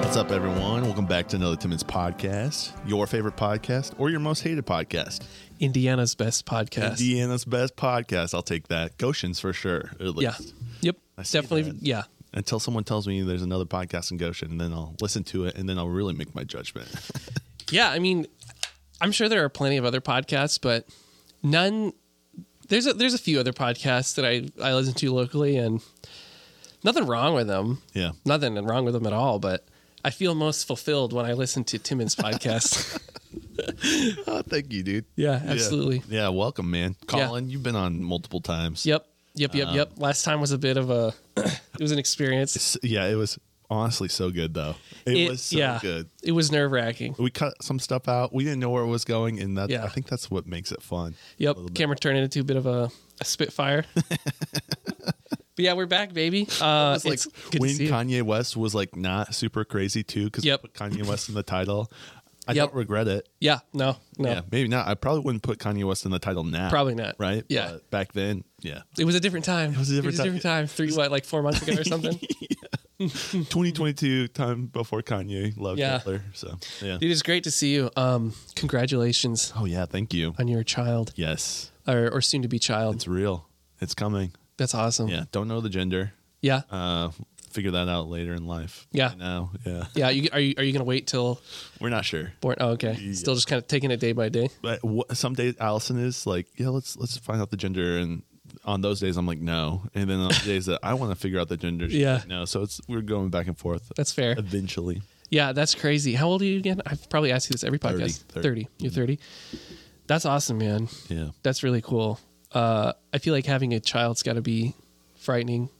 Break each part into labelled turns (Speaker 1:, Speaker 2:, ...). Speaker 1: What's up, everyone? Welcome back to another Timmons podcast, your favorite podcast or your most hated podcast.
Speaker 2: Indiana's best podcast.
Speaker 1: Indiana's best podcast. I'll take that. Goshen's for sure, at
Speaker 2: yeah.
Speaker 1: least.
Speaker 2: Yep.
Speaker 1: I see
Speaker 2: Definitely.
Speaker 1: that.
Speaker 2: Yeah.
Speaker 1: Until someone tells me there's another podcast in Goshen, and then I'll listen to it, and then I'll really make my judgment.
Speaker 2: Yeah. I mean, I'm sure there are plenty of other podcasts, but none. There's a, there's a few other podcasts that I, I listen to locally, and nothing wrong with them.
Speaker 1: yeah.
Speaker 2: Nothing wrong with them at all. But I feel most fulfilled when I listen to Timmons' podcast.
Speaker 1: Oh, thank you, dude.
Speaker 2: yeah, absolutely.
Speaker 1: Yeah. welcome, man. Colin, you've been on multiple times.
Speaker 2: Yep. Yep. Yep.
Speaker 1: Um,
Speaker 2: yep. Last time was a bit of a. it was an experience.
Speaker 1: S- Yeah, it was honestly so good, though. It, was so
Speaker 2: yeah,
Speaker 1: good.
Speaker 2: It was nerve wracking.
Speaker 1: We cut some stuff out. We didn't know where it was going, and that
Speaker 2: Yeah.
Speaker 1: I think that's what makes it fun.
Speaker 2: Yep. Camera turned into a bit of a, a spitfire. but yeah, we're back, baby. Uh,
Speaker 1: It's like
Speaker 2: it's good
Speaker 1: when
Speaker 2: to see you.
Speaker 1: Kanye West was like not super crazy too, because
Speaker 2: Yep.
Speaker 1: put Kanye West in the title. I
Speaker 2: Yep.
Speaker 1: don't regret it.
Speaker 2: Yeah. No. No.
Speaker 1: Yeah, maybe not. I probably wouldn't put Kanye West in the title now.
Speaker 2: Probably not.
Speaker 1: Right?
Speaker 2: Yeah.
Speaker 1: But back then, yeah.
Speaker 2: It was a different time. It
Speaker 1: was a different time.
Speaker 2: Three what, like four months ago or something.
Speaker 1: 2022 time before Kanye loved
Speaker 2: Hmm. Yeah.
Speaker 1: Hitler. So yeah.
Speaker 2: Dude, it's great to see you. Um, congratulations
Speaker 1: Oh yeah, thank you.
Speaker 2: on your child
Speaker 1: Yes,
Speaker 2: or, or soon to be child.
Speaker 1: it's real. It's coming.
Speaker 2: That's awesome.
Speaker 1: Yeah. Don't know the gender.
Speaker 2: Yeah.
Speaker 1: Uh, figure that out later in life.
Speaker 2: Yeah.
Speaker 1: Right now, yeah.
Speaker 2: Yeah, You are you are you gonna wait till
Speaker 1: We're not sure.
Speaker 2: born? Oh, okay. Still just kind of taking it day by day.
Speaker 1: But wh- some days Allison is like, yeah, let's let's find out the gender, and on those days I'm like, no, and then on the days that I want to figure out the gender, she's
Speaker 2: Yeah.
Speaker 1: like, no. So it's we're going back and forth.
Speaker 2: That's fair.
Speaker 1: Uh, Eventually,
Speaker 2: Yeah, that's crazy. How old are you again? I've probably asked you this every
Speaker 1: 30,
Speaker 2: podcast.
Speaker 1: 30.
Speaker 2: 30. You're 30.
Speaker 1: Mm-hmm.
Speaker 2: That's awesome, man.
Speaker 1: yeah,
Speaker 2: That's really cool. Uh, I feel like having a child's got to be frightening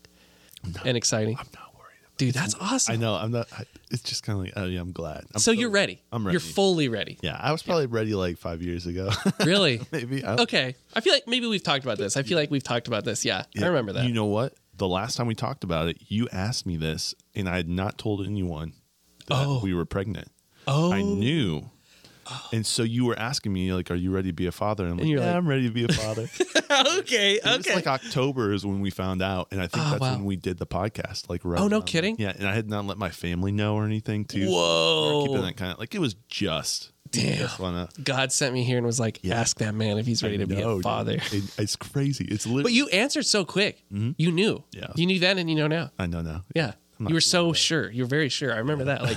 Speaker 2: and exciting.
Speaker 1: I'm not worried. About
Speaker 2: Dude, that's
Speaker 1: I
Speaker 2: awesome.
Speaker 1: know I'm not. I, it's just kind of like, oh yeah, I'm glad. I'm
Speaker 2: So
Speaker 1: still-
Speaker 2: you're ready.
Speaker 1: I'm ready.
Speaker 2: You're fully ready.
Speaker 1: Yeah, I was probably ready like five years ago.
Speaker 2: Really?
Speaker 1: Maybe. I,
Speaker 2: okay. I feel like maybe we've talked about this. I feel like we've talked about this. Yeah, I remember that.
Speaker 1: You know what? The last time we talked about it, you asked me this, and I had not told anyone that
Speaker 2: Oh.
Speaker 1: we were pregnant.
Speaker 2: oh,
Speaker 1: I knew. And so you were asking me, like, are you ready to be a father? And I'm like,
Speaker 2: you're
Speaker 1: yeah,
Speaker 2: like-
Speaker 1: I'm ready to be a father.
Speaker 2: okay.
Speaker 1: It's
Speaker 2: Okay.
Speaker 1: like October is when we found out. And I think
Speaker 2: Oh,
Speaker 1: that's
Speaker 2: wow.
Speaker 1: when we did the podcast. Like, right
Speaker 2: Oh, no
Speaker 1: around-
Speaker 2: kidding?
Speaker 1: Yeah. And I had not let my family know or anything, too. We were
Speaker 2: Whoa.
Speaker 1: Keeping that kind of like, it was just.
Speaker 2: Damn.
Speaker 1: Just wanna,
Speaker 2: God sent me here and was like, ask that man if he's ready to be
Speaker 1: No,
Speaker 2: a
Speaker 1: dude.
Speaker 2: father.
Speaker 1: It- it's crazy. It's literally.
Speaker 2: But you answered so quick. You knew.
Speaker 1: Mm-hmm. Yeah.
Speaker 2: You knew then and you know now.
Speaker 1: I know now.
Speaker 2: Yeah.
Speaker 1: not
Speaker 2: You were so sure. You're very sure. I remember that. Like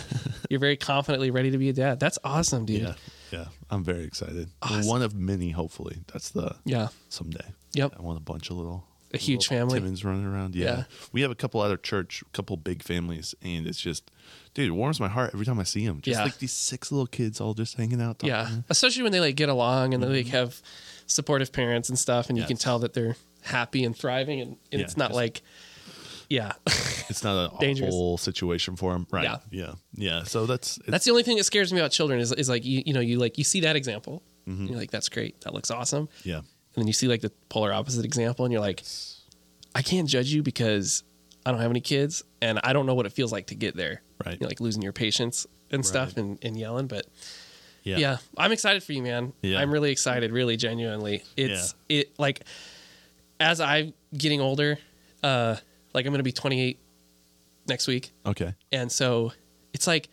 Speaker 2: you're very confidently ready to be a dad. That's awesome, dude.
Speaker 1: Yeah. Yeah. I'm very excited. One of many, hopefully. That's the.
Speaker 2: Yeah.
Speaker 1: Someday.
Speaker 2: Yep.
Speaker 1: I want a bunch of little.
Speaker 2: A huge
Speaker 1: little
Speaker 2: family.
Speaker 1: Timmins running around. Yeah.
Speaker 2: Yeah.
Speaker 1: We have a couple out of church, a couple big families, and it's just, dude, it warms my heart every time I see them. Just
Speaker 2: Yeah.
Speaker 1: like these six little kids all just hanging out. talking.
Speaker 2: Yeah. Especially when they like get along and they like have supportive parents and stuff and you can
Speaker 1: Mm-hmm. Yes.
Speaker 2: tell that they're happy and thriving and, and
Speaker 1: Yeah,
Speaker 2: it's not
Speaker 1: just-
Speaker 2: like yeah.
Speaker 1: It's not an
Speaker 2: Dangerous.
Speaker 1: awful situation for them. Right. Yeah.
Speaker 2: Yeah.
Speaker 1: Yeah. Yeah. So that's, it's,
Speaker 2: That's the only thing that scares me about children is is like you you know, you like you see that example.
Speaker 1: Mm-hmm.
Speaker 2: and You're like, that's great. That looks awesome.
Speaker 1: yeah.
Speaker 2: And then you see like the polar opposite example and you're like, I can't judge you because I don't have any kids and I don't know what it feels like to get there.
Speaker 1: Right.
Speaker 2: You know, like losing your patience and stuff and, and yelling. But
Speaker 1: Yeah.
Speaker 2: yeah. I'm excited for you, man.
Speaker 1: Yeah.
Speaker 2: I'm really excited, really genuinely. It's it like as I'm getting older, uh, like I'm gonna be 28 next week.
Speaker 1: Okay.
Speaker 2: And so it's like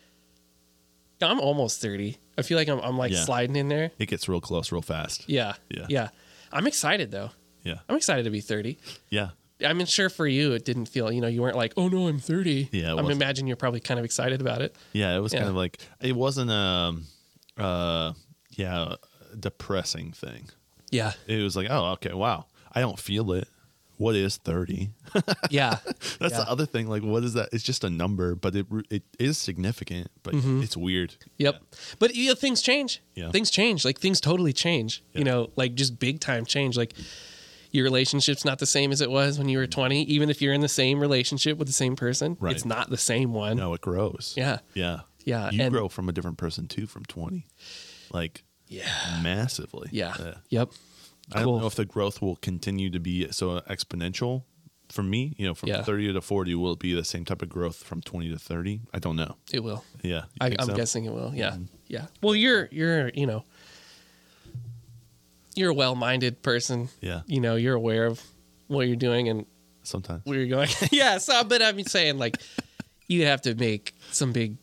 Speaker 2: I'm almost 30. I feel like I'm, I'm like
Speaker 1: Yeah.
Speaker 2: sliding in there.
Speaker 1: It gets real close real fast.
Speaker 2: Yeah.
Speaker 1: Yeah.
Speaker 2: Yeah. I'm excited though.
Speaker 1: Yeah.
Speaker 2: I'm excited to be 30.
Speaker 1: Yeah.
Speaker 2: I mean, sure for you, it didn't feel, you know, you weren't like, oh no, I'm 30.
Speaker 1: Yeah, it
Speaker 2: I
Speaker 1: wasn't.
Speaker 2: am imagine you're probably kind of excited about it.
Speaker 1: Yeah. It was
Speaker 2: Yeah.
Speaker 1: kind of like, it wasn't a, uh, yeah, depressing thing.
Speaker 2: Yeah.
Speaker 1: It was like, oh, okay. Wow. I don't feel it. What is 30?
Speaker 2: Yeah.
Speaker 1: That's
Speaker 2: Yeah.
Speaker 1: the other thing. Like, what is that? It's just a number, but it it is significant. But
Speaker 2: Mm-hmm.
Speaker 1: it's weird.
Speaker 2: yep. But you know, things change.
Speaker 1: Yeah.
Speaker 2: Things change. Like things totally change,
Speaker 1: Yeah.
Speaker 2: you know, like just big time change. Like your relationship's not the same as it was when you were 20. Even if you're in the same relationship with the same person,
Speaker 1: Right.
Speaker 2: it's not the same one.
Speaker 1: No, it grows.
Speaker 2: Yeah.
Speaker 1: yeah,
Speaker 2: Yeah,
Speaker 1: You
Speaker 2: and-
Speaker 1: grow from a different person too, from twenty, like
Speaker 2: Yeah.
Speaker 1: massively.
Speaker 2: Yeah.
Speaker 1: Uh,
Speaker 2: Yep.
Speaker 1: I
Speaker 2: Cool.
Speaker 1: don't know if the growth will continue to be so exponential. For me, you know, from
Speaker 2: Yeah.
Speaker 1: thirty to forty, will it be the same type of growth from twenty to thirty? I don't know.
Speaker 2: It will.
Speaker 1: Yeah, You
Speaker 2: I,
Speaker 1: think
Speaker 2: I'm
Speaker 1: so? Mm-hmm.
Speaker 2: guessing it will. Yeah. Yeah. Well, you're, you're, you know, you're a well minded person.
Speaker 1: Yeah.
Speaker 2: You know, you're aware of what you're doing and
Speaker 1: Sometimes.
Speaker 2: where you're going. yeah. So, but I'm saying like, you have to make some big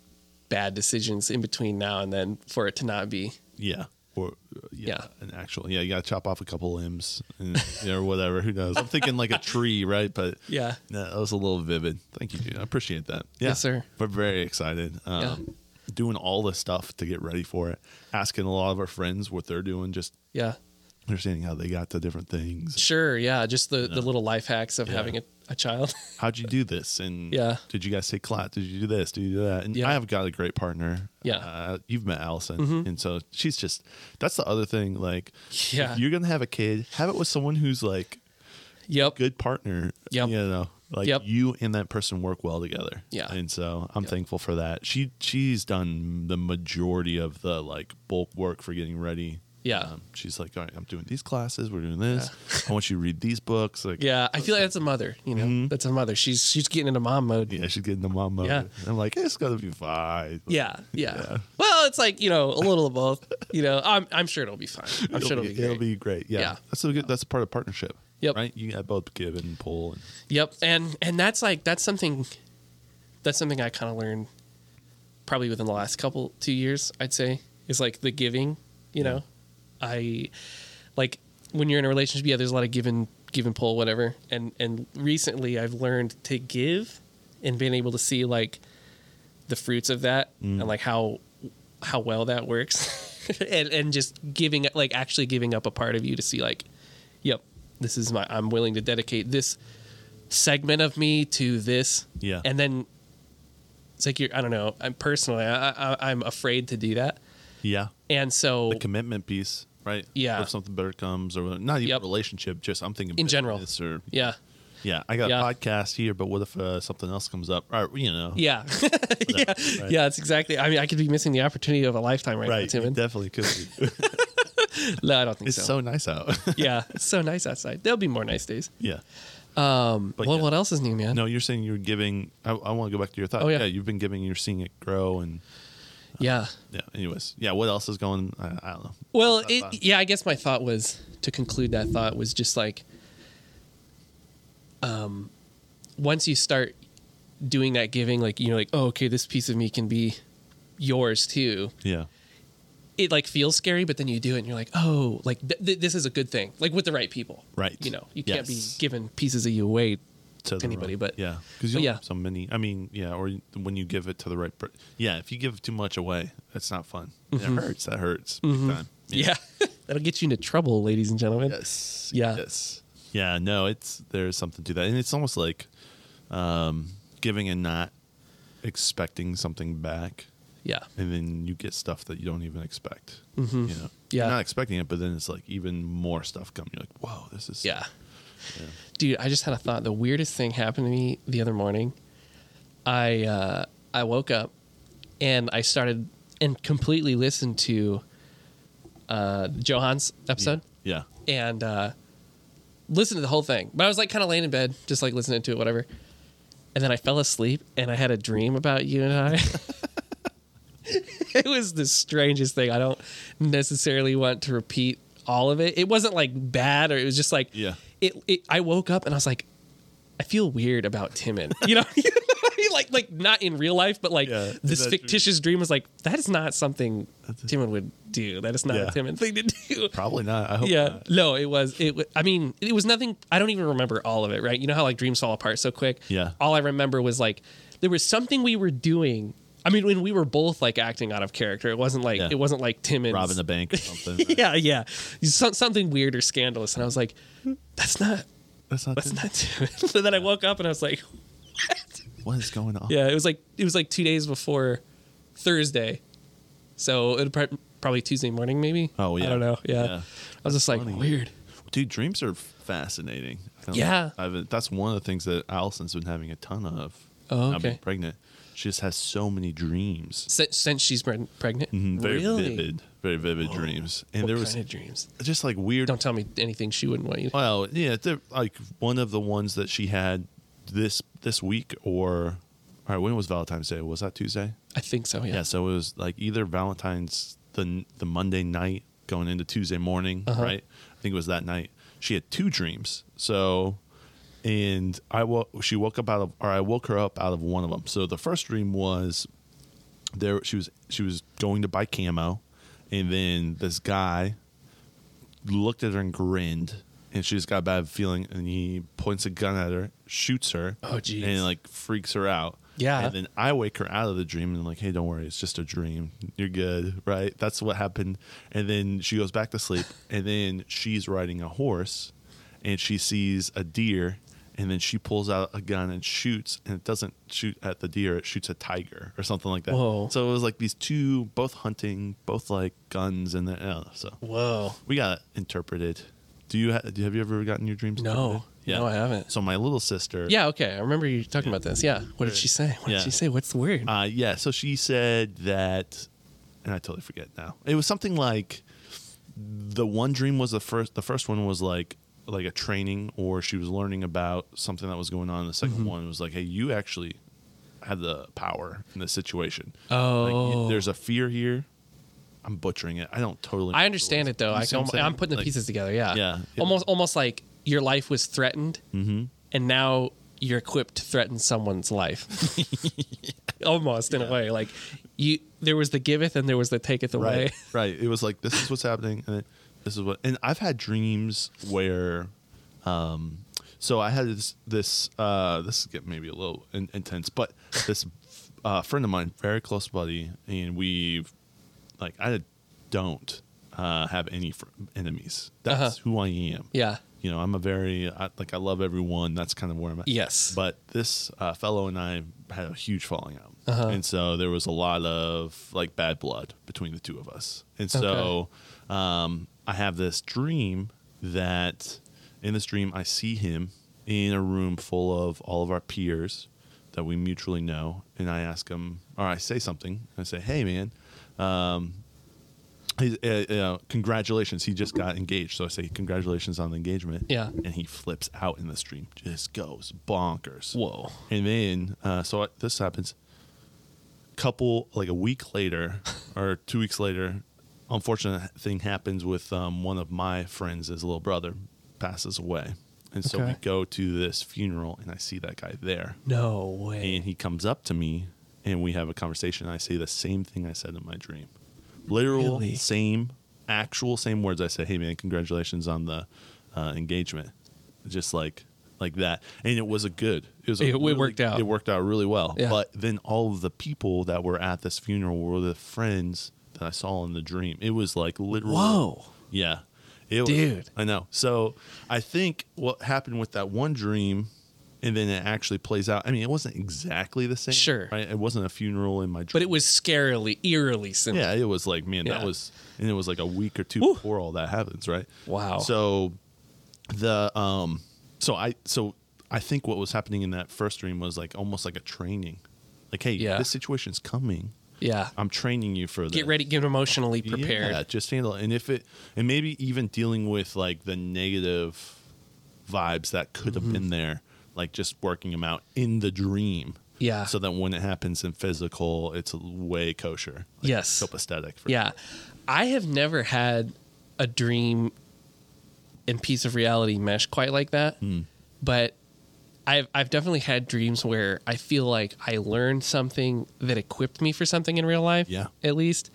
Speaker 2: bad decisions in between now and then for it to not be.
Speaker 1: Yeah. Or uh, yeah, an actual yeah, you gotta chop off a couple limbs and, or whatever. Who knows? I'm thinking like a tree, right? But
Speaker 2: Yeah.
Speaker 1: no, that was a little vivid. Thank you, dude. I appreciate that. Yeah.
Speaker 2: Yes, sir.
Speaker 1: We're very excited. Um, Doing all the stuff to get ready for it. Asking a lot of our friends what they're doing, just
Speaker 2: Yeah.
Speaker 1: understanding how they got to different things.
Speaker 2: Sure. Yeah. Just the, the little life hacks of having a, a child.
Speaker 1: How'd you do this? And
Speaker 2: Yeah.
Speaker 1: did you guys take class? Did you do this? Did you do that? And
Speaker 2: Yeah.
Speaker 1: I have got a great partner.
Speaker 2: Yeah. Mm-hmm.
Speaker 1: Uh, you've met Allison. And so she's just, that's the other thing. Like,
Speaker 2: Yeah.
Speaker 1: if you're going to have a kid, have it with someone who's like
Speaker 2: yep.
Speaker 1: good partner.
Speaker 2: Yep.
Speaker 1: You know, like
Speaker 2: Yep.
Speaker 1: you and that person work well together.
Speaker 2: Yeah.
Speaker 1: And so I'm thankful for that. She, she's done the majority of the like bulk work for getting ready. Um,
Speaker 2: Yeah.
Speaker 1: she's like, all right, I'm doing these classes. We're doing this. I want you to read these books. Like,
Speaker 2: Yeah. I feel like that's a mother, you know, that's a mother. She's, she's getting into mom mode.
Speaker 1: Yeah, she's getting the mom mode.
Speaker 2: Yeah.
Speaker 1: I'm like, it's gonna be fine.
Speaker 2: Yeah, yeah. Well, it's like you know, a little of both. You know, I'm I'm sure it'll be fine. I'm sure it'll be, great.
Speaker 1: Yeah.
Speaker 2: Yeah.
Speaker 1: That's a good that's part of partnership.
Speaker 2: Yep.
Speaker 1: Right? You got both give and pull and
Speaker 2: Yep, and and that's like that's something, that's something I kind of learned, probably within the last couple two years. I'd say is like the giving. You know, I like when you're in a relationship. Yeah, there's a lot of give and give and pull, whatever. And and recently, I've learned to give, and being able to see like the fruits of that
Speaker 1: Mm.
Speaker 2: and like how how well that works, and and just giving like actually giving up a part of you to see like, yep, this is my I'm willing to dedicate this segment of me to this.
Speaker 1: Yeah.
Speaker 2: And then it's like you're, I don't know, I'm personally, I, I, I'm afraid to do that.
Speaker 1: Yeah.
Speaker 2: And so,
Speaker 1: The commitment piece, right?
Speaker 2: Yeah.
Speaker 1: If something better comes or not even
Speaker 2: Yep.
Speaker 1: relationship, just I'm thinking
Speaker 2: In general.
Speaker 1: business Or
Speaker 2: yeah.
Speaker 1: yeah, I got
Speaker 2: Yeah.
Speaker 1: a podcast here, but what if uh, something else comes up? All right, you know.
Speaker 2: Yeah. yeah.
Speaker 1: right.
Speaker 2: Yeah. It's exactly, I mean, I could be missing the opportunity of a lifetime right,
Speaker 1: Right.
Speaker 2: now,
Speaker 1: it
Speaker 2: Timon.
Speaker 1: Definitely could be.
Speaker 2: no, I don't think
Speaker 1: It's
Speaker 2: so.
Speaker 1: so nice out.
Speaker 2: yeah. It's so nice outside. There'll be more nice days.
Speaker 1: yeah. Mm,
Speaker 2: Um,
Speaker 1: But
Speaker 2: well,
Speaker 1: yeah.
Speaker 2: what else is new, man?
Speaker 1: No, you're saying you're giving I, I want to go back to your thought.
Speaker 2: Oh, yeah.
Speaker 1: you've been giving, you're seeing it grow and
Speaker 2: Yeah.
Speaker 1: yeah, anyways. Yeah, what else is going I, I don't know.
Speaker 2: Well,
Speaker 1: That's fine.
Speaker 2: it, yeah, I guess my thought was to conclude that thought was just like, um, once you start doing that giving, like you know, like oh, okay, this piece of me can be yours too.
Speaker 1: Yeah.
Speaker 2: It like feels scary, but then you do it, and you're like, oh, like th- th- this is a good thing. Like with the right people,
Speaker 1: Right.
Speaker 2: You know, you can't
Speaker 1: Yes.
Speaker 2: be giving pieces of you away.
Speaker 1: to the
Speaker 2: anybody,
Speaker 1: wrong-
Speaker 2: but-
Speaker 1: yeah, because you
Speaker 2: but
Speaker 1: yeah.
Speaker 2: yeah.
Speaker 1: have so many. I mean, yeah, or when you give it to the right, per- yeah. If you give too much away, that's not fun. And
Speaker 2: Mm-hmm.
Speaker 1: It hurts. That hurts. big time.
Speaker 2: Yeah, that'll get you into trouble, ladies and gentlemen.
Speaker 1: Yes.
Speaker 2: Yeah.
Speaker 1: Yes. Yeah. No, it's there's something to that, and it's almost like um, giving and not expecting something back,
Speaker 2: Yeah,
Speaker 1: and then you get stuff that you don't even expect. You know.
Speaker 2: Mm-hmm. Yeah.
Speaker 1: You're not expecting it, but then it's like even more stuff coming. You're like, whoa, this is
Speaker 2: Yeah. Dude, I just had a thought. The weirdest thing happened to me the other morning. I uh, I woke up and I started and completely listened to uh, Johan's episode
Speaker 1: Yeah.
Speaker 2: and uh, listened to the whole thing. But I was like kind of laying in bed, just like listening to it, whatever. And then I fell asleep and I had a dream about you and I. it was the strangest thing. I don't necessarily want to repeat all of it. It wasn't like bad or it was just like
Speaker 1: Yeah.
Speaker 2: It, it I woke up and I was like, I feel weird about Timon. You know, You know what I mean? like like not in real life, but like
Speaker 1: Yeah,
Speaker 2: this
Speaker 1: that's-
Speaker 2: fictitious dream was like that is not something Timon would do. That is not
Speaker 1: Yeah.
Speaker 2: a Timon thing to do
Speaker 1: Probably not. I hope.
Speaker 2: yeah
Speaker 1: Not.
Speaker 2: no it was it wa- i mean it was nothing i don't even remember all of it right you know how like dreams fall apart so quick
Speaker 1: Yeah.
Speaker 2: all i remember was like there was something we were doing i mean when we were both like acting out of character it wasn't like
Speaker 1: Yeah.
Speaker 2: it wasn't like tim and
Speaker 1: Robbing the bank or something. right?
Speaker 2: yeah yeah so, something weird or scandalous and i was like that's not
Speaker 1: That's not.
Speaker 2: that's not tim so then i woke up and i was like
Speaker 1: what is going on?
Speaker 2: yeah it was like it was like two days before thursday so it would probably tuesday morning maybe
Speaker 1: Oh, yeah.
Speaker 2: i don't know yeah,
Speaker 1: Yeah.
Speaker 2: i was just like
Speaker 1: funny.
Speaker 2: weird
Speaker 1: Dude, dreams are fascinating. I don't-
Speaker 2: Yeah.
Speaker 1: I've, that's one of the things that Allison's been having a ton of.
Speaker 2: Oh,
Speaker 1: now being
Speaker 2: okay.
Speaker 1: pregnant. She just has so many dreams.
Speaker 2: since, since she's pre- pregnant.
Speaker 1: Mm, Very
Speaker 2: really?
Speaker 1: vivid, very vivid dreams. And
Speaker 2: What
Speaker 1: there
Speaker 2: kind
Speaker 1: was
Speaker 2: of dreams?
Speaker 1: just like weird.
Speaker 2: Don't tell me anything she wouldn't want you. to
Speaker 1: Well, yeah, they're- like one of the ones that she had this this week or all right, when was Valentine's Day? Was that Tuesday?
Speaker 2: I think so. Yeah.
Speaker 1: Yeah, so it was like either Valentine's the the Monday night going into Tuesday morning,
Speaker 2: Uh-huh.
Speaker 1: right? I think it was that night. She had two dreams. So, and I woke she woke up out of or I woke her up out of one of them. So the first dream was there she was she was going to buy camo and then this guy looked at her and grinned and she just got a bad feeling and he points a gun at her shoots her
Speaker 2: Oh, jeez.
Speaker 1: and like freaks her out
Speaker 2: Yeah.
Speaker 1: and then i wake her out of the dream and like hey don't worry it's just a dream you're good right that's what happened and then she goes back to sleep and then she's riding a horse and she sees a deer and then she pulls out a gun and shoots and it doesn't shoot at the deer it shoots a tiger or something like that
Speaker 2: Whoa.
Speaker 1: so it was like these two both hunting both like guns and the, I don't know, so
Speaker 2: Whoa.
Speaker 1: we got it interpreted do you ha- do- have you ever gotten your dreams
Speaker 2: No.
Speaker 1: interpreted?
Speaker 2: No, I haven't.
Speaker 1: so my little sister
Speaker 2: Yeah, okay. I remember you talking about this. Yeah. What did she say? What
Speaker 1: Yeah.
Speaker 2: did she say? What's the word?
Speaker 1: Uh, yeah, so she said that, and I totally forget now. It was something like the one dream was the first. The first one was like like a training, or she was learning about something that was going on. The
Speaker 2: Mm-hmm.
Speaker 1: 2nd one was like, hey, you actually had the power in this situation. Like, y-
Speaker 2: oh.
Speaker 1: there's a fear here. I'm butchering it. I don't totally.
Speaker 2: I understand it though. I
Speaker 1: can,
Speaker 2: can, I'm putting the pieces together. Yeah.
Speaker 1: Yeah. Mm-hmm.
Speaker 2: Almost, almost like your life was threatened, and now you're equipped to threaten someone's life. Almost in a way, like you. There was the giveth and there was the taketh away.
Speaker 1: Right, right. It was like this is what's happening, and it- this is what. And I've had dreams where, um, so I had this this uh, this is getting maybe a little in, intense, but this uh, friend of mine, very close buddy, and we've like I don't uh, have any fr- enemies. That's
Speaker 2: Uh-huh.
Speaker 1: who I am.
Speaker 2: Yeah.
Speaker 1: You know, I'm a very I, like I love everyone. That's kind of where I'm at.
Speaker 2: Yes.
Speaker 1: But this uh, fellow and I had a huge falling out,
Speaker 2: Uh-huh.
Speaker 1: and so there was a lot of like bad blood between the two of us. And so, um, I have this dream that in this dream I see him in a room full of all of our peers that we mutually know, and I ask him, or I say something. I say, "Hey, man." um, He's, uh, uh, congratulations, he just got engaged. So I say, congratulations on the engagement.
Speaker 2: Yeah.
Speaker 1: And he flips out in the stream, just goes bonkers.
Speaker 2: Whoa.
Speaker 1: And then, uh, so I, this happens. Couple like a week later, or two weeks later, unfortunate thing happens with um, one of my friends. His little brother passes away, and so we
Speaker 2: Okay.
Speaker 1: go to this funeral, and I see that guy there,
Speaker 2: No way.
Speaker 1: and he comes up to me, and we have a conversation. I say the same thing I said in my dream, literal
Speaker 2: Really?
Speaker 1: same, actual same words. I say, "Hey man, congratulations on the uh, engagement," just like like that, and it was a good. It was a
Speaker 2: It- it
Speaker 1: really-
Speaker 2: worked out.
Speaker 1: It worked out really well.
Speaker 2: Yeah.
Speaker 1: But then all of the people that were at this funeral were the friends that I saw in the dream. It was like literal.
Speaker 2: Whoa.
Speaker 1: Yeah. It was-
Speaker 2: Dude.
Speaker 1: I know. So I think what happened with that one dream and then it actually plays out. I mean, it wasn't exactly the same.
Speaker 2: Sure.
Speaker 1: Right? It wasn't a funeral in my dream.
Speaker 2: But it was scarily, eerily similar.
Speaker 1: Yeah, it was like, man, that
Speaker 2: Yeah.
Speaker 1: was and it was like a week or two
Speaker 2: Woo.
Speaker 1: before all that happens, right?
Speaker 2: Wow.
Speaker 1: So the um so I so I think what was happening in that first dream was like almost like a training. Like, hey,
Speaker 2: Yeah.
Speaker 1: this situation's coming.
Speaker 2: Yeah.
Speaker 1: I'm training you for this.
Speaker 2: Get ready. Get emotionally prepared.
Speaker 1: Yeah, just handle it. And if it, and maybe even dealing with like the negative vibes that could
Speaker 2: Mm-hmm.
Speaker 1: have been there, like just working them out in the dream.
Speaker 2: Yeah.
Speaker 1: So that when it happens in physical, it's way kosher. Like,
Speaker 2: Yes.
Speaker 1: So aesthetic. For
Speaker 2: Yeah. I have never had a dream and piece of reality mesh quite like that.
Speaker 1: Hmm.
Speaker 2: But I've I've definitely had dreams where I feel like I learned something that equipped me for something in real life.
Speaker 1: Yeah.
Speaker 2: At least.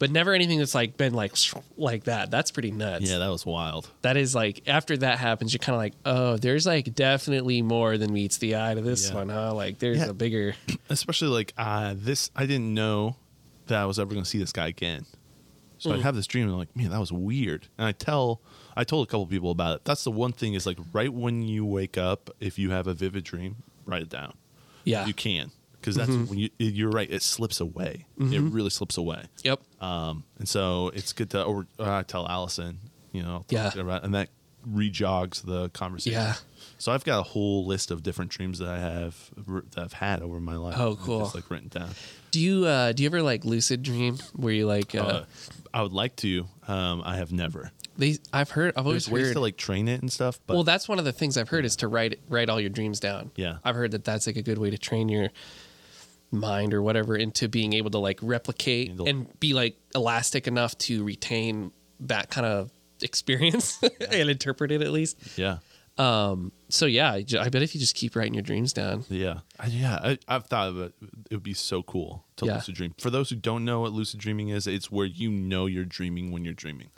Speaker 2: But never anything that's like been like like that. That's pretty nuts.
Speaker 1: Yeah, that was wild.
Speaker 2: That is like after that happens, you're kind of like, oh, there's like definitely more than meets the eye to this
Speaker 1: Yeah.
Speaker 2: one, huh? Like there's
Speaker 1: Yeah.
Speaker 2: a bigger.
Speaker 1: Especially like uh, this, I didn't know that I was ever going to see this guy again. So
Speaker 2: Mm.
Speaker 1: I have this dream and I'm like, man, that was weird. And I tell, I told a couple people about it. That's the one thing is like right when you wake up, if you have a vivid dream, write it down.
Speaker 2: Yeah.
Speaker 1: you can because that's
Speaker 2: Mm-hmm.
Speaker 1: when you you're right it slips away it really slips away
Speaker 2: Yep.
Speaker 1: um and so it's good to or, or I tell Allison you know talk
Speaker 2: Yeah.
Speaker 1: to her about and that rejogs the conversation
Speaker 2: Yeah.
Speaker 1: so I've got a whole list of different dreams that I have that I've had over my life
Speaker 2: Oh,
Speaker 1: I've
Speaker 2: cool.
Speaker 1: just like written down
Speaker 2: Do you uh do you ever like lucid dream where you like uh,
Speaker 1: uh, I would like to um I have never
Speaker 2: They, I've heard, I've always
Speaker 1: there's ways
Speaker 2: heard.
Speaker 1: to like train it and stuff but
Speaker 2: well, that's one of the things I've heard is to write write all your dreams down.
Speaker 1: Yeah.
Speaker 2: I've heard that that's like a good way to train your mind or whatever into being able to like replicate
Speaker 1: Handle-
Speaker 2: and be like elastic enough to retain that kind of experience and interpret it at least.
Speaker 1: yeah
Speaker 2: Um, so yeah, I, ju- I bet if you just keep writing your dreams down,
Speaker 1: Yeah, I, yeah. I, I've thought of it. It would be so cool to
Speaker 2: Yeah.
Speaker 1: lucid dream. For those who don't know what lucid dreaming is, it's where you know you're dreaming when you're dreaming.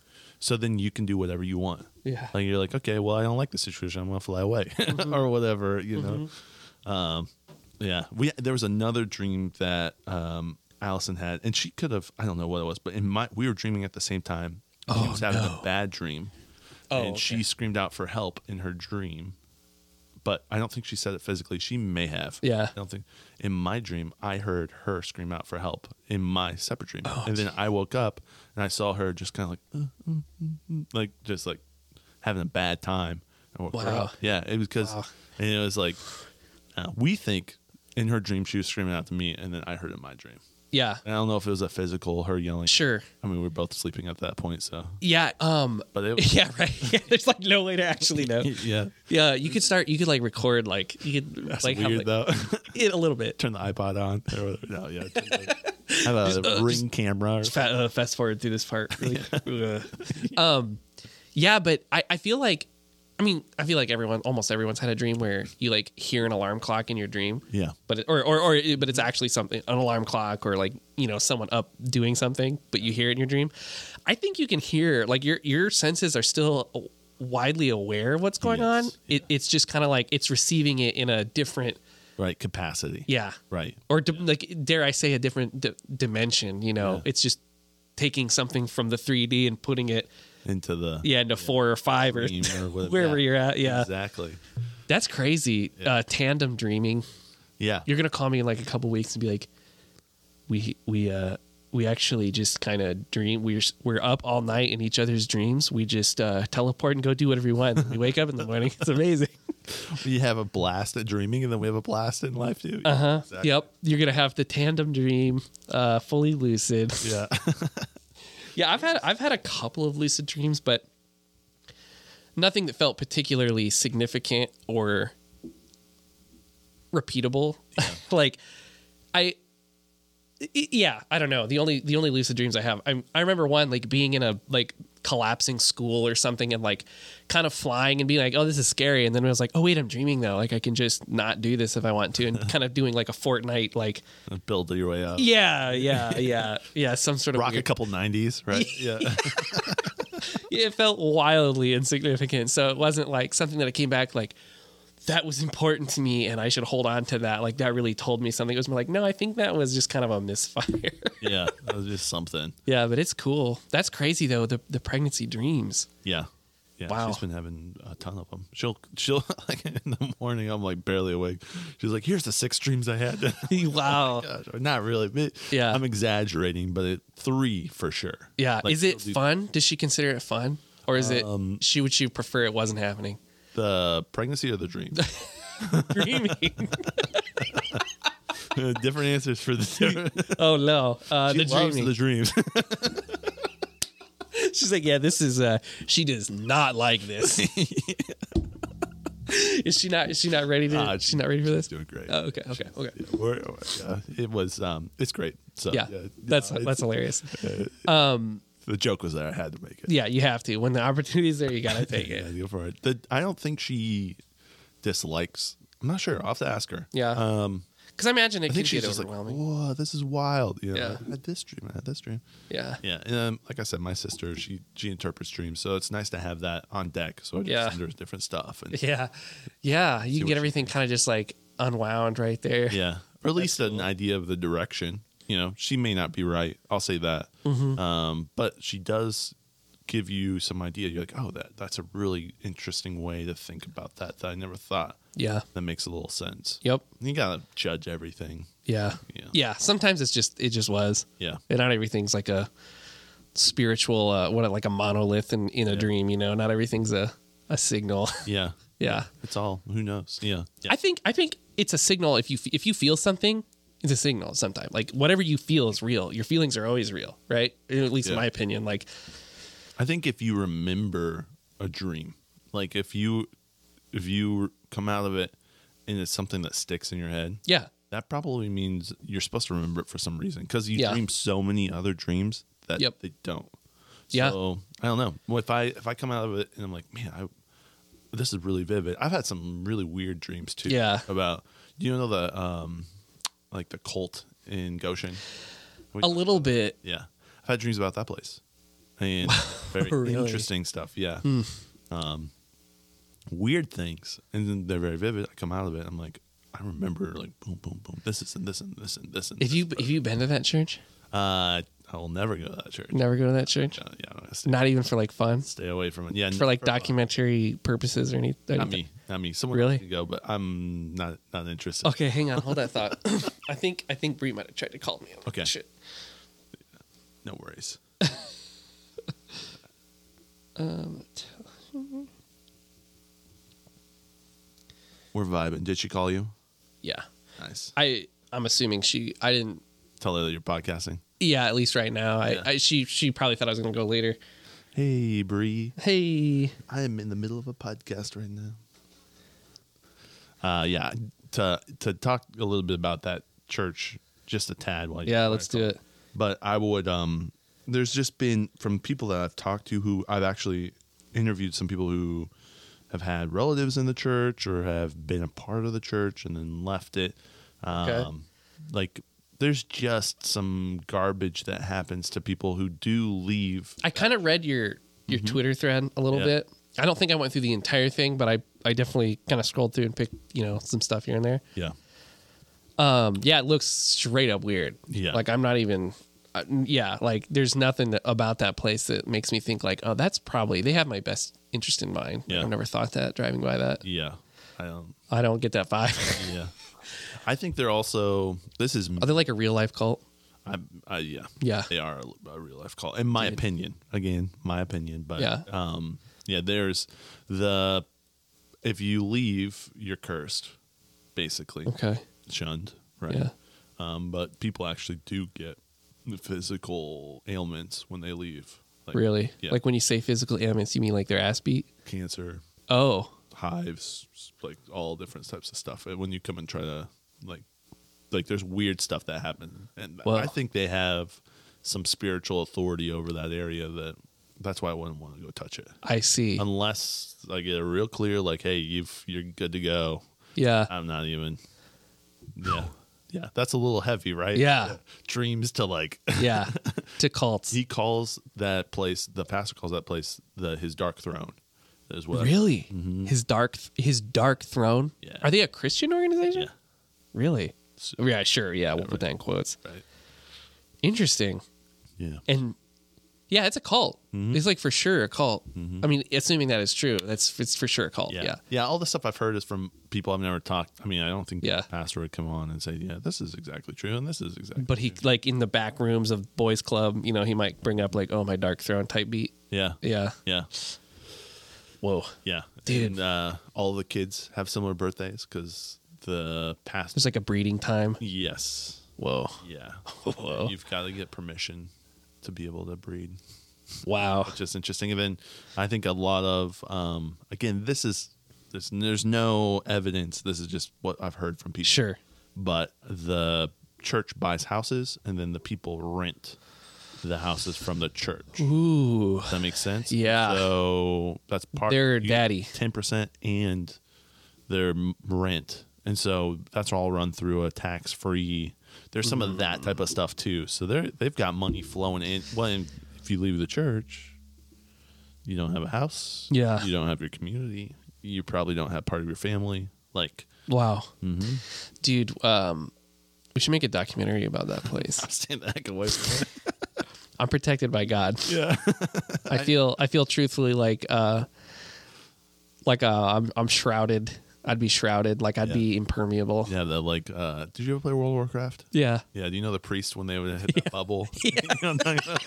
Speaker 1: So then you can do whatever you want.
Speaker 2: Yeah. Mm-hmm.
Speaker 1: like you're like, okay, well, I don't like this situation. I'm gonna fly away or whatever. You know. Um, yeah, we there was another dream that um, Allison had, and she could have. I don't know what it was, but in my we were dreaming at the same time. Oh, she was having a bad dream,
Speaker 2: Oh,
Speaker 1: and
Speaker 2: okay.
Speaker 1: she screamed out for help in her dream but I don't think she said it physically. She may have.
Speaker 2: Yeah.
Speaker 1: I don't think. In my dream, I heard her scream out for help in my separate dream,
Speaker 2: Oh,
Speaker 1: and then I woke up and I saw her just kind of like, uh, mm, mm, mm, like just like having a bad time. I woke her
Speaker 2: Wow.
Speaker 1: up. Yeah, it was because,
Speaker 2: Wow.
Speaker 1: and it was like, uh, we think in her dream she was screaming out to me, and then I heard it in my dream.
Speaker 2: yeah,
Speaker 1: And I don't know if it was a physical her yelling.
Speaker 2: sure,
Speaker 1: I mean, we were both sleeping at that point, so.
Speaker 2: yeah, um,
Speaker 1: But it was.
Speaker 2: yeah, right. Yeah, there's like no way to actually know.
Speaker 1: yeah.
Speaker 2: Yeah, you could start. You could like record like you could
Speaker 1: That's
Speaker 2: like
Speaker 1: weird
Speaker 2: have, like,
Speaker 1: though.
Speaker 2: it a little bit.
Speaker 1: turn the iPod on. Or, whatever. no, Oh, yeah. turn the- have a ring camera. Or,
Speaker 2: uh, Fa- uh, fast forward through this part. really. Ugh. um, yeah, but I, I feel like, I mean, I feel like everyone, almost everyone's had a dream where you like hear an alarm clock in your dream.
Speaker 1: yeah.
Speaker 2: But it, or, or or it- but it's actually something an alarm clock or like you know someone up doing something, but you hear it in your dream. I think you can hear like your your senses are still widely aware of what's going
Speaker 1: Yes,
Speaker 2: on. It, it's just kind of like it's receiving it in a different
Speaker 1: Right. Capacity.
Speaker 2: yeah
Speaker 1: Right.
Speaker 2: or di- like dare I say a different di- dimension. You know,
Speaker 1: Yeah.
Speaker 2: it's just taking something from the 3D and putting it
Speaker 1: Into the
Speaker 2: yeah into four or five or
Speaker 1: dream or whatever.
Speaker 2: wherever
Speaker 1: Yeah.
Speaker 2: you're at. Yeah,
Speaker 1: Exactly.
Speaker 2: that's crazy. Uh, tandem dreaming.
Speaker 1: Yeah.
Speaker 2: You're gonna call me in like a couple weeks and be like, we we uh we actually just kind of dream. We're s- we're up all night in each other's dreams. We just uh, teleport and go do whatever we want. And we wake up in the morning. It's amazing.
Speaker 1: you have a blast at dreaming, and then we have a blast in life too.
Speaker 2: Uh huh.
Speaker 1: Exactly.
Speaker 2: Yep. You're gonna have the tandem dream, uh, fully lucid.
Speaker 1: Yeah.
Speaker 2: Yeah, I've had I've had a couple of lucid dreams, but nothing that felt particularly significant or repeatable. like I i- yeah, I don't know. The only the only lucid dreams I have. I I remember one like being in a like collapsing school or something and like kind of flying and being like, "Oh, this is scary." And then I was like, "Oh, wait, I'm dreaming though. Like I can just not do this if I want to." And kind of doing like a Fortnite like
Speaker 1: Build your way up.
Speaker 2: yeah, yeah, yeah. Yeah, some sort of
Speaker 1: Rock a
Speaker 2: weird-
Speaker 1: couple nineties, right? Yeah.
Speaker 2: it felt wildly insignificant. So it wasn't like something that I came back like that was important to me and I should hold on to that. Like that really told me something. It was more like, no, I think that was just kind of a misfire.
Speaker 1: yeah. That was just something.
Speaker 2: yeah, but it's cool. That's crazy though. The the pregnancy dreams.
Speaker 1: Yeah. Yeah,
Speaker 2: Wow.
Speaker 1: she's been having a ton of them. She'll, she'll, like in the morning, I'm like barely awake. She's like, "Here's the six dreams I had." Oh
Speaker 2: wow.
Speaker 1: gosh, or not really. but
Speaker 2: Yeah.
Speaker 1: I'm exaggerating, but it, three for sure.
Speaker 2: Yeah.
Speaker 1: Like,
Speaker 2: is it
Speaker 1: she'll do Um,
Speaker 2: fun? Does she consider it fun? Or is it she would she prefer it wasn't happening?
Speaker 1: the pregnancy or the dream?
Speaker 2: Dreaming.
Speaker 1: different answers for the different.
Speaker 2: oh no. Uh,
Speaker 1: She
Speaker 2: the
Speaker 1: loves
Speaker 2: dreaming.
Speaker 1: the dreams.
Speaker 2: She's like, yeah, this is. uh She does not like this. is she not? Is she not ready to?
Speaker 1: Ah,
Speaker 2: she's not ready for this.
Speaker 1: She's doing great.
Speaker 2: Oh, okay, okay, okay.
Speaker 1: Yeah, we're- yeah, it was. Um, it's great. So Uh,
Speaker 2: Yeah, that's
Speaker 1: it's-
Speaker 2: that's Um, hilarious.
Speaker 1: the joke was there. I had to make it.
Speaker 2: Yeah, you have to. When the opportunity's there, you gotta take
Speaker 1: Yeah,
Speaker 2: it.
Speaker 1: go for it. The, I don't think she dislikes. I'm not sure. I'll have to ask her.
Speaker 2: Yeah.
Speaker 1: Um,
Speaker 2: Because I imagine it
Speaker 1: I
Speaker 2: can
Speaker 1: think she's
Speaker 2: get
Speaker 1: just like,
Speaker 2: overwhelming.
Speaker 1: whoa, this is wild. You know,
Speaker 2: Yeah.
Speaker 1: I had this dream. I had this dream.
Speaker 2: yeah,
Speaker 1: Yeah, and um, like I said, my sister she she interprets dreams, so it's nice to have that on deck. So I just
Speaker 2: Yeah.
Speaker 1: send her different stuff, and
Speaker 2: yeah, yeah. You
Speaker 1: what
Speaker 2: can
Speaker 1: she
Speaker 2: get everything kind of just like unwound right there.
Speaker 1: yeah, or at least an idea of the direction. You know, she may not be right. I'll say that,
Speaker 2: Mm-hmm.
Speaker 1: um, but she does give you some idea. You're like, oh, that that's a really interesting way to think about that that I never thought.
Speaker 2: yeah.
Speaker 1: That makes a little sense.
Speaker 2: Yep.
Speaker 1: You gotta judge everything.
Speaker 2: Yeah.
Speaker 1: Yeah.
Speaker 2: Yeah. Sometimes it's just it just was.
Speaker 1: Yeah,
Speaker 2: And not everything's like a spiritual uh what like a monolith in, in a dream, you know. Not everything's a a signal.
Speaker 1: yeah,
Speaker 2: yeah.
Speaker 1: it's all who knows. Yeah, yeah.
Speaker 2: I think I think it's a signal if you f- if you feel something, it's a signal sometime. Like whatever you feel is real. Your feelings are always real, right? At least in
Speaker 1: Yeah.
Speaker 2: my opinion. Like
Speaker 1: I think if you remember a dream, like if you if you come out of it and it's something that sticks in your head,
Speaker 2: yeah.
Speaker 1: that probably means you're supposed to remember it for some reason because you
Speaker 2: Yeah.
Speaker 1: dream so many other dreams that
Speaker 2: Yep.
Speaker 1: they don't.
Speaker 2: Yeah.
Speaker 1: So I don't know. Well, if I if I come out of it and I'm like, man, I this is really vivid. I've had some really weird dreams too.
Speaker 2: Yeah.
Speaker 1: About do you know the um, like the cult in Goshen? We-
Speaker 2: a little bit.
Speaker 1: Yeah, I've had dreams about that place, and very
Speaker 2: Really? Hmm.
Speaker 1: interesting stuff. Yeah. Um, weird things, and then they're very vivid. I come out of it. I'm like, I remember like boom, boom, boom. This is and this and this and this and.
Speaker 2: If
Speaker 1: this.
Speaker 2: you if you been to that church,
Speaker 1: uh, I will never go to that church.
Speaker 2: never go to that church.
Speaker 1: Uh, yeah, I'm gonna stay,
Speaker 2: Not even for like fun,
Speaker 1: stay away from it. Yeah,
Speaker 2: for like
Speaker 1: never.
Speaker 2: documentary purposes or any- or anything.
Speaker 1: Not me. Not me. Someone
Speaker 2: Really?
Speaker 1: else can go, but I'm not not interested.
Speaker 2: Okay, hang on, hold that thought. I think I think Bree might have tried to call me. on
Speaker 1: Okay.
Speaker 2: Shit.
Speaker 1: No worries.
Speaker 2: Um,
Speaker 1: We're vibing. Did she call you?
Speaker 2: Yeah.
Speaker 1: Nice.
Speaker 2: I I'm assuming she I didn't
Speaker 1: Tell her that you're podcasting.
Speaker 2: yeah, at least right now. I,
Speaker 1: Yeah.
Speaker 2: I she she probably thought I was gonna go later.
Speaker 1: Hey, Bree.
Speaker 2: Hey.
Speaker 1: I am in the middle of a podcast right now. Uh, yeah. To to talk a little bit about that church, just a tad. While you
Speaker 2: Yeah, let's do it.
Speaker 1: but I would um there's just been from people that I've talked to who I've actually interviewed some people who have had relatives in the church or have been a part of the church and then left it. Um
Speaker 2: Okay.
Speaker 1: like there's just some garbage that happens to people who do leave.
Speaker 2: I kinda read your your Twitter thread a little
Speaker 1: Mm-hmm. Yeah.
Speaker 2: bit. I don't think I went through the entire thing, but I I definitely kinda scrolled through and picked, you know, some stuff here and there.
Speaker 1: Yeah.
Speaker 2: Um, yeah, it looks straight up weird.
Speaker 1: Yeah.
Speaker 2: Like I'm not even. Uh, yeah, like there's nothing that, about that place that makes me think like, oh, that's probably they have my best interest in mind.
Speaker 1: Yeah.
Speaker 2: I never thought that driving by that.
Speaker 1: Yeah. I um, don't
Speaker 2: I don't get that vibe.
Speaker 1: yeah. I think they're also this is
Speaker 2: Are they like a real life cult?
Speaker 1: I, I yeah
Speaker 2: Yeah.
Speaker 1: they are a, a real life call in my opinion again my opinion but
Speaker 2: Yeah.
Speaker 1: um yeah there's the if you leave you're cursed basically
Speaker 2: Okay.
Speaker 1: shunned right
Speaker 2: Yeah.
Speaker 1: um but people actually do get the physical ailments when they leave like
Speaker 2: really?
Speaker 1: yeah.
Speaker 2: Like when you say physical ailments, you mean like their ass beat?
Speaker 1: cancer
Speaker 2: Oh,
Speaker 1: hives s- like all different types of stuff And when you come and try to like like there's weird stuff that happens and
Speaker 2: Wow.
Speaker 1: i think they have some spiritual authority over that area that that's why i wouldn't want to go touch it
Speaker 2: I see.
Speaker 1: unless i get a real clear like hey you've you're good to go
Speaker 2: yeah.
Speaker 1: i'm not even yeah yeah that's a little heavy right
Speaker 2: Yeah.
Speaker 1: dreams to like
Speaker 2: yeah. To cults.
Speaker 1: he calls that place the pastor calls that place the his dark throne is what I-
Speaker 2: Really? His dark th- his dark throne?
Speaker 1: Yeah.
Speaker 2: Are they a Christian organization?
Speaker 1: yeah
Speaker 2: Really?
Speaker 1: So-
Speaker 2: yeah, sure. Yeah, we'll put that in quotes.
Speaker 1: right
Speaker 2: Interesting.
Speaker 1: yeah
Speaker 2: and yeah, it's a cult. It's like for sure a cult. I mean, assuming that is true, that's it's for sure a cult. Yeah,
Speaker 1: yeah. All the stuff I've heard is from people I've never talked. I mean, I don't think
Speaker 2: Yeah.
Speaker 1: the pastor would come on and say, "Yeah, this is exactly true, and this is exactly."
Speaker 2: but he like in the back rooms of boys club, you know, he might bring up like, "Oh, my dark throne" type beat.
Speaker 1: yeah,
Speaker 2: Yeah.
Speaker 1: yeah,
Speaker 2: Whoa.
Speaker 1: yeah.
Speaker 2: Dude.
Speaker 1: and, uh, all the kids have similar birthdays because the pastor.
Speaker 2: There's like a breeding time.
Speaker 1: yes,
Speaker 2: Whoa.
Speaker 1: yeah.
Speaker 2: Oh, Whoa.
Speaker 1: You've got to get permission to be able to breed.
Speaker 2: Wow.
Speaker 1: Just interesting. And then I think a lot of um, again, this is this. There's no evidence. This is just what I've heard from people.
Speaker 2: Sure.
Speaker 1: but the church buys houses and then the people rent the houses from the church.
Speaker 2: Ooh.
Speaker 1: Does that make sense?
Speaker 2: Yeah.
Speaker 1: So that's part
Speaker 2: Their daddy.
Speaker 1: ten percent and their m- rent, and so that's all run through a tax free. There's some of that type of stuff too. So they are they've got money flowing in. Well, and if you leave the church, you don't have a house.
Speaker 2: Yeah.
Speaker 1: You don't have your community. You probably don't have part of your family. Like
Speaker 2: Wow. Dude, um, we should make a documentary about that place.
Speaker 1: I'm staying the heck away from it.
Speaker 2: I'm protected by God.
Speaker 1: Yeah.
Speaker 2: I feel I feel truthfully like uh like uh I'm I'm shrouded. I'd be shrouded, like I'd
Speaker 1: Yeah.
Speaker 2: be impermeable. Yeah.
Speaker 1: Yeah, the like. Uh, did you ever play World of Warcraft? Yeah. Do you know the priest when they would hit that bubble? You know what I'm talking about?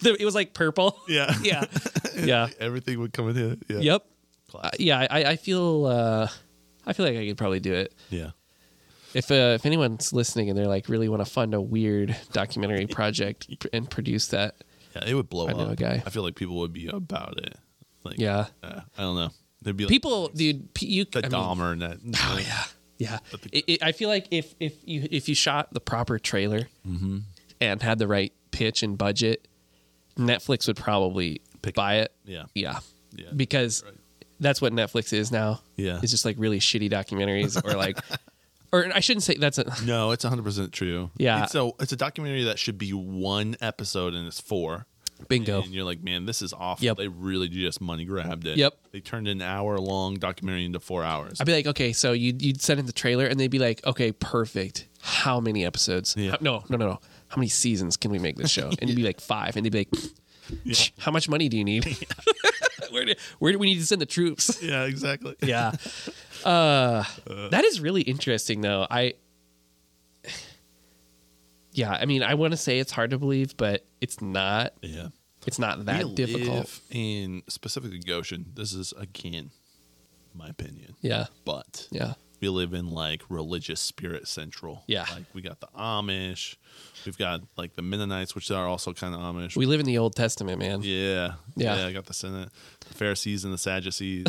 Speaker 2: The- It was like purple.
Speaker 1: yeah.
Speaker 2: Yeah. yeah.
Speaker 1: Everything would come in here. Yeah.
Speaker 2: Yep. Uh,
Speaker 1: Classic.
Speaker 2: yeah, I, I feel uh I feel like I could probably do it.
Speaker 1: Yeah.
Speaker 2: If uh, if anyone's listening and they're like really want to fund a weird documentary project pr- and produce that.
Speaker 1: Yeah. It would blow
Speaker 2: I know
Speaker 1: up.
Speaker 2: a guy.
Speaker 1: I feel like people would be about it. Like.
Speaker 2: Yeah.
Speaker 1: uh, I don't know. They'd be like,
Speaker 2: People, dude, p- you
Speaker 1: the
Speaker 2: I mean,
Speaker 1: Dahmer and that. Oh yeah.
Speaker 2: Yeah, it, it, I feel like if if you if you shot the proper trailer
Speaker 1: Mm-hmm.
Speaker 2: and had the right pitch and budget, Netflix would probably buy it.
Speaker 1: Yeah.
Speaker 2: Yeah,
Speaker 1: Yeah,
Speaker 2: because
Speaker 1: right.
Speaker 2: that's what Netflix is now.
Speaker 1: Yeah.
Speaker 2: It's just like really shitty documentaries or like or I shouldn't say that's a
Speaker 1: No, it's 100% true.
Speaker 2: Yeah.
Speaker 1: It's a, it's a documentary that should be one episode and it's four.
Speaker 2: bingo.
Speaker 1: And you're like, man, this is awful.
Speaker 2: Yep.
Speaker 1: They really just money grabbed it.
Speaker 2: Yep.
Speaker 1: They turned an hour long documentary into four hours.
Speaker 2: I'd be like, okay, so you'd, you'd send in the trailer and they'd be like, okay, perfect. How many episodes?
Speaker 1: Yeah.
Speaker 2: How- no, no, no, no. How many seasons can we make this show? And it'd be like five. And they'd be like, how much money do you need? where, do, where do we need to send the troops?
Speaker 1: yeah, exactly.
Speaker 2: yeah. Uh, that is really interesting, though. I, yeah, I mean, I want to say it's hard to believe, but it's not.
Speaker 1: Yeah.
Speaker 2: It's not that
Speaker 1: We
Speaker 2: difficult.
Speaker 1: live in specifically Goshen. This is again my opinion.
Speaker 2: Yeah,
Speaker 1: But
Speaker 2: yeah,
Speaker 1: we live in like religious spirit central.
Speaker 2: Yeah.
Speaker 1: Like we got the Amish. We've got like the Mennonites, which are also kind of Amish.
Speaker 2: we live in the Old Testament, man.
Speaker 1: yeah.
Speaker 2: Yeah.
Speaker 1: I got the Senate, the Pharisees and the Sadducees,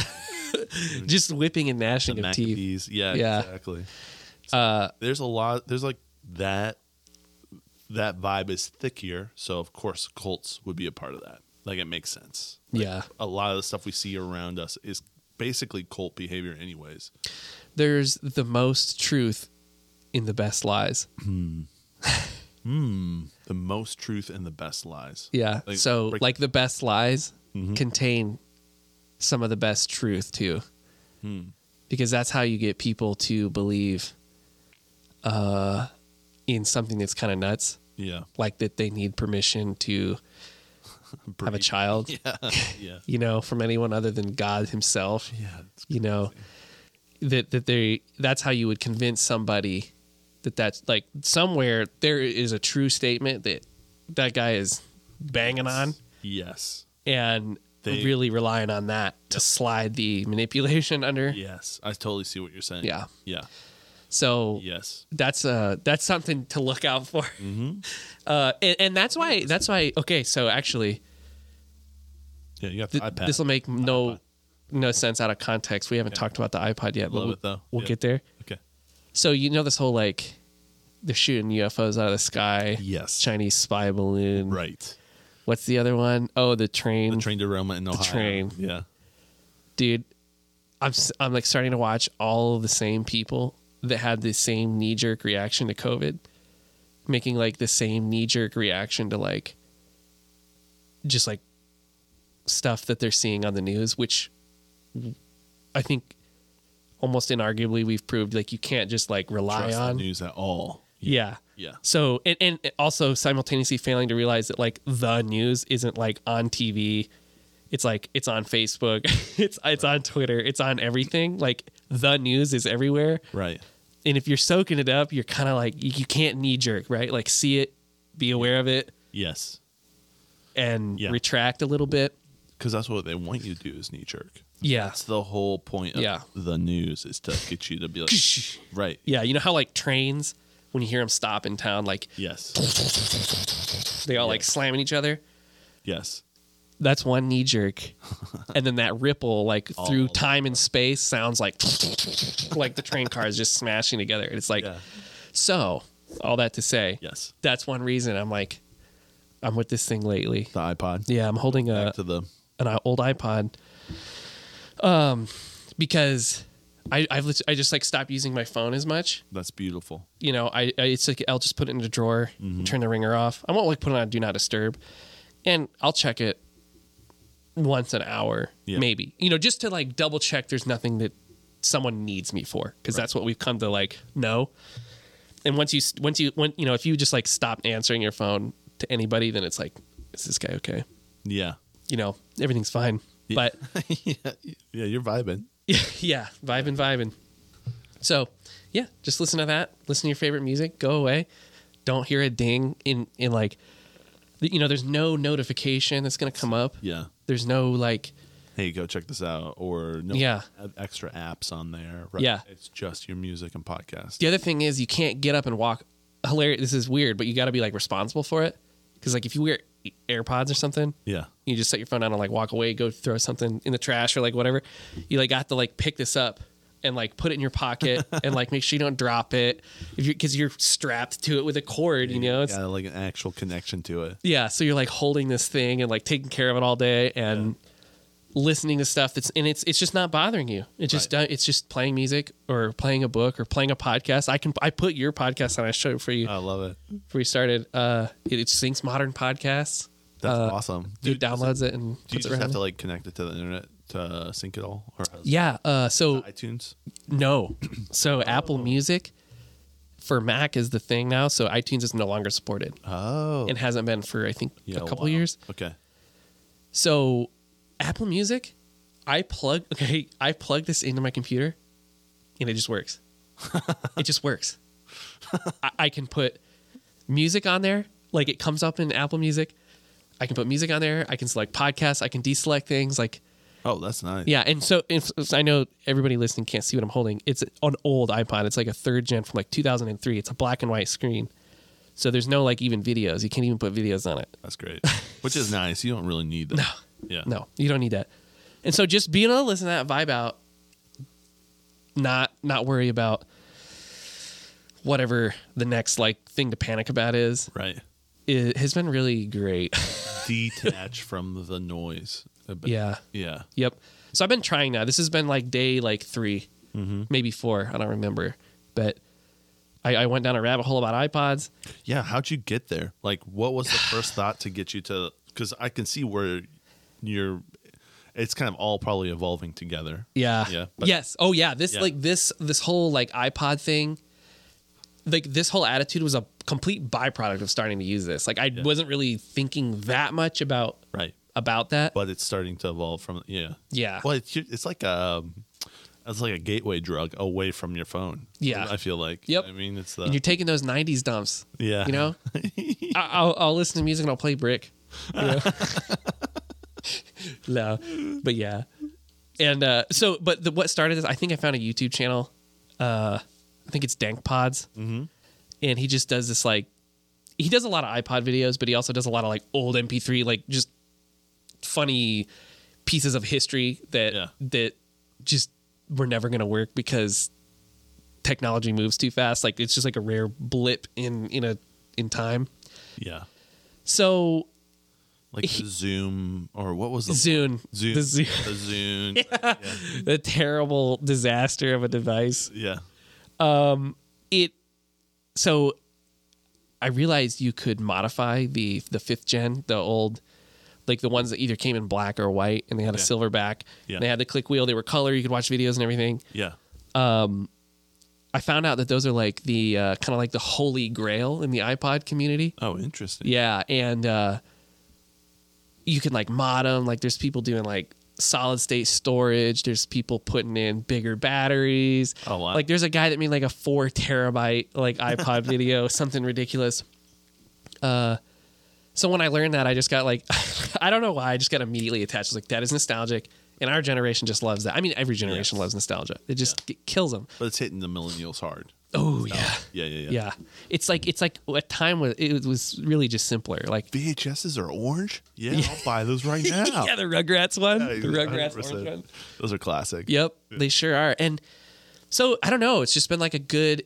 Speaker 2: Just whipping and gnashing
Speaker 1: the
Speaker 2: of teeth.
Speaker 1: Maccabees. Yeah,
Speaker 2: Yeah. Uh,
Speaker 1: exactly. So there's a lot, there's like that, that vibe is thick here. So of course cults would be a part of that. Like it makes sense.
Speaker 2: Yeah.
Speaker 1: a lot of the stuff we see around us is basically cult behavior anyways
Speaker 2: There's the most truth in the best lies. Hmm.
Speaker 1: the most truth and the best lies
Speaker 2: Yeah.
Speaker 1: Like,
Speaker 2: so
Speaker 1: break- Mm-hmm.
Speaker 2: like the best lies contain some of the best truth too.
Speaker 1: Hmm.
Speaker 2: Because that's how you get people to believe uh in something that's kind of nuts,
Speaker 1: yeah
Speaker 2: like that they need permission to have a
Speaker 1: Breed.
Speaker 2: child,
Speaker 1: yeah yeah
Speaker 2: you know, from anyone other than God himself.
Speaker 1: yeah it's-
Speaker 2: you know that that they that's how you would convince somebody that that's like somewhere there is a true statement that that guy is banging on
Speaker 1: yes
Speaker 2: and
Speaker 1: They-
Speaker 2: really relying on that to slide the manipulation under
Speaker 1: yes i totally see what you're saying
Speaker 2: Yeah.
Speaker 1: yeah
Speaker 2: so
Speaker 1: yes
Speaker 2: that's uh that's something to look out for
Speaker 1: mm-hmm.
Speaker 2: uh and, and that's why that's why okay so actually
Speaker 1: yeah you got the
Speaker 2: th-
Speaker 1: ipad
Speaker 2: this will make no no sense out of context we haven't talked about the ipod yet but
Speaker 1: Love
Speaker 2: we'll,
Speaker 1: it, though.
Speaker 2: we'll
Speaker 1: Yeah.
Speaker 2: get there
Speaker 1: okay
Speaker 2: So you know this whole like they're shooting UFOs out of the sky.
Speaker 1: Yes.
Speaker 2: Chinese spy balloon.
Speaker 1: right
Speaker 2: What's the other one? Oh, the train.
Speaker 1: the train derailment in ohio
Speaker 2: train.
Speaker 1: yeah
Speaker 2: Dude, I'm s- I'm like starting to watch all of the same people that had the same knee jerk reaction to COVID, making like the same knee jerk reaction to like just like stuff that they're seeing on the news, which I think almost inarguably we've proved like you can't just like rely
Speaker 1: trust the
Speaker 2: on.
Speaker 1: news at all
Speaker 2: Yeah.
Speaker 1: yeah
Speaker 2: So and, and also simultaneously failing to realize that like the news isn't like on TV. It's like it's on Facebook, it's it's on Twitter, it's on everything. Like the news is everywhere.
Speaker 1: right
Speaker 2: And if you're soaking it up, you're kind of like you, you can't knee jerk, right? Like see it, be aware of it
Speaker 1: yes
Speaker 2: and
Speaker 1: Yeah.
Speaker 2: retract a little bit.
Speaker 1: because that's what they want you to do is knee jerk
Speaker 2: Yeah.
Speaker 1: that's the whole point of
Speaker 2: Yeah.
Speaker 1: the news is to get you to be like right
Speaker 2: Yeah, you know how like trains when you hear them stop in town like
Speaker 1: yes
Speaker 2: they all like slamming each other?
Speaker 1: yes
Speaker 2: that's one knee jerk and then that ripple like through
Speaker 1: of
Speaker 2: time and space sounds like like the train car is just smashing together it's like
Speaker 1: yeah
Speaker 2: so all that to say
Speaker 1: yes
Speaker 2: that's one reason i'm like i'm with this thing lately
Speaker 1: the ipod
Speaker 2: yeah i'm holding a,
Speaker 1: back to the
Speaker 2: an old ipod um because i i've lit- i just like stopped using my phone as much
Speaker 1: that's beautiful
Speaker 2: you know, I, I it's like I'll just put it in a drawer,
Speaker 1: Mm-hmm.
Speaker 2: turn the ringer off. I won't like put it on do not disturb, and I'll check it once an hour,
Speaker 1: Yeah.
Speaker 2: maybe. You know, just to like double check there's nothing that someone needs me for, because that's what we've come to like know. And once you s- once you when you know if you just like stop answering your phone to anybody, then it's like, is this guy okay?
Speaker 1: yeah
Speaker 2: You know, everything's fine.
Speaker 1: Yeah.
Speaker 2: But
Speaker 1: yeah you're vibing
Speaker 2: yeah, vibing, vibing. So, yeah, just listen to that. Listen to your favorite music. Go away. Don't hear a ding in in like, you know, there's no notification that's gonna come up.
Speaker 1: yeah
Speaker 2: There's no like,
Speaker 1: hey go check this out or no
Speaker 2: Yeah.
Speaker 1: extra apps on there right
Speaker 2: Yeah.
Speaker 1: it's just your music and podcast
Speaker 2: the other thing is you can't get up and walk. Hilarious. This is weird, but you got to be like responsible for it. Because like if you wear e-, AirPods or something,
Speaker 1: yeah
Speaker 2: you just set your phone down and like walk away, go throw something in the trash or like whatever. You like got to like pick this up and like put it in your pocket and like make sure you don't drop it if you because you're strapped to it with a cord, you know. It's,
Speaker 1: yeah like an actual connection to it
Speaker 2: yeah, so you're like holding this thing and like taking care of it all day and listening to stuff that's and it's it's just not bothering you. It just
Speaker 1: Right.
Speaker 2: don't- it's just playing music or playing a book or playing a podcast. I can I put your podcast on. I showed it for you
Speaker 1: I love it.
Speaker 2: before we started. Uh, it, it syncs modern podcasts.
Speaker 1: That's
Speaker 2: Uh,
Speaker 1: awesome.
Speaker 2: it downloads it and
Speaker 1: Do you
Speaker 2: puts it
Speaker 1: just have
Speaker 2: around.
Speaker 1: to like connect it to the internet to uh, sync it all, or has
Speaker 2: yeah. Uh, so
Speaker 1: iTunes?
Speaker 2: No. So Apple Music for Mac is the thing now. So iTunes is no longer supported
Speaker 1: Oh,
Speaker 2: and hasn't been for I think
Speaker 1: Yeah,
Speaker 2: a couple
Speaker 1: wow.
Speaker 2: years.
Speaker 1: Okay,
Speaker 2: So Apple Music, I plug okay, I plug this into my computer and it just works. it just works. I, I can put music on there, like it comes up in Apple Music. I can put music on there. I can select podcasts. I can deselect things. Like
Speaker 1: oh, that's nice.
Speaker 2: yeah, and so if, if I know everybody listening can't see what I'm holding. It's an old iPod. It's like a third gen from like 2003. It's a black and white screen, so there's no like even videos. You can't even put videos on it.
Speaker 1: that's great. Which is nice. You don't really need that. No, yeah,
Speaker 2: No, you don't need that. And so just being able to listen to that vibe out, not not worry about whatever the next like thing to panic about is,
Speaker 1: right.
Speaker 2: it has been really great.
Speaker 1: Detach from the noise. a bit.
Speaker 2: yeah.
Speaker 1: yeah.
Speaker 2: Yep. So I've been trying now. This has been like day like 3 maybe four. I don't remember, but I, I went down a rabbit hole about iPods.
Speaker 1: Yeah, how'd you get there? Like, what was the first thought to get you to? Because I can see where you're. It's kind of all probably evolving together.
Speaker 2: Yeah.
Speaker 1: Yeah, but-
Speaker 2: yes. Oh yeah. This
Speaker 1: Yeah.
Speaker 2: like this this whole like iPod thing, like this whole attitude was a complete byproduct of starting to use this. Like I wasn't really thinking that much about
Speaker 1: Right.
Speaker 2: about that.
Speaker 1: But it's starting to evolve from yeah.
Speaker 2: yeah.
Speaker 1: Well, it's it's like a it's like a gateway drug away from your phone.
Speaker 2: Yeah.
Speaker 1: I feel like.
Speaker 2: Yep.
Speaker 1: I mean, it's
Speaker 2: and you're
Speaker 1: the
Speaker 2: taking those '90s dumps.
Speaker 1: yeah.
Speaker 2: You know, I, I'll, I'll listen to music and I'll play brick. you know? no, but yeah, and uh, so but the, what started this? I think I found a YouTube channel. Uh, I think it's Dank Pods, mm-hmm. and he just does this like he does a lot of iPod videos, but he also does a lot of like old MP3, like just funny pieces of history that
Speaker 1: Yeah.
Speaker 2: that just were never gonna work because technology moves too fast. Like it's just like a rare blip in in a in time.
Speaker 1: Yeah.
Speaker 2: So
Speaker 1: Like the Zoom or what was the
Speaker 2: Zune,
Speaker 1: Zoom
Speaker 2: the Zune,
Speaker 1: the Zoom. yeah.
Speaker 2: the terrible disaster of a device.
Speaker 1: yeah.
Speaker 2: It so I realized you could modify the the fifth gen, the old like the ones that either came in black or white and they had a
Speaker 1: Yeah.
Speaker 2: silver back.
Speaker 1: Yeah.
Speaker 2: They had the click wheel, they were color, you could watch videos and everything.
Speaker 1: Yeah.
Speaker 2: I found out that those are like the uh, kind of like the holy grail in the iPod community.
Speaker 1: Oh, interesting.
Speaker 2: Yeah, and uh, you can like mod them. Like there's people doing like solid state storage. There's people putting in bigger batteries.
Speaker 1: Oh, wow.
Speaker 2: Like there's a guy that made like a four terabyte like iPod video, something ridiculous. Uh, so when I learned that, I just got like, I don't know why, I just got immediately attached. I was like, that is nostalgic, and our generation just loves that. I mean, every generation
Speaker 1: Yes.
Speaker 2: loves nostalgia. It just it kills them.
Speaker 1: But it's hitting the millennials hard.
Speaker 2: Oh yeah.
Speaker 1: Yeah, yeah, yeah.
Speaker 2: Yeah, it's like it's like a time when it was really just simpler. Like
Speaker 1: VHSs are orange? Yeah, I'll buy those right now.
Speaker 2: yeah, the Rugrats one.
Speaker 1: Yeah,
Speaker 2: the Rugrats
Speaker 1: 100%.
Speaker 2: orange one.
Speaker 1: Those are classic.
Speaker 2: Yep, they sure are. And so I don't know. It's just been like a good,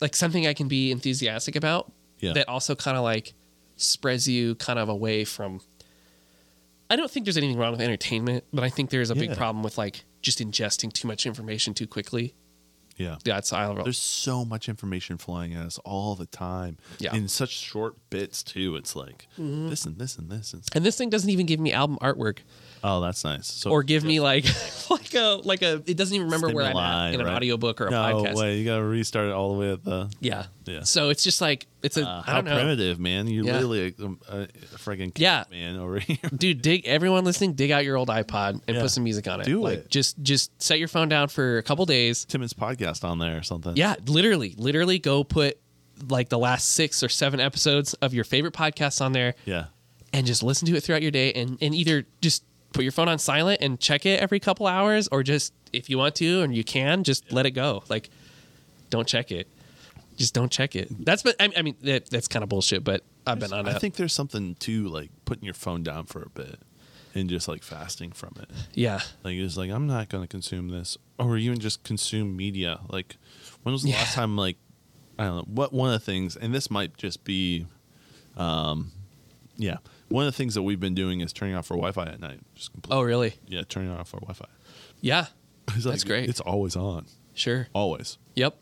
Speaker 2: like something I can be enthusiastic about.
Speaker 1: Yeah.
Speaker 2: That also kind of like spreads you kind of away from. I don't think there's anything wrong with entertainment, but I think there is a big
Speaker 1: Yeah.
Speaker 2: problem with like just ingesting too much information too quickly.
Speaker 1: Yeah.
Speaker 2: That's I
Speaker 1: There's so much information flying at us all the time.
Speaker 2: Yeah. Mm-hmm.
Speaker 1: In such short bits too. It's like this and this and this and
Speaker 2: and this thing doesn't even give me album artwork
Speaker 1: Oh, that's nice. So
Speaker 2: or give me like like a like a it doesn't even remember where I'm
Speaker 1: Stimuli,
Speaker 2: at in an
Speaker 1: right.
Speaker 2: audiobook or a
Speaker 1: no
Speaker 2: podcast.
Speaker 1: way, you gotta restart it all the way at the
Speaker 2: Yeah.
Speaker 1: Yeah.
Speaker 2: So it's just like it's a
Speaker 1: uh,
Speaker 2: I
Speaker 1: how
Speaker 2: don't know.
Speaker 1: primitive, man. You're
Speaker 2: Yeah.
Speaker 1: literally a, a, a friggin'
Speaker 2: Yeah.
Speaker 1: man over here.
Speaker 2: dude dig everyone listening dig out your old ipod and
Speaker 1: Yeah.
Speaker 2: put some music on it
Speaker 1: Do
Speaker 2: like
Speaker 1: it.
Speaker 2: just just set your phone down for a couple days
Speaker 1: Timmons podcast on there or something.
Speaker 2: yeah literally literally go put like the last six or seven episodes of your favorite podcasts on there
Speaker 1: Yeah.
Speaker 2: and just listen to it throughout your day and and either just put your phone on silent and check it every couple hours or just if you want to and you can just let it go like don't check it just don't check it that's but i, I mean that, that's kind of bullshit but i've been on
Speaker 1: I
Speaker 2: it
Speaker 1: think there's something to like putting your phone down for a bit and just like fasting from it.
Speaker 2: yeah
Speaker 1: Like it's like I'm not gonna consume this, or even just consume media. Like when was the
Speaker 2: Yeah.
Speaker 1: last time? Like I don't know what one of the things, and this might just be, um, yeah. one of the things that we've been doing is turning off our Wi-Fi at night. Just completely.
Speaker 2: Oh, really?
Speaker 1: yeah, turning off our Wi-Fi.
Speaker 2: Yeah.
Speaker 1: It's
Speaker 2: That's great.
Speaker 1: It's always on,
Speaker 2: Sure.
Speaker 1: always.
Speaker 2: Yep.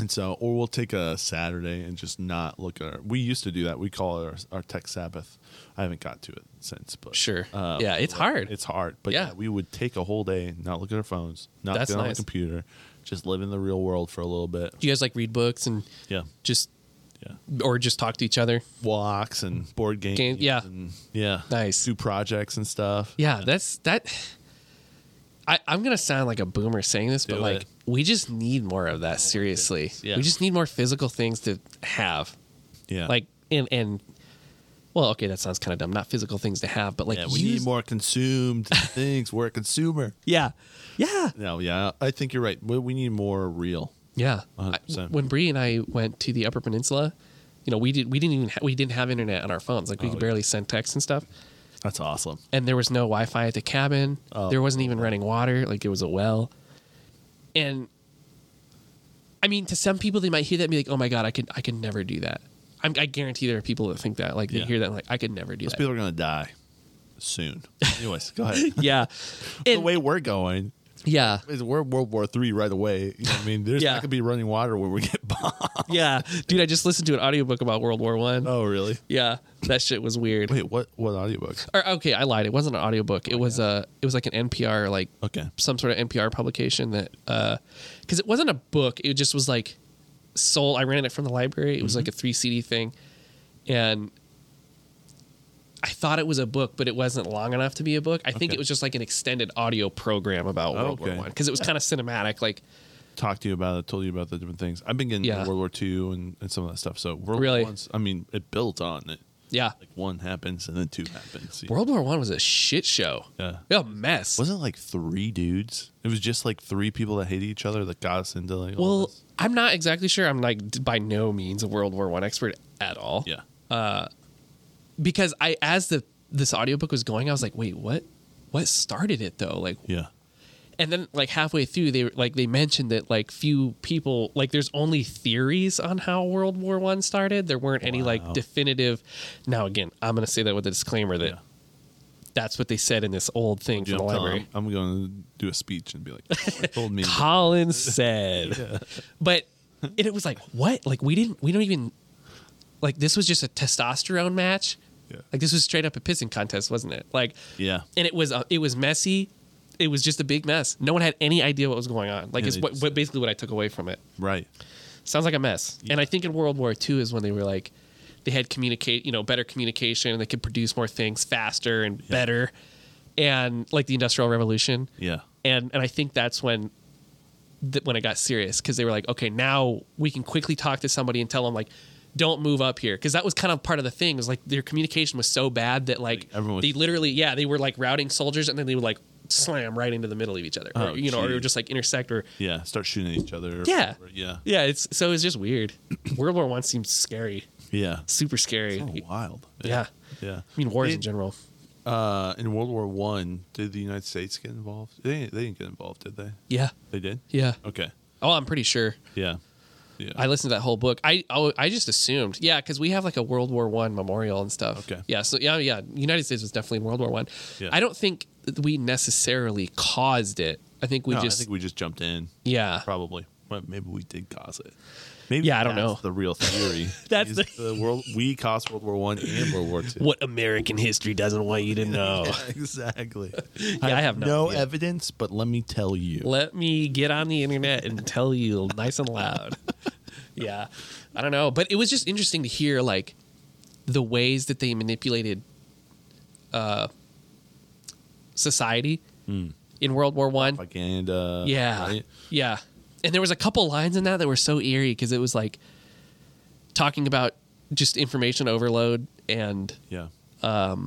Speaker 1: And so, or we'll take a Saturday and just not look at our. We used to do that. We call it our, our tech Sabbath. I haven't got to it since, but um,
Speaker 2: Sure. Yeah, it's hard.
Speaker 1: It's hard, but yeah.
Speaker 2: Yeah.
Speaker 1: we would take a whole day, not look at our phones, not
Speaker 2: That's
Speaker 1: get on
Speaker 2: nice.
Speaker 1: the computer, just live in the real world for a little bit.
Speaker 2: Do you guys like read books and
Speaker 1: Yeah,
Speaker 2: just
Speaker 1: yeah.
Speaker 2: or just talk to each other?
Speaker 1: Walks and board games.
Speaker 2: Game- yeah.
Speaker 1: and- yeah.
Speaker 2: Nice.
Speaker 1: Do projects and stuff.
Speaker 2: Yeah, that's that. I, I'm gonna sound like a boomer saying this, but
Speaker 1: Do
Speaker 2: like
Speaker 1: it. Oh,
Speaker 2: we just need more of that. seriously,
Speaker 1: Yeah.
Speaker 2: we just need more physical things to have.
Speaker 1: yeah.
Speaker 2: Like and and well, okay, that sounds kind of dumb. Not physical things to have, but like
Speaker 1: yeah, we
Speaker 2: use-
Speaker 1: need more consumed things. We're a consumer.
Speaker 2: Yeah, yeah,
Speaker 1: No, yeah, I think you're right. We, we need more real.
Speaker 2: yeah.
Speaker 1: A hundred
Speaker 2: I-
Speaker 1: percent.
Speaker 2: when Bree and I went to the Upper Peninsula, you know, we did we didn't even ha- we didn't have internet on our phones. Like we
Speaker 1: Oh,
Speaker 2: could
Speaker 1: yeah.
Speaker 2: barely send texts and stuff.
Speaker 1: That's awesome.
Speaker 2: and there was no Wi-Fi at the cabin.
Speaker 1: Oh.
Speaker 2: there wasn't even running water; like it was a well. And I mean, to some people, they might hear that and be like, "Oh my god, I could, I could never do that." I'm, I guarantee there are people that think that, like they
Speaker 1: Yeah.
Speaker 2: hear that, and like I could never do
Speaker 1: Those
Speaker 2: that.
Speaker 1: people are gonna die soon. Anyways, go ahead.
Speaker 2: yeah,
Speaker 1: the
Speaker 2: And-
Speaker 1: way we're going
Speaker 2: yeah,
Speaker 1: is we're World War Three right away. You know what I mean, there's
Speaker 2: Yeah.
Speaker 1: not gonna be running water when we get bombed.
Speaker 2: yeah, dude. I just listened to an audiobook about World War One.
Speaker 1: Oh, really?
Speaker 2: Yeah, that shit was weird.
Speaker 1: Wait, what? What audiobook?
Speaker 2: Or okay, I lied. It wasn't an audiobook. It was a, it was like an NPR like
Speaker 1: Okay.
Speaker 2: some sort of NPR publication that because it wasn't a book, it just was like soul. I rented it from the library. It was
Speaker 1: Mm-hmm.
Speaker 2: like a three CD thing, and I thought it was a book, but it wasn't long enough to be a book. I think
Speaker 1: Okay.
Speaker 2: it was just like an extended audio program about World
Speaker 1: Okay.
Speaker 2: War One because it was kind of cinematic. Like,
Speaker 1: Talked to you about it. Told you about the different things. I've been getting
Speaker 2: Yeah.
Speaker 1: World War Two and, and some of that stuff. So World
Speaker 2: Really?
Speaker 1: War One's, I mean, it built on it.
Speaker 2: yeah,
Speaker 1: Like one happens and then two happens. you know?
Speaker 2: World War One was a shit show.
Speaker 1: Yeah.
Speaker 2: a mess.
Speaker 1: Wasn't it like three dudes? It was just like three people that hated each other that got us into like. all
Speaker 2: well,
Speaker 1: this.
Speaker 2: I'm not exactly sure. I'm like d- by no means a World War One expert at all.
Speaker 1: yeah.
Speaker 2: because I as the this audiobook was going, I was like, wait, what? What started it though? Like,
Speaker 1: Yeah.
Speaker 2: and then like halfway through, they were- like they mentioned that like few people like there's only theories on how World War One started. There weren't any
Speaker 1: Wow.
Speaker 2: like definitive. Now again, I'm gonna say that with a disclaimer that
Speaker 1: Yeah.
Speaker 2: that's what they said in this old thing
Speaker 1: You
Speaker 2: from the
Speaker 1: know, I'm telling-
Speaker 2: library.
Speaker 1: I'm going to do a speech and be like, told me.
Speaker 2: Colin said. But and it was like, what? Like we didn't we don't even like this was just a testosterone match.
Speaker 1: Yeah.
Speaker 2: Like this was straight up a pissing contest, wasn't it? Like
Speaker 1: Yeah.
Speaker 2: and it was uh, it was messy. It was just a big mess. No one had any idea what was going on. Like
Speaker 1: Yeah,
Speaker 2: it's
Speaker 1: they
Speaker 2: what,
Speaker 1: just-
Speaker 2: what basically what I took away from it.
Speaker 1: Right.
Speaker 2: Sounds like a mess. And I think in World War II is when they were like they had communicate, you know, better communication and they could produce more things faster and better. And like the industrial revolution
Speaker 1: Yeah.
Speaker 2: and and I think that's when that when it got serious because they were like, okay, now we can quickly talk to somebody and tell them like, don't move up here because that was kind of part of the thing was like their communication was so bad that like,
Speaker 1: Like, everyone was-
Speaker 2: they literally yeah they were like routing soldiers and then they would like slam right into the middle of each other
Speaker 1: Oh,
Speaker 2: or, you know or
Speaker 1: geez.
Speaker 2: just like intersect or
Speaker 1: Yeah. Start shooting at each other. or
Speaker 2: Yeah.
Speaker 1: whatever. Yeah.
Speaker 2: yeah it's so it's just weird. World War One seems scary,
Speaker 1: Yeah.
Speaker 2: super scary.
Speaker 1: Oh, wild.
Speaker 2: yeah.
Speaker 1: Yeah.
Speaker 2: I mean wars in
Speaker 1: It-
Speaker 2: general.
Speaker 1: Uh, in World War One, did the United States get involved? They didn't, they didn't get involved, did they?
Speaker 2: Yeah,
Speaker 1: They did.
Speaker 2: yeah.
Speaker 1: Okay.
Speaker 2: Oh, I'm pretty sure.
Speaker 1: Yeah. Yeah.
Speaker 2: I listened to that whole book. I oh, I just assumed, yeah, because we have like a World War One memorial and stuff.
Speaker 1: Okay.
Speaker 2: Yeah. So yeah, yeah. United States was definitely in World War One.
Speaker 1: Yeah.
Speaker 2: I don't think that we necessarily caused it. I think we
Speaker 1: No, I
Speaker 2: just
Speaker 1: think we just jumped in.
Speaker 2: yeah.
Speaker 1: Probably. Well, maybe we did cause it. Maybe
Speaker 2: Yeah, I don't
Speaker 1: that's
Speaker 2: know.
Speaker 1: The real theory.
Speaker 2: That's
Speaker 1: is
Speaker 2: the-
Speaker 1: world. We caused World War One and World War Two.
Speaker 2: What American history doesn't want you to know.
Speaker 1: Yeah, exactly.
Speaker 2: I have no idea.
Speaker 1: evidence, but let me tell you.
Speaker 2: Let me get on the internet and tell you nice and loud. yeah. I don't know. But it was just interesting to hear like the ways that they manipulated uh society
Speaker 1: Hmm.
Speaker 2: in World War One.
Speaker 1: Propaganda.
Speaker 2: yeah.
Speaker 1: right?
Speaker 2: Yeah. And there was a couple lines in that that were so eerie because it was like talking about just information overload and
Speaker 1: Yeah.
Speaker 2: like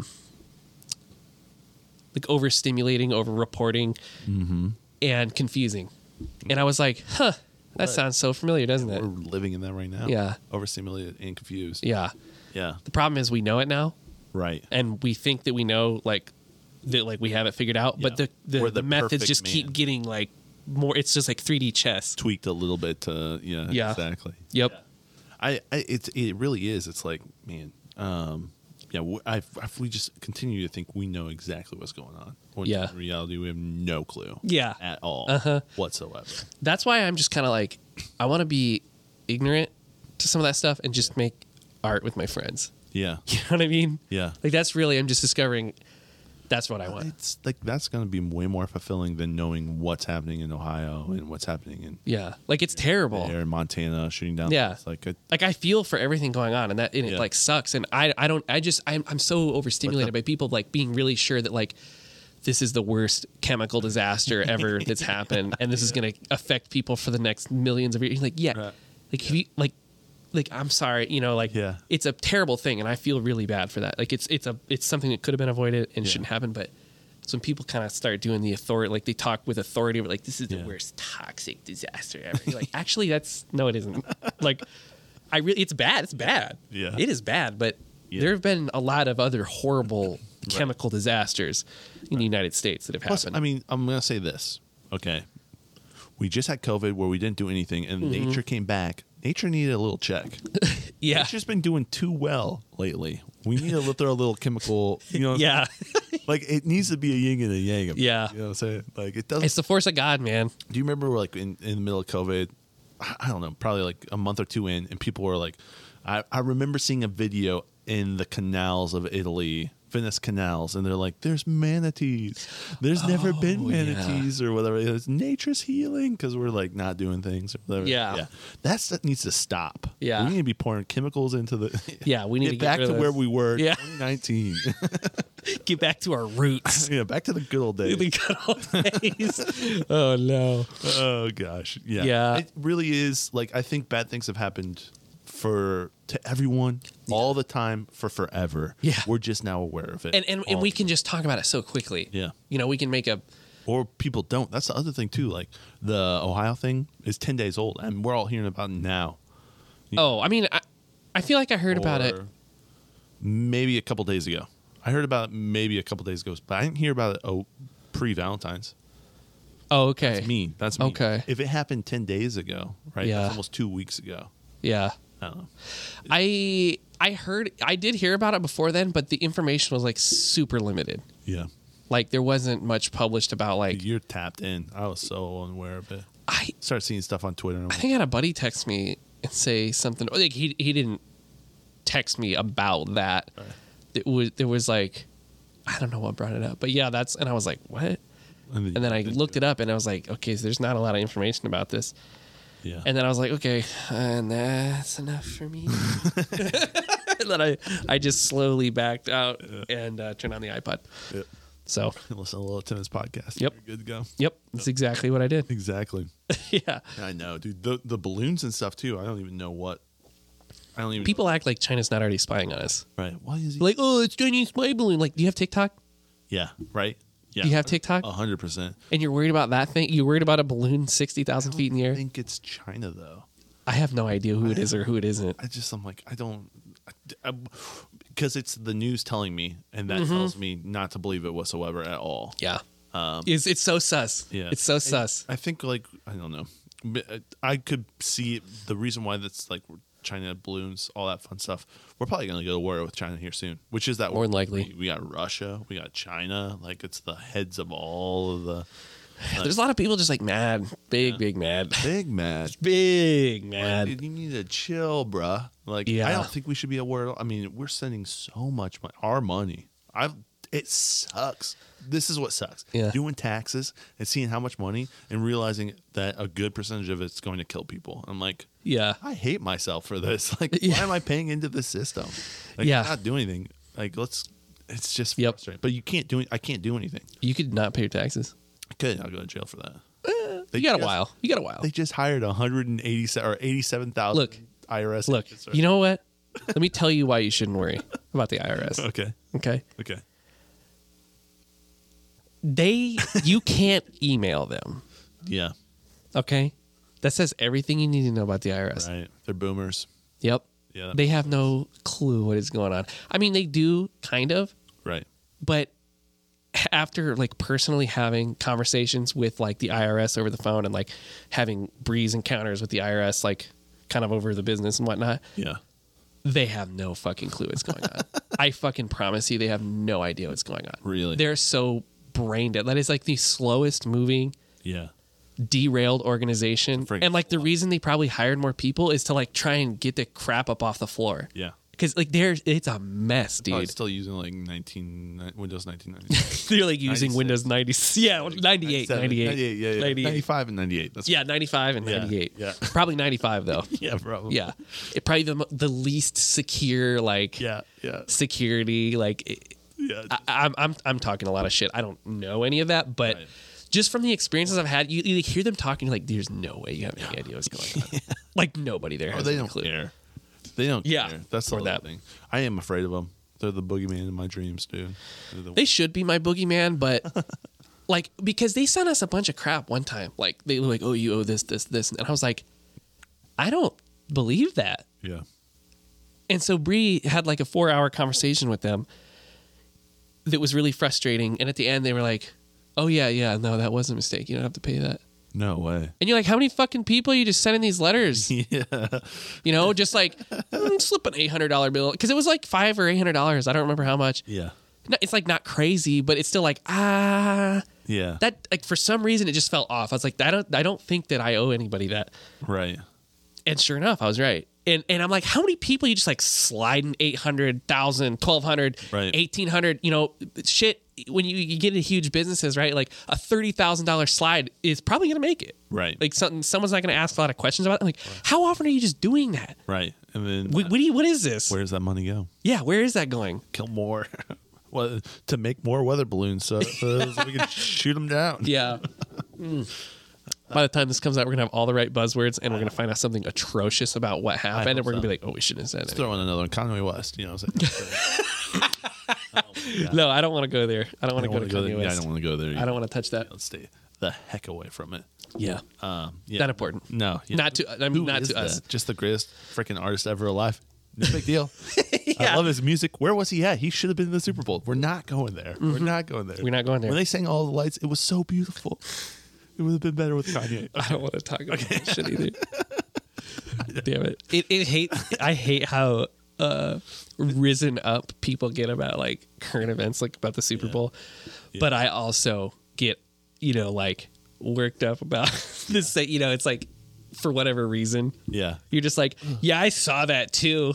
Speaker 2: overstimulating, over reporting,
Speaker 1: Mm-hmm.
Speaker 2: and confusing. And I was like, huh, that
Speaker 1: What?
Speaker 2: sounds so familiar, doesn't
Speaker 1: We're
Speaker 2: it?
Speaker 1: living in that right now.
Speaker 2: Yeah.
Speaker 1: Overstimulated and confused.
Speaker 2: Yeah.
Speaker 1: Yeah.
Speaker 2: The problem is we know it now,
Speaker 1: Right.
Speaker 2: and we think that we know like that, like we have it figured out. But
Speaker 1: Yeah.
Speaker 2: the the,
Speaker 1: We're
Speaker 2: the,
Speaker 1: the
Speaker 2: methods
Speaker 1: perfect
Speaker 2: just
Speaker 1: man.
Speaker 2: keep getting like more. It's just like 3D chess.
Speaker 1: Tweaked a little bit. To, yeah.
Speaker 2: Yeah.
Speaker 1: Exactly.
Speaker 2: Yep.
Speaker 1: I, I it's it really is. It's like man, um, yeah, w- I, if we just continue to think we know exactly what's going on, when
Speaker 2: Yeah.
Speaker 1: in reality we have no clue.
Speaker 2: Yeah.
Speaker 1: at all
Speaker 2: Uh-huh.
Speaker 1: whatsoever.
Speaker 2: That's why I'm just kind of like, I want to be ignorant to some of that stuff and just make art with my friends.
Speaker 1: Yeah,
Speaker 2: You know what I mean?
Speaker 1: yeah.
Speaker 2: Like that's really I'm just discovering. That's what I want.
Speaker 1: It's like that's going to be way more fulfilling than knowing what's happening in Ohio and what's happening in
Speaker 2: Yeah. Like it's terrible.
Speaker 1: there in Montana shooting down.
Speaker 2: Yeah.
Speaker 1: it's like a,
Speaker 2: like I feel for everything going on, and that and it
Speaker 1: Yeah.
Speaker 2: like sucks. And I I don't I just I'm I'm so overstimulated by people like being really sure that like this is the worst chemical disaster ever that's happened, and this is gonna affect people for the next millions of years. Like yeah,
Speaker 1: Right.
Speaker 2: like have you like like I'm sorry, you know, like
Speaker 1: Yeah.
Speaker 2: it's a terrible thing, and I feel really bad for that. Like it's it's a it's something that could have been avoided and
Speaker 1: Yeah.
Speaker 2: shouldn't happen, but. So when people kind of start doing the authority, like they talk with authority, over like this is the
Speaker 1: Yeah.
Speaker 2: worst toxic disaster ever. You're like actually, that's no, it isn't. Like I really, it's bad. It's bad.
Speaker 1: Yeah.
Speaker 2: It is bad, but
Speaker 1: Yeah.
Speaker 2: there have been a lot of other horrible chemical disasters in the United States that have
Speaker 1: Plus,
Speaker 2: happened.
Speaker 1: I mean, I'm going to say this. Okay. We just had COVID where we didn't do anything and
Speaker 2: Mm-hmm.
Speaker 1: nature came back. Nature needed a little check.
Speaker 2: yeah.
Speaker 1: Nature's been doing too well lately. We need to let throw a little chemical, you know,
Speaker 2: Yeah.
Speaker 1: like it needs to be a yin and a yang. about it,
Speaker 2: Yeah.
Speaker 1: You know what I'm saying? Like it doesn't.
Speaker 2: it's the force of God, man.
Speaker 1: do you remember like in, in the middle of COVID? I I don't know, probably like a month or two in, and people were like, I, I remember seeing a video in the canals of Italy, Venice canals, and they're like, there's manatees. There's never been
Speaker 2: Oh, yeah.
Speaker 1: manatees or whatever. It's nature's healing because we're like not doing things or whatever.
Speaker 2: Yeah.
Speaker 1: That's, that needs to stop.
Speaker 2: Yeah.
Speaker 1: We need to be pouring chemicals into the.
Speaker 2: Yeah, we need
Speaker 1: get
Speaker 2: to get
Speaker 1: back
Speaker 2: rid
Speaker 1: to
Speaker 2: of-
Speaker 1: where we were
Speaker 2: Yeah.
Speaker 1: 2019.
Speaker 2: Get back to our roots.
Speaker 1: yeah, back to the good old days.
Speaker 2: the good old days. oh no.
Speaker 1: oh gosh yeah
Speaker 2: Yeah.
Speaker 1: it really is like i think bad things have happened for to everyone all the time for forever
Speaker 2: Yeah.
Speaker 1: we're just now aware of it
Speaker 2: And and, and
Speaker 1: all
Speaker 2: we
Speaker 1: the
Speaker 2: can just talk about it so quickly.
Speaker 1: Yeah.
Speaker 2: You know, we can make a
Speaker 1: time. or people don't that's the other thing too like the ohio thing is 10 days old and we're all hearing about it now
Speaker 2: Oh, I mean I I feel like I heard about it.
Speaker 1: Or maybe a couple days ago i heard about it maybe a couple days ago but i didn't hear about it oh pre-valentine's
Speaker 2: Oh, okay.
Speaker 1: that's mean that's mean.
Speaker 2: Okay.
Speaker 1: if it happened 10 days ago right
Speaker 2: Yeah.
Speaker 1: that's almost two weeks ago
Speaker 2: Yeah.
Speaker 1: i don't know
Speaker 2: I I heard I did hear about it before then, but the information was like super limited.
Speaker 1: yeah
Speaker 2: Like there wasn't much published about like
Speaker 1: You're tapped in. I was so unaware of it.
Speaker 2: I
Speaker 1: Start seeing stuff on Twitter. And I'm
Speaker 2: I
Speaker 1: like,
Speaker 2: think I had a buddy text me and say something like he he didn't text me about that. It was there was like I don't know what brought it up, but yeah, that's and I was like, what? And then I looked it up and I was like, okay, so there's not a lot of information about this.
Speaker 1: Yeah.
Speaker 2: And then I was like, okay, and that's enough for me. and then I, I just slowly backed out and uh, turned on the iPod.
Speaker 1: Yep.
Speaker 2: So,
Speaker 1: listen to a little tennis podcast.
Speaker 2: Yep.
Speaker 1: You're good to go.
Speaker 2: yep, that's exactly what I did.
Speaker 1: Exactly.
Speaker 2: yeah.
Speaker 1: I know, dude. The the balloons and stuff too. I don't even know what. I don't even
Speaker 2: People act like China's not already spying on us.
Speaker 1: right. Why is he?
Speaker 2: Like, oh, it's Chinese spy balloon. Like, do you have TikTok?
Speaker 1: yeah. Right. Yeah.
Speaker 2: Do you have TikTok?
Speaker 1: A hundred percent.
Speaker 2: And you're worried about that thing? You're worried about a balloon 60,000 feet in the
Speaker 1: I
Speaker 2: air?
Speaker 1: think it's China though.
Speaker 2: I have no idea who it is or who it isn't.
Speaker 1: I just I'm like I don't because it's the news telling me, and that
Speaker 2: Mm-hmm.
Speaker 1: tells me not to believe it whatsoever at all.
Speaker 2: Yeah. it's, it's so sus.
Speaker 1: Um, Yeah.
Speaker 2: It's so sus.
Speaker 1: I think like I don't know. B- I could see it- the reason why that's like China balloons, all that fun stuff. We're probably gonna go to war with China here soon, which is that
Speaker 2: More than likely.
Speaker 1: we, we got Russia, we got China. Like it's the heads of all of the
Speaker 2: There's a lot of people just like mad, big, big mad.
Speaker 1: big mad.
Speaker 2: big
Speaker 1: Dude, you need to chill, bruh. Like I
Speaker 2: Yeah.
Speaker 1: don't think we should be a war. I mean, we're sending so much money, our money. I it sucks. This is what sucks.
Speaker 2: Yeah.
Speaker 1: Doing taxes and seeing how much money and realizing that a good percentage of it's going to kill people. I'm like,
Speaker 2: Yeah.
Speaker 1: I hate myself for this. Like,
Speaker 2: Yeah.
Speaker 1: why am I paying into the system? Like,
Speaker 2: Yeah.
Speaker 1: I'm not doing anything. Like, let's. It's just
Speaker 2: Yep.
Speaker 1: frustrating. But you can't do. it- I can't do anything.
Speaker 2: You could not pay your taxes.
Speaker 1: I could. I'll go to jail for that. They
Speaker 2: Eh, You got a
Speaker 1: just-
Speaker 2: while. You got a while.
Speaker 1: They just hired 187 or 87,000
Speaker 2: Look.
Speaker 1: IRS.
Speaker 2: Look,
Speaker 1: agents, right?
Speaker 2: you know what? Let me tell you why you shouldn't worry about the IRS.
Speaker 1: Okay.
Speaker 2: Okay.
Speaker 1: Okay.
Speaker 2: They you can't email them.
Speaker 1: Yeah.
Speaker 2: Okay? That says everything you need to know about the IRS.
Speaker 1: Right. They're boomers.
Speaker 2: Yep.
Speaker 1: Yeah, that
Speaker 2: They have no clue what is going on. I mean, they do kind of,
Speaker 1: Right.
Speaker 2: but after like personally having conversations with like the IRS over the phone and like having breeze encounters with the IRS like kind of over the business and whatnot,
Speaker 1: Yeah.
Speaker 2: They have no fucking clue what's going on. I fucking promise you, they have no idea what's going on.
Speaker 1: Really?
Speaker 2: They're so brain dead. That is like the slowest moving,
Speaker 1: Yeah.
Speaker 2: derailed organization.
Speaker 1: Freaking
Speaker 2: And like the reason they probably hired more people is to like try and get the crap up off the floor.
Speaker 1: Yeah.
Speaker 2: Because like there's, it's a mess,
Speaker 1: Probably
Speaker 2: dude.
Speaker 1: still using like 19 ni- Windows 1996.
Speaker 2: They're like using
Speaker 1: 96.
Speaker 2: Windows 90, yeah, 98,
Speaker 1: 97,
Speaker 2: 98,
Speaker 1: 98, yeah, yeah.
Speaker 2: 98.
Speaker 1: 95 and 98. That's
Speaker 2: Yeah, 95 and
Speaker 1: Yeah,
Speaker 2: 98.
Speaker 1: yeah.
Speaker 2: Probably 95 though.
Speaker 1: yeah, probably.
Speaker 2: yeah. It probably the mo- the least secure like
Speaker 1: Yeah, yeah.
Speaker 2: security like it,
Speaker 1: Yeah.
Speaker 2: I, I'm I'm I'm talking a lot of shit. I don't know any of that, but
Speaker 1: Right.
Speaker 2: just from the experiences I've had, you, you hear them talking you're like there's no way you have any idea what's going on. Like nobody there
Speaker 1: Oh,
Speaker 2: has
Speaker 1: they
Speaker 2: any
Speaker 1: don't
Speaker 2: clue.
Speaker 1: care. They don't
Speaker 2: Yeah,
Speaker 1: care. That's the
Speaker 2: or
Speaker 1: whole
Speaker 2: that.
Speaker 1: thing. I am afraid of them. They're the boogeyman in my dreams, dude. They're the-
Speaker 2: They should be my boogeyman, but like because they sent us a bunch of crap one time. Like they were like, "Oh, you owe this this this." And I was like, "I don't believe that."
Speaker 1: yeah.
Speaker 2: And so Bree had like a four hour conversation with them that was really frustrating. And at the end, they were like, oh, yeah, yeah, no, that was a mistake. You don't have to pay that.
Speaker 1: No way.
Speaker 2: And you're like, how many fucking people are you just sending these letters?
Speaker 1: Yeah.
Speaker 2: You know, just like mm, slip an $800 bill. Cause it was like five or $800. I don't remember how much.
Speaker 1: Yeah.
Speaker 2: No, It's like not crazy, but it's still like, ah,
Speaker 1: Yeah.
Speaker 2: that like for some reason it just fell off. I was like, I don't, I don't think that I owe anybody that.
Speaker 1: right.
Speaker 2: And sure enough, I was right. And and I'm like, how many people you just like sliding 800, 1,000, 1,200,
Speaker 1: Right.
Speaker 2: 1,800, you know, shit. When you, you get into huge businesses, right? Like a $30,000 slide is probably going to make it.
Speaker 1: Right.
Speaker 2: Like something, someone's not going to ask a lot of questions about it. Like, how often are you just doing that?
Speaker 1: right. And then
Speaker 2: What, what, do you, what is this?
Speaker 1: where does that money go?
Speaker 2: Yeah, where is that going?
Speaker 1: Kill more. well, to make more weather balloons so, so we can shoot them down.
Speaker 2: Yeah. Mm. By the time this comes out, we're going to have all the right buzzwords and we're going to find out something atrocious about what happened. And
Speaker 1: hope
Speaker 2: we're going to
Speaker 1: so.
Speaker 2: be like, oh, we shouldn't have said it.
Speaker 1: Throw in another one. Conway West. You know what I'm saying?
Speaker 2: No, I don't want to go there. I don't want
Speaker 1: I
Speaker 2: to
Speaker 1: don't want to
Speaker 2: go to
Speaker 1: go there.
Speaker 2: Kanye
Speaker 1: Yeah, I
Speaker 2: West.
Speaker 1: don't want to go there.
Speaker 2: I don't want to touch that.
Speaker 1: Let's stay the heck away from it.
Speaker 2: Yeah.
Speaker 1: Um, yeah.
Speaker 2: Not important.
Speaker 1: No. yeah.
Speaker 2: Not to I mean,
Speaker 1: Who
Speaker 2: not
Speaker 1: is
Speaker 2: to us.
Speaker 1: that? Just the greatest freaking artist ever alive. No big deal.
Speaker 2: Yeah.
Speaker 1: I love his music. Where was he at? He should have been in the Super Bowl. We're not going there. We're not going there.
Speaker 2: Mm-hmm. We're not going there.
Speaker 1: When they sang all the lights, it was so beautiful. It would have been better with Kanye.
Speaker 2: I don't want to talk about that shit either. Damn it. It it hate I hate how uh risen up people get about like current events like about the Super Bowl. But I also get, you know, like worked up about this that you know, it's like for whatever reason.
Speaker 1: yeah.
Speaker 2: You're just like, yeah, I saw that too.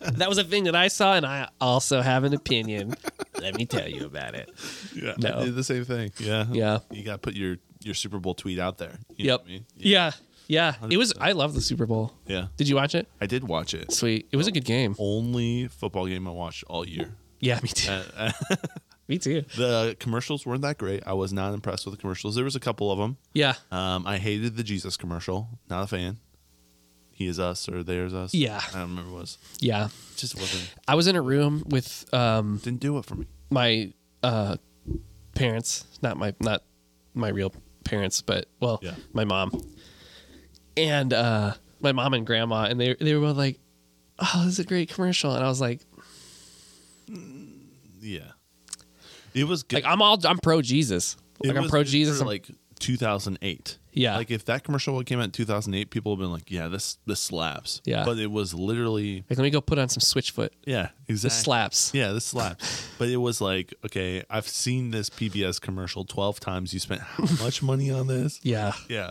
Speaker 2: that was a thing that I saw, and I also have an opinion. Let me tell you about it.
Speaker 1: Yeah.
Speaker 2: No.
Speaker 1: I did the same thing. Yeah.
Speaker 2: Yeah.
Speaker 1: You got to put your your Super Bowl tweet out there. You know
Speaker 2: Yep.
Speaker 1: what I mean?
Speaker 2: Yeah. Yeah. It was. I love the Super Bowl.
Speaker 1: Yeah.
Speaker 2: Did you watch it?
Speaker 1: I did watch it. It's
Speaker 2: Sweet. It was a good game.
Speaker 1: the only football game I watched all year.
Speaker 2: Yeah, me too.
Speaker 1: Uh,
Speaker 2: me too.
Speaker 1: The commercials weren't that great. I was not impressed with the commercials. There was a couple of them.
Speaker 2: Yeah.
Speaker 1: Um, I hated the Jesus commercial. Not a fan. He is us or there's us.
Speaker 2: Yeah.
Speaker 1: I don't remember what it was.
Speaker 2: Yeah.
Speaker 1: Just wasn't
Speaker 2: I was in a room with um
Speaker 1: didn't do it for me.
Speaker 2: my uh parents, not my not my real parents, but well,
Speaker 1: Yeah.
Speaker 2: my mom. And uh my mom and grandma and they they were both like, "Oh, this is a great commercial." And I was like,
Speaker 1: Yeah. It was good.
Speaker 2: like I'm all I'm pro Jesus.
Speaker 1: It
Speaker 2: Like I'm
Speaker 1: was
Speaker 2: pro
Speaker 1: good
Speaker 2: Jesus.
Speaker 1: for,
Speaker 2: I'm-
Speaker 1: like 2008.
Speaker 2: Yeah.
Speaker 1: Like if that commercial came out in 2008, people have been like, "Yeah, this this slaps."
Speaker 2: Yeah.
Speaker 1: But it was literally
Speaker 2: like let me go put on some switchfoot.
Speaker 1: yeah,
Speaker 2: This
Speaker 1: exactly.
Speaker 2: slaps.
Speaker 1: Yeah, this slaps. but it was like, okay, I've seen this PBS commercial 12 times. You spent how much money on this?
Speaker 2: Yeah.
Speaker 1: Yeah.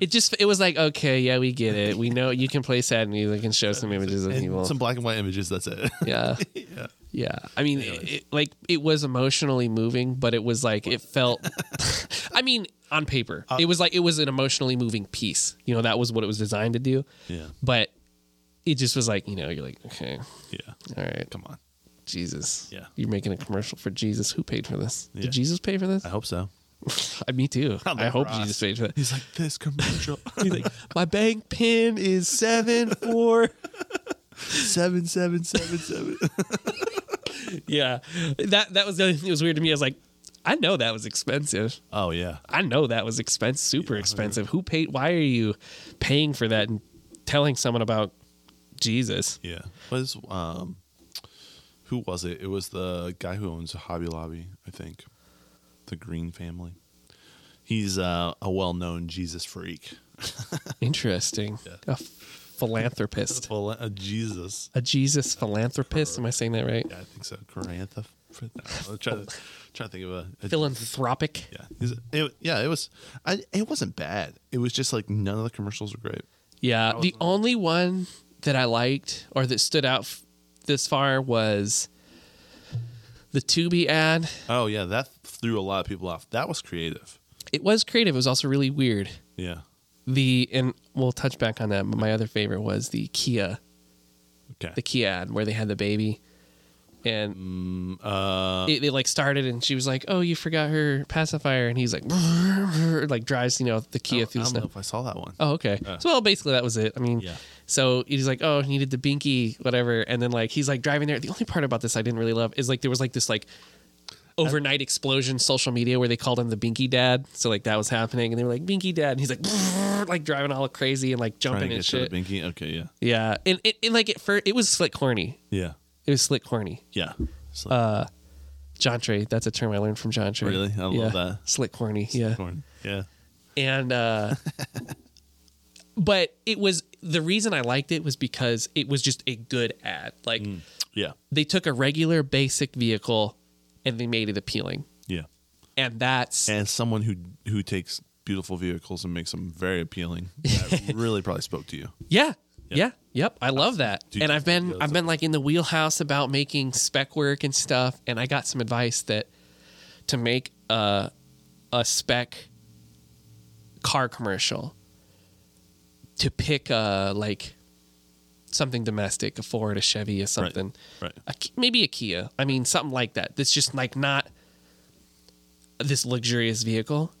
Speaker 2: It just it was like, okay, yeah, we get it. We know you can play sad music and show some images of
Speaker 1: And
Speaker 2: people.
Speaker 1: some black and white images, that's it.
Speaker 2: yeah.
Speaker 1: yeah.
Speaker 2: Yeah. I mean, it, it- like it was emotionally moving, but it was like it felt I mean, on paper,
Speaker 1: Uh,
Speaker 2: it was like it was an emotionally moving piece. You know, that was what it was designed to do.
Speaker 1: Yeah.
Speaker 2: But it just was like, you know, you're like, okay,
Speaker 1: Yeah.
Speaker 2: all right,
Speaker 1: Come on.
Speaker 2: Jesus.
Speaker 1: Yeah.
Speaker 2: You're making a commercial for Jesus. Who paid for this?
Speaker 1: Yeah.
Speaker 2: Did Jesus pay for this?
Speaker 1: I hope so.
Speaker 2: I, me too.
Speaker 1: On the
Speaker 2: I hope
Speaker 1: cross.
Speaker 2: Jesus paid for that.
Speaker 1: He's like, this commercial.
Speaker 2: He's like, my bank pin is seven four.
Speaker 1: seven, seven, seven, seven.
Speaker 2: yeah, that that was the other thing that was weird to me. I was like, I know that was expensive.
Speaker 1: oh, yeah.
Speaker 2: I know that was expensive, super expensive. Who paid? Why are you paying for that and telling someone about Jesus?
Speaker 1: Yeah. Was, um, who was it? It was the guy who owns Hobby Lobby, I think. The Green family. He's uh, a well known Jesus freak.
Speaker 2: Interesting. A f- philanthropist.
Speaker 1: Phila- uh, Jesus.
Speaker 2: A Jesus philanthropist. Am I saying that right?
Speaker 1: Yeah, I think so. Carantha. I'm trying to trying to think of a, a
Speaker 2: Philanthropic.
Speaker 1: Yeah, Is it, it- yeah, it was. I, it wasn't bad. It was just like none of the commercials were great.
Speaker 2: Yeah. The only one that I liked or that stood out f- this far was the Tubi ad.
Speaker 1: Oh yeah, that threw a lot of people off. That was creative.
Speaker 2: It was creative. It was also really weird.
Speaker 1: Yeah.
Speaker 2: The and we'll touch back on that. But my other favorite was the Kia,
Speaker 1: Okay.
Speaker 2: the Kia ad where they had the baby, and
Speaker 1: uh,
Speaker 2: it, they like started and she was like, "Oh, you forgot her pacifier," and he's like, like drives you know the
Speaker 1: I
Speaker 2: Kia
Speaker 1: don't, I
Speaker 2: through the
Speaker 1: don't know
Speaker 2: snow.
Speaker 1: if I saw that one.
Speaker 2: Oh, okay.
Speaker 1: Uh.
Speaker 2: so, well, basically that was it. I mean,
Speaker 1: Yeah.
Speaker 2: so he's like, oh, he needed the binky, whatever. And then like, he's like driving there. The only part about this I didn't really love is like, there was like this like overnight explosion social media where they called him the binky dad. So like that was happening and they were like binky dad. And he's like, like driving all crazy and like
Speaker 1: Trying to
Speaker 2: jumping
Speaker 1: get
Speaker 2: and
Speaker 1: to
Speaker 2: shit.
Speaker 1: the binky. Okay. Yeah.
Speaker 2: Yeah. And, it and like it, for, it was slick horny.
Speaker 1: Yeah.
Speaker 2: It was slick horny.
Speaker 1: Yeah. It's like,
Speaker 2: John Trey. That's a term I learned from John Trey.
Speaker 1: Really? I love
Speaker 2: Yeah.
Speaker 1: that.
Speaker 2: Slick horny. Yeah.
Speaker 1: corn. Yeah.
Speaker 2: and uh but it was the reason i liked it was because it was just a good ad like
Speaker 1: Mm. Yeah.
Speaker 2: they took a regular basic vehicle and they made it appealing
Speaker 1: Yeah.
Speaker 2: and that's
Speaker 1: And someone who who takes beautiful vehicles and makes them very appealing. That really probably spoke to you.
Speaker 2: yeah yeah yep i love that
Speaker 1: Dude,
Speaker 2: and i've been
Speaker 1: yeah,
Speaker 2: i've been like in the wheelhouse about making spec work and stuff and i got some advice that to make a a spec car commercial to pick a like something domestic a ford a chevy or something
Speaker 1: Right.
Speaker 2: a, Ki- maybe a Kia. I mean, something like that. That's just like not this luxurious vehicle,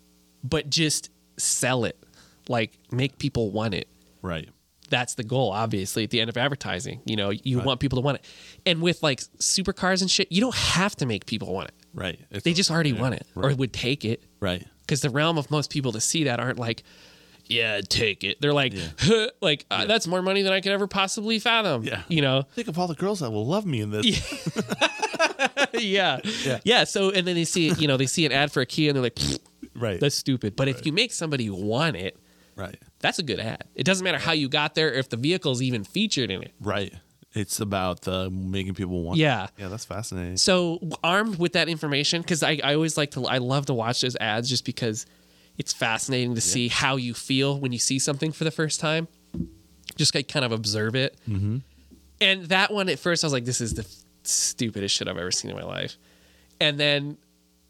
Speaker 2: but just sell it, like make people want it.
Speaker 1: Right.
Speaker 2: That's the goal, obviously. At the end of advertising, you know, you want people to want it. And with like supercars and shit, you don't have to make people want it.
Speaker 1: Right. It's-
Speaker 2: They just already want it or
Speaker 1: Right.
Speaker 2: would take it
Speaker 1: Right.
Speaker 2: because the realm of most people to see that aren't like yeah take it they're like
Speaker 1: Yeah.
Speaker 2: "Huh," like uh, that's more money than i could ever possibly fathom
Speaker 1: Yeah.
Speaker 2: you know
Speaker 1: Think of all the girls that will love me in this.
Speaker 2: yeah.
Speaker 1: Yeah.
Speaker 2: yeah. So, and then they see, you know, they see an ad for a key and they're like, "Pfft,
Speaker 1: Right.
Speaker 2: that's stupid. But if you make somebody want it,
Speaker 1: right.
Speaker 2: that's a good ad. It doesn't matter how you got there or if the vehicle's even featured in it.
Speaker 1: Right. It's about uh, making people want.
Speaker 2: Yeah.
Speaker 1: Yeah. That's fascinating.
Speaker 2: So, armed with that information, because I, I always like to, I love to watch those ads just because it's fascinating to see how you feel when you see something for the first time. Just like kind of observe it. Mm-hmm. And that one at first, I was like, this is the stupidest shit I've ever seen in my life. And then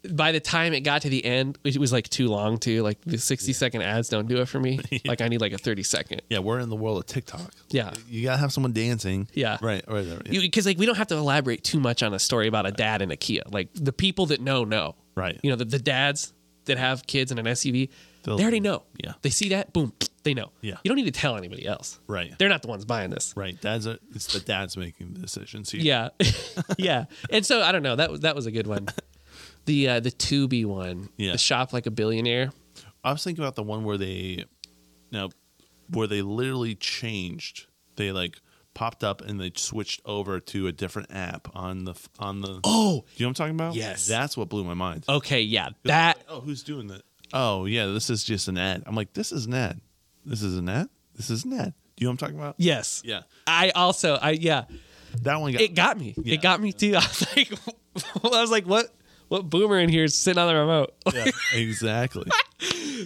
Speaker 2: by the time it got to the end, it was like too long too. Like the sixty second ads don't do it for me. Like I need like a 30 second.
Speaker 1: Yeah, we're in the world of TikTok.
Speaker 2: Yeah.
Speaker 1: You gotta have someone dancing.
Speaker 2: Yeah.
Speaker 1: Right. Right. right. Yeah.
Speaker 2: Because like we don't have to elaborate too much on a story about a dad and a Kia. Like the people that know know.
Speaker 1: Right.
Speaker 2: You know the, the dads that have kids in an SUV,
Speaker 1: They'll-
Speaker 2: they already know.
Speaker 1: Yeah.
Speaker 2: They see that, boom, they know.
Speaker 1: Yeah.
Speaker 2: You don't need to tell anybody else.
Speaker 1: Right.
Speaker 2: They're not the ones buying this.
Speaker 1: right. Dads are. It's the dads making the decisions here.
Speaker 2: Yeah, yeah. And so I don't know. That was that was a good one. The uh, the Tubi one.
Speaker 1: Yeah.
Speaker 2: The shop like a billionaire.
Speaker 1: I was thinking about the one where they, now, where they literally changed. They like popped up and they switched over to a different app on the f- on the. Do
Speaker 2: Oh.
Speaker 1: you know what I'm talking about?
Speaker 2: Yes. Uh,
Speaker 1: That's what blew my mind.
Speaker 2: Okay. Yeah. That
Speaker 1: oh, who's doing that? Oh yeah, this is just an ad. I'm like, this is an ad. This is an ad. This is an ad. Do you know what I'm talking about?
Speaker 2: Yes.
Speaker 1: Yeah.
Speaker 2: I also I yeah.
Speaker 1: That one got
Speaker 2: It got me.
Speaker 1: Yeah.
Speaker 2: It got me too. I was like I was like, what what boomer in here is sitting on the remote?
Speaker 1: yeah, exactly.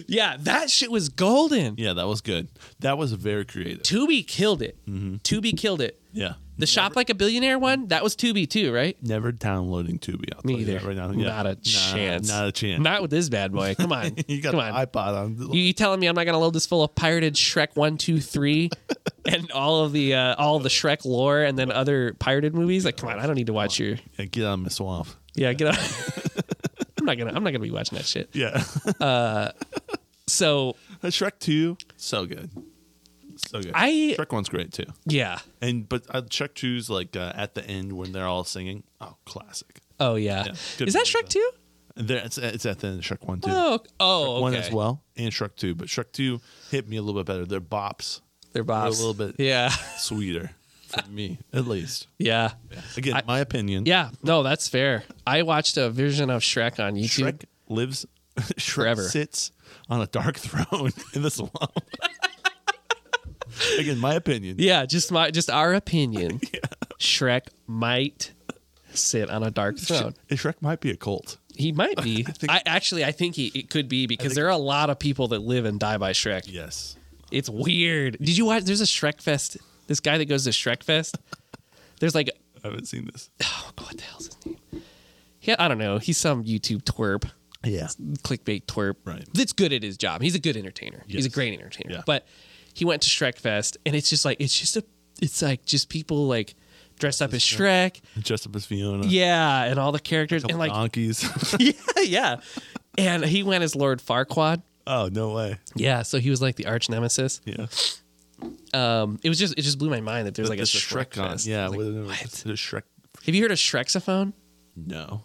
Speaker 2: yeah, that shit was golden.
Speaker 1: Yeah, that was good. That was very creative.
Speaker 2: Tubi killed it.
Speaker 1: Mm-hmm.
Speaker 2: Tubi killed it.
Speaker 1: Yeah.
Speaker 2: The shop like a billionaire one, that was Tubi too, right?
Speaker 1: Never downloading Tubi. I'll
Speaker 2: Me
Speaker 1: tell you
Speaker 2: either.
Speaker 1: that Right now.
Speaker 2: Not a chance.
Speaker 1: Not a chance.
Speaker 2: Not with this bad boy. Come on.
Speaker 1: you got
Speaker 2: Come
Speaker 1: the
Speaker 2: on.
Speaker 1: iPod on.
Speaker 2: You, you telling me I'm not gonna load this full of pirated Shrek one, two, three, and all of the uh, all the Shrek lore, and then other pirated movies? Like, come on, I don't need to watch your
Speaker 1: Yeah, get on my swamp.
Speaker 2: yeah. Get out. I'm not gonna I'm not gonna be watching that shit.
Speaker 1: Yeah.
Speaker 2: So
Speaker 1: Shrek 2, so good. So good.
Speaker 2: I-
Speaker 1: Shrek 1's great too.
Speaker 2: yeah.
Speaker 1: And but uh, Shrek 2's like uh, at the end when they're all singing. Oh, classic.
Speaker 2: Oh yeah.
Speaker 1: Yeah, good
Speaker 2: Is that
Speaker 1: movie,
Speaker 2: Shrek two?
Speaker 1: There, it's, it's at the end of Shrek 1 too.
Speaker 2: Oh oh okay.
Speaker 1: One as well, and Shrek 2. But Shrek 2 hit me a little bit better. They're bops,
Speaker 2: They're
Speaker 1: a
Speaker 2: bops.
Speaker 1: little bit
Speaker 2: Yeah.
Speaker 1: sweeter for me, at least.
Speaker 2: Yeah.
Speaker 1: Again, my opinion.
Speaker 2: Yeah. No, that's fair. I watched a version of Shrek on YouTube.
Speaker 1: Shrek lives Shrek
Speaker 2: Forever.
Speaker 1: sits on a dark throne in the swamp. Again, my opinion.
Speaker 2: Yeah, just my just our opinion. Shrek might sit on a dark throne.
Speaker 1: Shrek might be a cult.
Speaker 2: He might be. I,
Speaker 1: think-
Speaker 2: actually I think he it could be because there are a lot of people that live and die by Shrek.
Speaker 1: Yes.
Speaker 2: It's weird. Did you watch there's a Shrek Fest? This guy that goes to Shrek Fest. There's like
Speaker 1: I haven't seen this.
Speaker 2: oh god, what the hell's his name? Yeah, I don't know. He's some YouTube twerp.
Speaker 1: Yeah.
Speaker 2: clickbait twerp
Speaker 1: Right.
Speaker 2: that's good at his job. He's a good entertainer. He's a
Speaker 1: Yes.
Speaker 2: great entertainer.
Speaker 1: Yeah.
Speaker 2: But he went to Shrek Fest and it's just like it's just a it's like just people like dressed up as Shrek.
Speaker 1: Dressed up as Fiona.
Speaker 2: Yeah, and all the characters and like
Speaker 1: donkeys.
Speaker 2: yeah, yeah. And he went as Lord Farquaad.
Speaker 1: oh, no way.
Speaker 2: Yeah, so he was like the arch nemesis.
Speaker 1: Yeah.
Speaker 2: Um it was just it just blew my mind that there's like a
Speaker 1: There's
Speaker 2: Shrek,
Speaker 1: on.
Speaker 2: Fest.
Speaker 1: Yeah.
Speaker 2: I was like,
Speaker 1: what?
Speaker 2: what?
Speaker 1: There's Shrek.
Speaker 2: Have you heard of Shrexophone?
Speaker 1: No.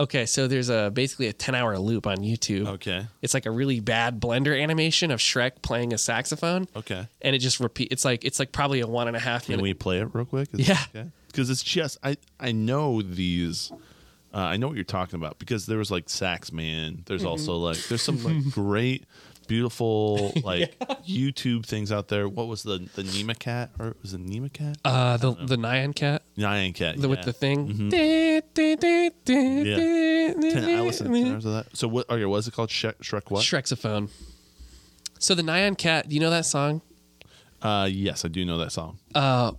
Speaker 2: Okay, so there's a basically a 10-hour loop on YouTube.
Speaker 1: Okay.
Speaker 2: It's like a really bad blender animation of Shrek playing a saxophone.
Speaker 1: Okay.
Speaker 2: and it just repeat. It's like it's like probably a one and a half
Speaker 1: Can
Speaker 2: minute.
Speaker 1: we play it real quick? Is
Speaker 2: Yeah.
Speaker 1: Because it's just I I know these. Uh, I know what you're talking about because there was like Sax Man. There's
Speaker 2: Mm-hmm.
Speaker 1: also like there's some like great, beautiful like YouTube things out there. What was the the Nema Cat or was it Nema Cat?
Speaker 2: uh, the the Nyan cat
Speaker 1: Nyan Cat
Speaker 2: the, with
Speaker 1: yeah. Mm-hmm.
Speaker 2: the thing. Yeah.
Speaker 1: Ten, I listened to ten hours of that. So what? Okay, what is it called? Shrek, Shrek what?
Speaker 2: Shrexophone. So the Nyan cat. Do you know that song?
Speaker 1: Uh, yes, I do know that song.
Speaker 2: Uh,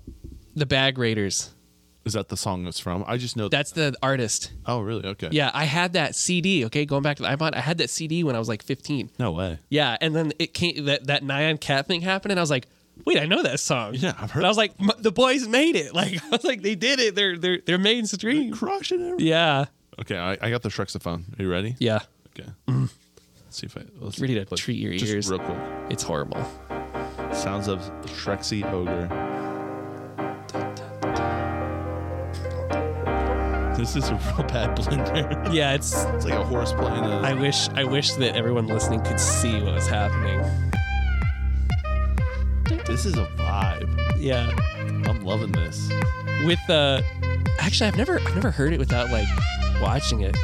Speaker 2: The Bag Raiders.
Speaker 1: is that the song it's from? I just know.
Speaker 2: That's the artist.
Speaker 1: oh, really? Okay.
Speaker 2: Yeah, I had that CD. Okay, going back to the iPod, I had that CD when I was like 15.
Speaker 1: No way.
Speaker 2: Yeah, and then it came that that Nyan cat thing happened, and I was like. Wait, I know that song.
Speaker 1: Yeah, I've heard
Speaker 2: And I was like, "M- the boys made it. Like, I was like, they did it. They're they're they're mainstream.
Speaker 1: Crushing it.
Speaker 2: Yeah,
Speaker 1: Okay, I, I got the Shrexophone. Are you ready?
Speaker 2: yeah.
Speaker 1: Okay. Let's see if I let's
Speaker 2: Ready to
Speaker 1: play-
Speaker 2: treat your
Speaker 1: just
Speaker 2: ears.
Speaker 1: real quick.
Speaker 2: It's horrible.
Speaker 1: Sounds of Shrexy Ogre. This is a real bad blender.
Speaker 2: Yeah, it's.
Speaker 1: It's like a horse playing a.
Speaker 2: I wish. I wish that everyone listening could see what was happening.
Speaker 1: this is a vibe.
Speaker 2: Yeah,
Speaker 1: I'm loving this.
Speaker 2: with Uh, actually, I've never. I've never heard it without like watching it.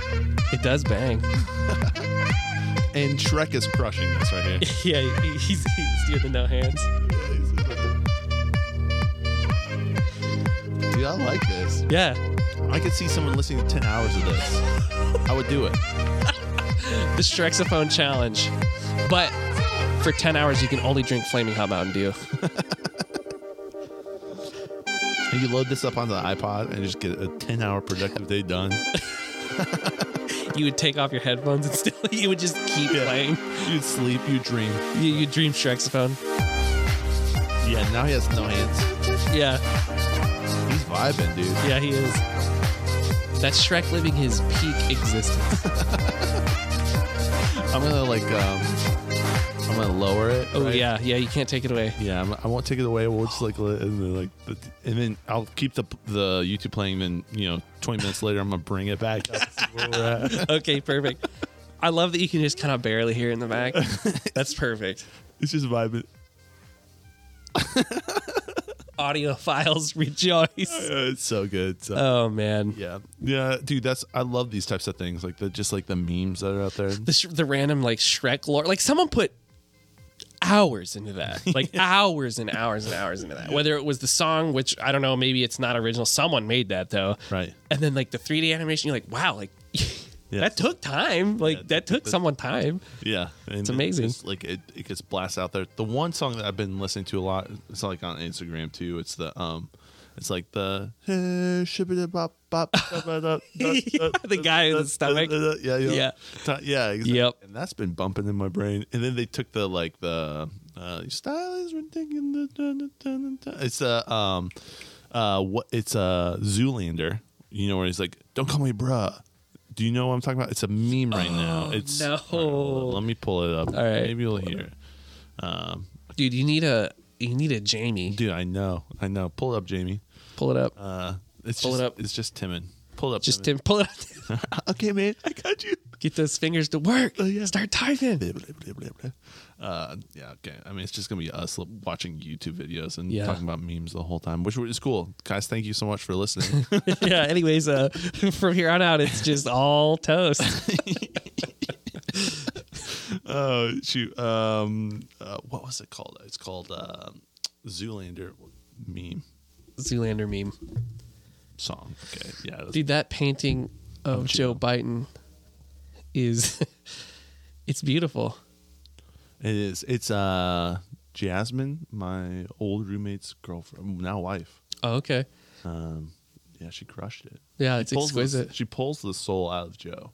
Speaker 2: It does bang.
Speaker 1: And Shrek is crushing this right here.
Speaker 2: yeah, he- he's he's doing the no hands.
Speaker 1: Dude, I like this.
Speaker 2: Yeah,
Speaker 1: I could see someone listening to 10 hours of this. I would do it.
Speaker 2: the Strexophone challenge. But for ten hours, you can only drink Flaming Hot Mountain Dew.
Speaker 1: And you load this up onto the iPod and just get a 10 hour productive day done.
Speaker 2: You would take off your headphones and still you would just keep playing.
Speaker 1: You'd sleep, you dream.
Speaker 2: You you dream Strexophone.
Speaker 1: Yeah, now he has no hands.
Speaker 2: Yeah.
Speaker 1: He's vibing, dude.
Speaker 2: Yeah, he is. That's Shrek living his peak existence.
Speaker 1: I'm gonna like, um, I'm gonna lower it.
Speaker 2: Oh
Speaker 1: right?
Speaker 2: yeah, yeah, you can't take it away.
Speaker 1: Yeah, I'm, I won't take it away. We'll just like, let- and then, like, the, and then I'll keep the the YouTube playing. Then you know, 20 minutes later, I'm gonna bring it back. up to where we're at.
Speaker 2: Okay, perfect. I love that you can just kind of barely hear in the back. That's perfect.
Speaker 1: It's just vibing.
Speaker 2: Audio files
Speaker 1: Uh,
Speaker 2: rejoice.
Speaker 1: It's so good. So.
Speaker 2: Oh man.
Speaker 1: yeah, yeah, dude. That's I love these types of things, like the just like the memes that are out there.
Speaker 2: The, sh- the random like Shrek lore. Like someone put hours into that. Like hours and hours and hours into that. Whether it was the song, which I don't know, maybe it's not original. Someone made that though.
Speaker 1: Right.
Speaker 2: And then like the 3D animation, you're like, wow, like that took time. Like
Speaker 1: Yeah, it
Speaker 2: that
Speaker 1: took-
Speaker 2: took someone time.
Speaker 1: Yeah, and it's
Speaker 2: amazing.
Speaker 1: just, like it, it gets blasted out there. The one song that I've been listening to a lot, it's like on Instagram too. It's the um, it's like the hey, shibbida bop bop.
Speaker 2: The
Speaker 1: The
Speaker 2: guy in the stomach.
Speaker 1: Yeah, yeah,
Speaker 2: Yeah.
Speaker 1: Ta- yeah. Exactly.
Speaker 2: Yep.
Speaker 1: And that's been bumping in my brain. And then they took the like the uh, your style is ridiculous. It's a um, uh, what it's a Zoolander. You know where he's like, don't call me bruh. Do you know what I'm talking about? It's a meme right now. It's
Speaker 2: Oh, no.
Speaker 1: Hold on, Let me pull it up.
Speaker 2: All right.
Speaker 1: Maybe you'll hear. it. Um,
Speaker 2: Dude, you need a you need a Jamie.
Speaker 1: dude, I know, I know. Pull it up, Jamie.
Speaker 2: Pull it up.
Speaker 1: Uh, it's
Speaker 2: Pull it
Speaker 1: just,
Speaker 2: up.
Speaker 1: It's just Timon. Pull it up.
Speaker 2: Just Tim, pull it up.
Speaker 1: Timon. okay, man, I got you.
Speaker 2: Get those fingers to work.
Speaker 1: Oh, yeah.
Speaker 2: Start typing.
Speaker 1: Blah, blah, blah, blah, blah. Uh, yeah, okay. I mean, it's just gonna be us l- watching YouTube videos and
Speaker 2: Yeah.
Speaker 1: talking about memes the whole time, which is cool, guys. Thank you so much for listening.
Speaker 2: yeah. Anyways, uh, from here on out, it's just all toast.
Speaker 1: Oh shoot, um, uh, what was it called? It's called um Zoolander meme
Speaker 2: Zoolander meme.
Speaker 1: song. Okay, yeah, that's-
Speaker 2: Dude, that painting of
Speaker 1: Of
Speaker 2: Oh, Joe
Speaker 1: Joe.
Speaker 2: Biden is it's beautiful.
Speaker 1: it is. It's uh Jasmine, my old roommate's girlfriend, now wife.
Speaker 2: Oh, okay.
Speaker 1: Um, yeah, she crushed it.
Speaker 2: Yeah,
Speaker 1: She
Speaker 2: it's
Speaker 1: pulls the-
Speaker 2: exquisite.
Speaker 1: she pulls the soul out of Joe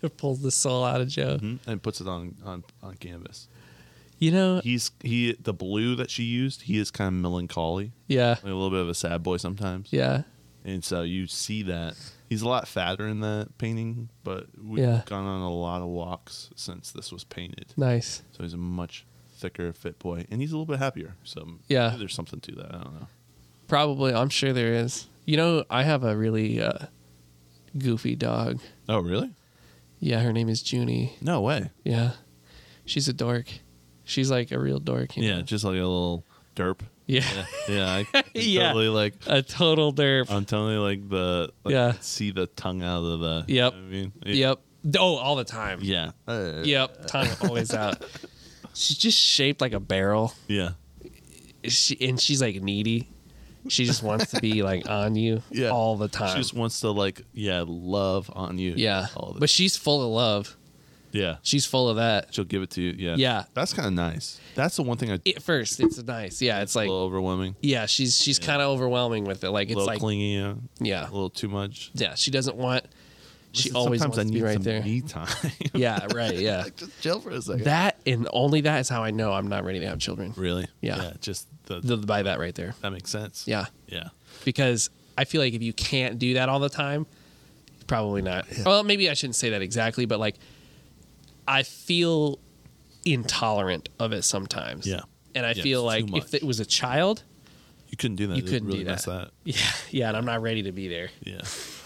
Speaker 1: hmm,
Speaker 2: Pulls the soul out of Joe.
Speaker 1: and puts it on on on canvas.
Speaker 2: Mm-hmm. You know,
Speaker 1: He's he the blue that she used. He is kind of melancholy,
Speaker 2: yeah,
Speaker 1: like a little bit of a sad boy sometimes.
Speaker 2: yeah,
Speaker 1: And so you see that he's a lot fatter in that painting, but we've
Speaker 2: Yeah.
Speaker 1: gone on a lot of walks since this was painted.
Speaker 2: nice.
Speaker 1: So he's a much thicker, fit boy, and he's a little bit happier. So
Speaker 2: Yeah.
Speaker 1: maybe there's something to that. I don't know.
Speaker 2: Probably, I'm sure there is. You know, I have a really uh, goofy dog.
Speaker 1: Oh, really?
Speaker 2: Yeah, her name is Junie.
Speaker 1: No way.
Speaker 2: Yeah, she's a dork. She's like a real dork. you
Speaker 1: Yeah,
Speaker 2: know?
Speaker 1: just like a little derp.
Speaker 2: yeah,
Speaker 1: Yeah, Oh, yeah. I, I
Speaker 2: Yeah.
Speaker 1: Totally like
Speaker 2: a total derp.
Speaker 1: I'm totally like the like,
Speaker 2: Yeah.
Speaker 1: I could See the tongue out of the. you
Speaker 2: Yep.
Speaker 1: know what I mean,
Speaker 2: Yep. Oh, all the time.
Speaker 1: Yeah. Uh,
Speaker 2: Yep. Tongue always out. She's just shaped like a barrel.
Speaker 1: Yeah.
Speaker 2: She and she's like needy. She just wants to be like on you
Speaker 1: Yeah.
Speaker 2: all the time.
Speaker 1: She just wants to like yeah love on you.
Speaker 2: yeah.
Speaker 1: All the,
Speaker 2: But she's full of love.
Speaker 1: yeah.
Speaker 2: She's full of that.
Speaker 1: She'll give it to you. Yeah.
Speaker 2: Yeah.
Speaker 1: That's kind of nice. That's the one thing I
Speaker 2: At first, it's nice. Yeah, it's
Speaker 1: a
Speaker 2: like
Speaker 1: little overwhelming.
Speaker 2: yeah, she's she's kind of overwhelming with it. Like
Speaker 1: A
Speaker 2: it's
Speaker 1: little
Speaker 2: like
Speaker 1: clingy. Yeah.
Speaker 2: yeah,
Speaker 1: A little too much.
Speaker 2: yeah. She doesn't want. She
Speaker 1: Listen,
Speaker 2: always
Speaker 1: sometimes
Speaker 2: wants
Speaker 1: I need
Speaker 2: to be right
Speaker 1: some
Speaker 2: there.
Speaker 1: Me time.
Speaker 2: Yeah. Right. Yeah.
Speaker 1: like just chill for a second.
Speaker 2: that and only that is how I know I'm not ready to have children.
Speaker 1: really.
Speaker 2: Yeah.
Speaker 1: Just the,
Speaker 2: The, by that right there.
Speaker 1: that makes sense.
Speaker 2: Yeah.
Speaker 1: Yeah.
Speaker 2: because I feel like if you can't do that all the time, probably not. Well, maybe I shouldn't say that exactly, but like I feel intolerant of it sometimes.
Speaker 1: Yeah.
Speaker 2: And I
Speaker 1: Yeah,
Speaker 2: feel
Speaker 1: it's too
Speaker 2: like
Speaker 1: much.
Speaker 2: if it was a child,
Speaker 1: You couldn't do that.
Speaker 2: you
Speaker 1: It'd
Speaker 2: couldn't
Speaker 1: really
Speaker 2: do that.
Speaker 1: mess that.
Speaker 2: Yeah, yeah, and I'm not ready to be there.
Speaker 1: Yeah.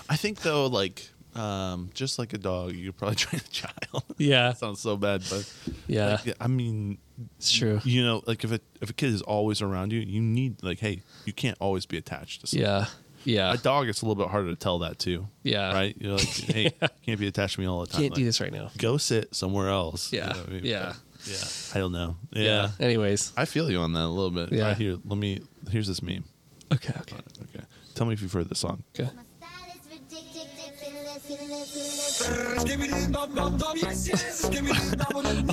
Speaker 1: I think though, like, um, just like a dog, you could probably train a child.
Speaker 2: Yeah.
Speaker 1: sounds so bad, but
Speaker 2: Yeah.
Speaker 1: like, I mean,
Speaker 2: It's true.
Speaker 1: you know, like if a if a kid is always around you, you need like, hey, you can't always be attached to. Someone.
Speaker 2: Yeah. Yeah.
Speaker 1: A dog, it's a little bit harder to tell that too.
Speaker 2: Yeah.
Speaker 1: Right. You're like, hey, you can't be attached to me all the time.
Speaker 2: Can't do
Speaker 1: Like,
Speaker 2: this right now.
Speaker 1: Go sit somewhere else. You
Speaker 2: Yeah.
Speaker 1: know what I mean?
Speaker 2: Yeah.
Speaker 1: Yeah. I don't know. Yeah.
Speaker 2: Anyways.
Speaker 1: I feel you on that a little bit.
Speaker 2: Yeah.
Speaker 1: Right here, let me. Here's this meme.
Speaker 2: Okay. Okay.
Speaker 1: Okay. Tell me if you've heard this song.
Speaker 2: Okay.
Speaker 3: My style is ridiculous, ridiculous,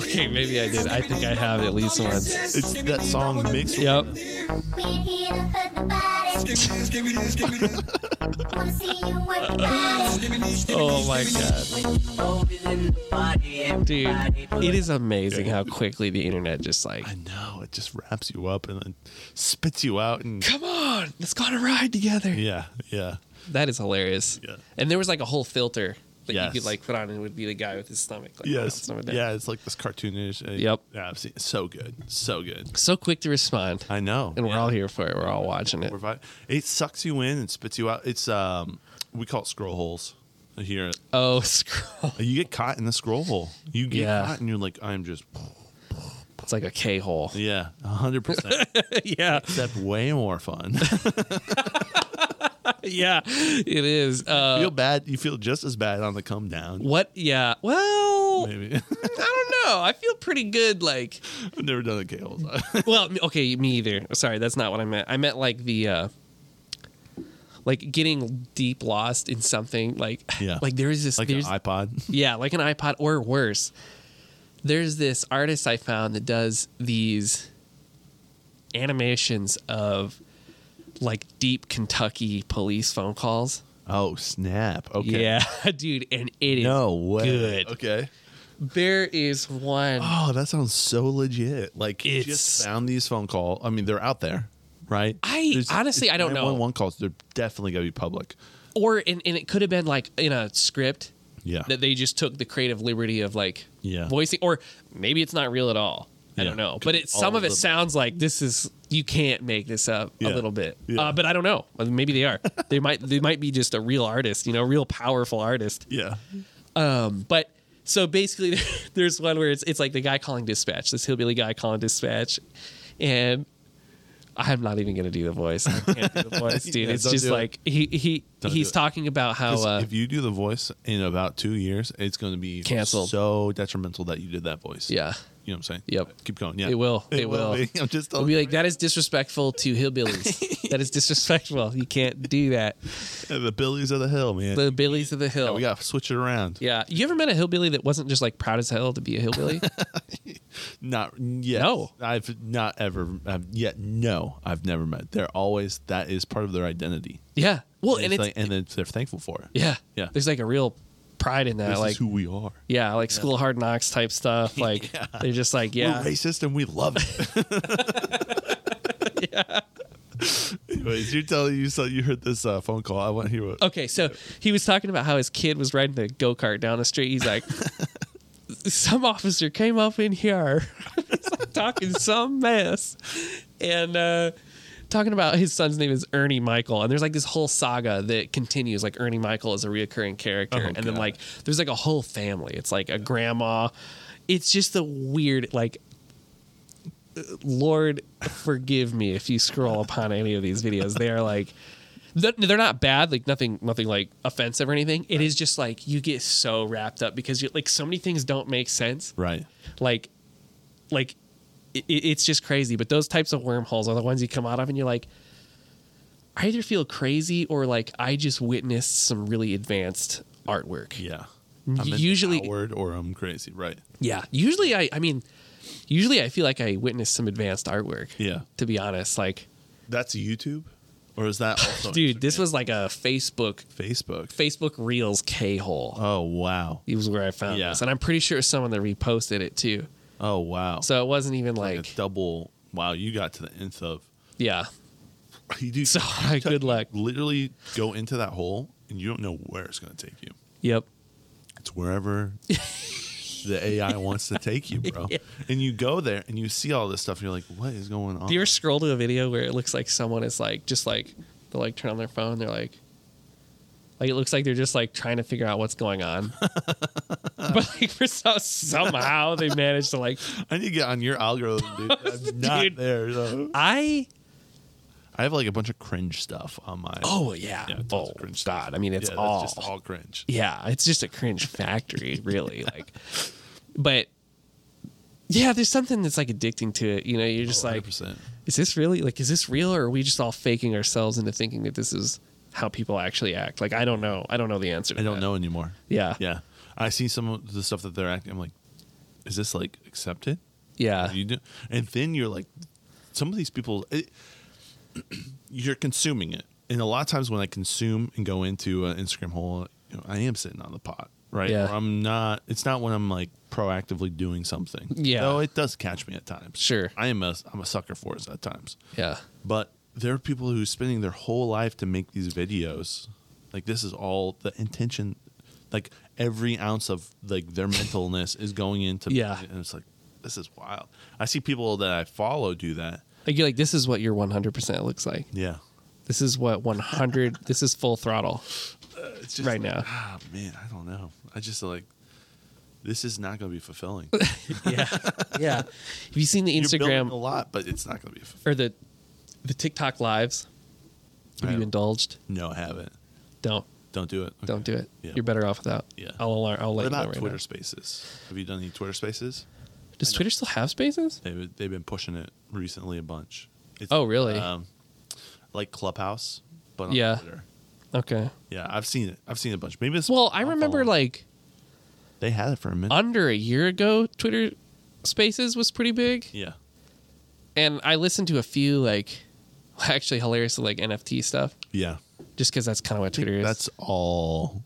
Speaker 4: okay,
Speaker 2: maybe I did. I think I have at least once.
Speaker 1: It's that song mixed. with-
Speaker 2: Yep.
Speaker 3: We're here to hurt the body. Wanna see you work the body.
Speaker 2: Oh my god. Dude, it is amazing how quickly the internet just like
Speaker 1: I know it just wraps you up and then spits you out and
Speaker 2: come on, let's go on a ride together.
Speaker 1: yeah, yeah,
Speaker 2: That is hilarious.
Speaker 1: Yeah.
Speaker 2: And there was like a whole filter that
Speaker 1: Yes.
Speaker 2: you could like put on, and it would be the guy with his stomach. Like,
Speaker 1: yes,
Speaker 2: down, stomach down.
Speaker 1: yeah. It's like this cartoonish. uh,
Speaker 2: Yep.
Speaker 1: Yeah, I've seen it. so good, so good.
Speaker 2: So quick to respond,
Speaker 1: I know,
Speaker 2: and we're
Speaker 1: yeah.
Speaker 2: all here for it. We're all watching it.
Speaker 1: We're vi- it sucks you in and spits you out. It's um, we call it scroll holes. Here,
Speaker 2: Oh, scroll.
Speaker 1: you get caught in the scroll hole. You get
Speaker 2: Yeah.
Speaker 1: caught and you're like, I'm just
Speaker 2: It's like a K hole.
Speaker 1: yeah, hundred percent.
Speaker 2: yeah,
Speaker 1: Except way more fun.
Speaker 2: yeah, it is. Uh,
Speaker 1: you feel bad. You feel just as bad on the come down.
Speaker 2: what? Yeah. Well,
Speaker 1: Maybe
Speaker 2: I don't know. I feel pretty good. Like,
Speaker 1: I've never done a K hole.
Speaker 2: well, m- okay, me either. Sorry, that's not what I meant. I meant like the uh like getting deep lost in something like
Speaker 1: Yeah.
Speaker 2: like there is this
Speaker 1: like an
Speaker 2: there's,
Speaker 1: iPod.
Speaker 2: yeah, like an iPod or worse. There's this artist I found that does these animations of like deep Kentucky police phone calls.
Speaker 1: Oh snap! Okay.
Speaker 2: Yeah, dude, and it is
Speaker 1: No way.
Speaker 2: good.
Speaker 1: Okay.
Speaker 2: there is one.
Speaker 1: Oh, that sounds so legit. Like you
Speaker 2: It's-
Speaker 1: just found these phone call. I mean, they're out there, right?
Speaker 2: I- honestly, I don't know.
Speaker 1: One calls. They're definitely gonna be public.
Speaker 2: Or and, and it could have been like in a script
Speaker 1: Yeah.
Speaker 2: that they just took the creative liberty of like
Speaker 1: Yeah.
Speaker 2: voicing or maybe it's not real at all i
Speaker 1: Yeah.
Speaker 2: don't know
Speaker 1: Could
Speaker 2: but
Speaker 1: be
Speaker 2: it, some
Speaker 1: all
Speaker 2: of it
Speaker 1: the-
Speaker 2: sounds like this is you can't make this up a
Speaker 1: Yeah.
Speaker 2: little bit
Speaker 1: Yeah.
Speaker 2: uh, but i don't know maybe they are they might they might be just a real artist you know a real powerful artist
Speaker 1: yeah.
Speaker 2: but so basically, there's one where it's it's like the guy calling dispatch, this hillbilly guy calling dispatch, and I'm not even gonna do the voice. I can't do the voice, dude.
Speaker 1: Yeah,
Speaker 2: it's
Speaker 1: don't
Speaker 2: just
Speaker 1: do it.
Speaker 2: like he he
Speaker 1: Don't do
Speaker 2: he's
Speaker 1: it.
Speaker 2: talking about how
Speaker 1: 'Cause
Speaker 2: uh,
Speaker 1: if you do the voice in about two years, it's going to be
Speaker 2: Canceled.
Speaker 1: So detrimental that you did that voice.
Speaker 2: yeah
Speaker 1: You know what I'm saying?
Speaker 2: Yep.
Speaker 1: Keep going. Yeah.
Speaker 2: It will. It will.
Speaker 1: be. I'm just
Speaker 2: I'll
Speaker 1: telling
Speaker 2: be
Speaker 1: you.
Speaker 2: like, that is disrespectful to hillbillies. that is disrespectful. You can't do that.
Speaker 1: the Billies of the Hill, man.
Speaker 2: The billies of the hill.
Speaker 1: Yeah, we got to switch it around.
Speaker 2: Yeah. You ever met a hillbilly that wasn't just like proud as hell to be a hillbilly?
Speaker 1: Not yet.
Speaker 2: No.
Speaker 1: I've not ever I've yet. No, I've never met. They're always that is part of their identity.
Speaker 2: yeah. Well, and
Speaker 1: it's
Speaker 2: it's,
Speaker 1: like, and then they're thankful for it.
Speaker 2: yeah.
Speaker 1: Yeah.
Speaker 2: There's like a real pride in that.
Speaker 1: this
Speaker 2: like,
Speaker 1: is who we are.
Speaker 2: yeah, like school of hard knocks type stuff. Like, they're just like, yeah.
Speaker 1: We're racist and we love it. Anyways, you're telling you so you heard this uh, phone call. I want to hear what.
Speaker 2: Okay, so he was talking about how his kid was riding a go kart down the street. He's like, some officer came up in here, He's like talking some mess, and uh, talking about his son's name is Ernie Michael. And there's like this whole saga that continues. Like Ernie Michael is a reoccurring character,
Speaker 1: Oh,
Speaker 2: and then
Speaker 1: God.
Speaker 2: like there's like a whole family. It's like a grandma. It's just a weird like. Lord, forgive me if you scroll upon any of these videos. They are like Th- they're not bad like nothing nothing like offensive or anything It is just like you get so wrapped up because you like so many things don't make sense
Speaker 1: Right.
Speaker 2: like like it, it's just crazy but those types of wormholes are the ones you come out of and you're like i either feel crazy or like i just witnessed some really advanced artwork
Speaker 1: Yeah.
Speaker 2: Usually-
Speaker 1: word or I'm crazy. Right.
Speaker 2: yeah usually i i mean usually i feel like i witnessed some advanced artwork
Speaker 1: Yeah.
Speaker 2: to be honest like
Speaker 1: That's YouTube, or is that also
Speaker 2: dude this
Speaker 1: Instagram?
Speaker 2: was like a facebook
Speaker 1: Facebook?
Speaker 2: facebook reels k-hole
Speaker 1: Oh wow.
Speaker 2: It was where I found
Speaker 1: Yeah.
Speaker 2: this, and I'm pretty sure it was someone that reposted it too.
Speaker 1: Oh wow.
Speaker 2: So it wasn't even
Speaker 1: like,
Speaker 2: like,
Speaker 1: a double. Wow, you got to the nth of.
Speaker 2: yeah.
Speaker 1: You do
Speaker 2: So
Speaker 1: you
Speaker 2: good luck.
Speaker 1: Literally go into that hole and you don't know where it's going to take you.
Speaker 2: Yep.
Speaker 1: It's wherever the AI wants to take you, bro. And you go there and you see all this stuff. And you're like, what is going on?
Speaker 2: Do you ever scroll to a video where it looks like someone is like just like they like turn on their phone, they're like, like it looks like they're just like trying to figure out what's going on, but like for so, somehow they managed to like
Speaker 1: I need to get on your algorithm, dude. I'm not
Speaker 2: Dude.
Speaker 1: there. though.
Speaker 2: I
Speaker 1: I have like a bunch of cringe stuff on my.
Speaker 2: oh yeah,
Speaker 1: Yeah, tons
Speaker 2: oh
Speaker 1: of cringe stuff.
Speaker 2: god I mean it's
Speaker 1: yeah,
Speaker 2: all,
Speaker 1: That's just all cringe.
Speaker 2: yeah it's just a cringe factory really like, but yeah there's something that's like addicting to it you know you're
Speaker 1: Oh,
Speaker 2: just like
Speaker 1: 100%.
Speaker 2: is this really like is this real or are we just all faking ourselves into thinking that this is how people actually act like i don't know i don't know the answer to
Speaker 1: I don't
Speaker 2: that.
Speaker 1: know anymore.
Speaker 2: yeah
Speaker 1: Yeah. I see some of the stuff that they're acting. I'm like, is this like accepted?
Speaker 2: yeah
Speaker 1: you do, and then you're like, some of these people, it, you're consuming it, and a lot of times when I consume and go into an Instagram hole, you know, I am sitting on the pot, right?
Speaker 2: Yeah.
Speaker 1: Or I'm not. It's not when I'm like proactively doing something.
Speaker 2: Yeah.
Speaker 1: though it does catch me at times.
Speaker 2: Sure.
Speaker 1: I am a I'm a sucker for it at times,
Speaker 2: yeah
Speaker 1: but there are people who are spending their whole life to make these videos. Like this is all the intention. Like every ounce of like their mentalness is going into
Speaker 2: Yeah.
Speaker 1: and it's like this is wild. I see people that I follow do that.
Speaker 2: like you're like this is what your 100% looks like
Speaker 1: Yeah,
Speaker 2: this is what 100 this is full throttle
Speaker 1: Uh, it's just
Speaker 2: Right
Speaker 1: like,
Speaker 2: now.
Speaker 1: Ah, man, I don't know. I just like this is not going to be fulfilling.
Speaker 2: yeah yeah have you seen the
Speaker 1: You're building a
Speaker 2: instagram
Speaker 1: lot, but it's not going to be. Fulfilling.
Speaker 2: or the the tiktok lives have you
Speaker 1: Right.
Speaker 2: indulged
Speaker 1: No, I haven't.
Speaker 2: don't
Speaker 1: Don't do it. Okay.
Speaker 2: don't do it
Speaker 1: Yeah.
Speaker 2: you're better off without
Speaker 1: Yeah.
Speaker 2: i'll alarm i'll
Speaker 1: What
Speaker 2: let you know
Speaker 1: about
Speaker 2: right
Speaker 1: Twitter
Speaker 2: now.
Speaker 1: Spaces? Have you done any Twitter Spaces?
Speaker 2: does twitter still have spaces
Speaker 1: They've they've been pushing it recently a bunch. It's,
Speaker 2: Oh, really?
Speaker 1: Um, like Clubhouse, but on
Speaker 2: Yeah.
Speaker 1: Twitter.
Speaker 2: okay
Speaker 1: Yeah, I've seen it. I've seen it a bunch. Maybe it's
Speaker 2: well i
Speaker 1: I'll
Speaker 2: remember
Speaker 1: follow.
Speaker 2: like
Speaker 1: they had it for a minute.
Speaker 2: under a year ago, Twitter Spaces was pretty big,
Speaker 1: yeah.
Speaker 2: and I listened to a few like actually hilarious like NFT stuff,
Speaker 1: Yeah.
Speaker 2: just because that's kind of what Twitter is.
Speaker 1: That's all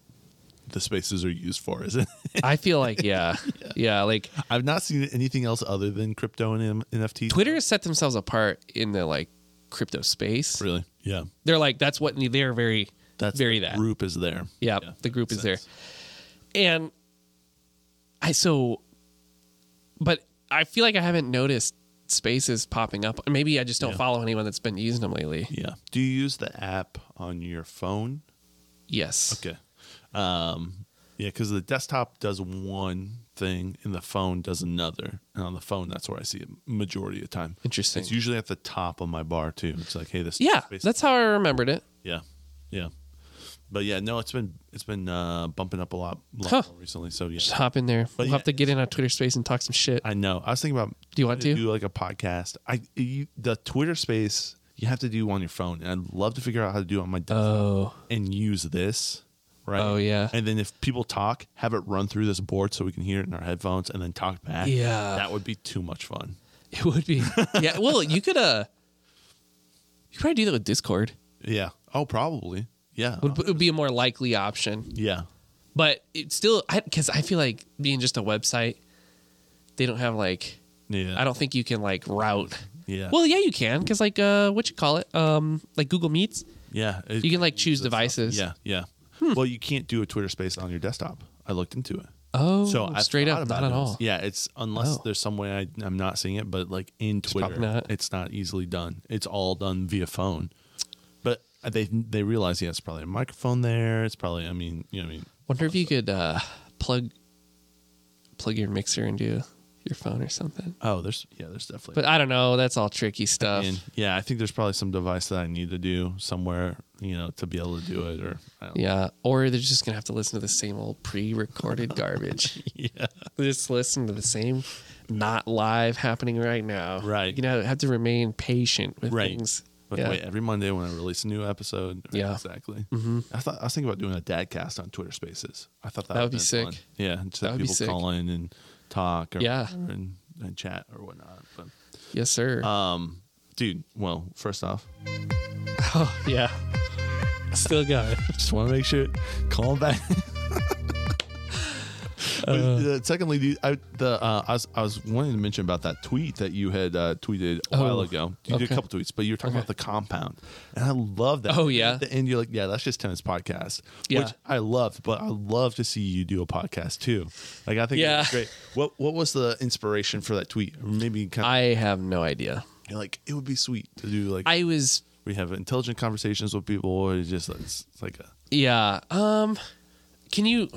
Speaker 1: the spaces are used for, isn't it?
Speaker 2: I feel like yeah, yeah, like
Speaker 1: I've not seen anything else other than crypto and M- NFT.
Speaker 2: Twitter has set themselves apart in the like crypto space.
Speaker 1: Really? Yeah.
Speaker 2: They're like that's what they're very
Speaker 1: That's
Speaker 2: very
Speaker 1: the
Speaker 2: that
Speaker 1: group is there.
Speaker 2: yeah,
Speaker 1: Yeah,
Speaker 2: the group is
Speaker 1: makes
Speaker 2: there
Speaker 1: sense.
Speaker 2: and i so but i feel like i haven't noticed spaces popping up maybe i just don't
Speaker 1: Yeah.
Speaker 2: follow anyone that's been using them lately
Speaker 1: Yeah. Do you use the app on your phone?
Speaker 2: yes
Speaker 1: Okay. Um, yeah, because the desktop does one thing and the phone does another. And on the phone, that's where I see it majority of the time.
Speaker 2: Interesting.
Speaker 1: It's usually at the top of my bar too. It's like, hey, this.
Speaker 2: Yeah,
Speaker 1: space-
Speaker 2: that's how I remembered it.
Speaker 1: yeah, yeah. But yeah, no, it's been it's been uh, bumping up a lot, lot
Speaker 2: Huh.
Speaker 1: more recently. So yeah,
Speaker 2: Just hop in there. we'll
Speaker 1: yeah,
Speaker 2: have to get in on Twitter Space and talk some shit.
Speaker 1: I know. I was thinking about
Speaker 2: Do you want to?
Speaker 1: do like a podcast? I you, the Twitter space you have to do on your phone, and I'd love to figure out how to do it on my desktop
Speaker 2: oh,
Speaker 1: and use this. Right.
Speaker 2: Oh, yeah.
Speaker 1: And then if people talk, have it run through this board so we can hear it in our headphones, and then talk back.
Speaker 2: Yeah.
Speaker 1: that would be too much fun.
Speaker 2: it would be. Yeah. Well, you could uh, you could probably do that with Discord.
Speaker 1: Yeah. Oh, probably. Yeah.
Speaker 2: Would, would be a more likely option.
Speaker 1: yeah.
Speaker 2: But it's still, because I, feel like being just a website, they don't have like.
Speaker 1: Yeah.
Speaker 2: I don't think you can like route.
Speaker 1: Yeah.
Speaker 2: Well, yeah, you can, because like uh, what you call it, um, like Google Meets.
Speaker 1: yeah. it- uh,
Speaker 2: You can like choose devices.
Speaker 1: Yeah, yeah. Well, you can't do a Twitter Space on your desktop. I looked into it.
Speaker 2: Oh,
Speaker 1: So
Speaker 2: so
Speaker 1: I
Speaker 2: straight
Speaker 1: thought
Speaker 2: up,
Speaker 1: about
Speaker 2: not at
Speaker 1: it.
Speaker 2: all.
Speaker 1: Yeah, it's unless
Speaker 2: Oh.
Speaker 1: there's some way I, I'm not seeing it, but like in Twitter,
Speaker 2: probably not.
Speaker 1: it's not easily done. It's all done via phone. But they they realize, yeah, it's probably a microphone there. It's probably, I mean, you know, what I mean,
Speaker 2: Wonder if you could uh, plug plug your mixer into your phone or something.
Speaker 1: oh, there's yeah, there's definitely.
Speaker 2: But I don't know. That's all tricky stuff.
Speaker 1: and yeah, I think there's probably some device that I need to do somewhere, you know, to be able to do it, or I don't
Speaker 2: Yeah, or they're just gonna have to listen to the same old pre-recorded garbage.
Speaker 1: yeah,
Speaker 2: They just listen to the same, not live happening right now.
Speaker 1: Right.
Speaker 2: You know, have to remain patient with
Speaker 1: Right.
Speaker 2: things.
Speaker 1: But
Speaker 2: yeah.
Speaker 1: wait, every Monday when I release a new episode. right,
Speaker 2: Yeah. Mm-hmm.
Speaker 1: exactly. I thought I was thinking about doing a dadcast on Twitter Spaces. I thought that,
Speaker 2: That would be
Speaker 1: been
Speaker 2: sick.
Speaker 1: fun. Yeah, just have
Speaker 2: would be
Speaker 1: people
Speaker 2: sick.
Speaker 1: call in and talk, or,
Speaker 2: Yeah.
Speaker 1: and, and chat or whatnot. But
Speaker 2: Yes, sir.
Speaker 1: um, dude, well, first off,
Speaker 2: yeah. Still got it.
Speaker 1: just want to make sure call back. But, uh, secondly, the, I, the uh, I was I was wanting to mention about that tweet that you had uh, tweeted a while
Speaker 2: Oh,
Speaker 1: ago. You did
Speaker 2: okay.
Speaker 1: a couple tweets, but you were talking
Speaker 2: Okay.
Speaker 1: about the compound, and I love that.
Speaker 2: Oh, yeah.
Speaker 1: At the end, you're like, yeah, that's just tennis podcast,
Speaker 2: Yeah.
Speaker 1: which I loved. But I love to see you do a podcast too. Like I think
Speaker 2: Yeah.
Speaker 1: yeah. great. What what was the inspiration for that tweet? Or Maybe kind of,
Speaker 2: I have no idea.
Speaker 1: you're like it would be sweet to do like
Speaker 2: I was
Speaker 1: we have intelligent conversations with people. Or it's just it's, it's like a
Speaker 2: Yeah. Um can you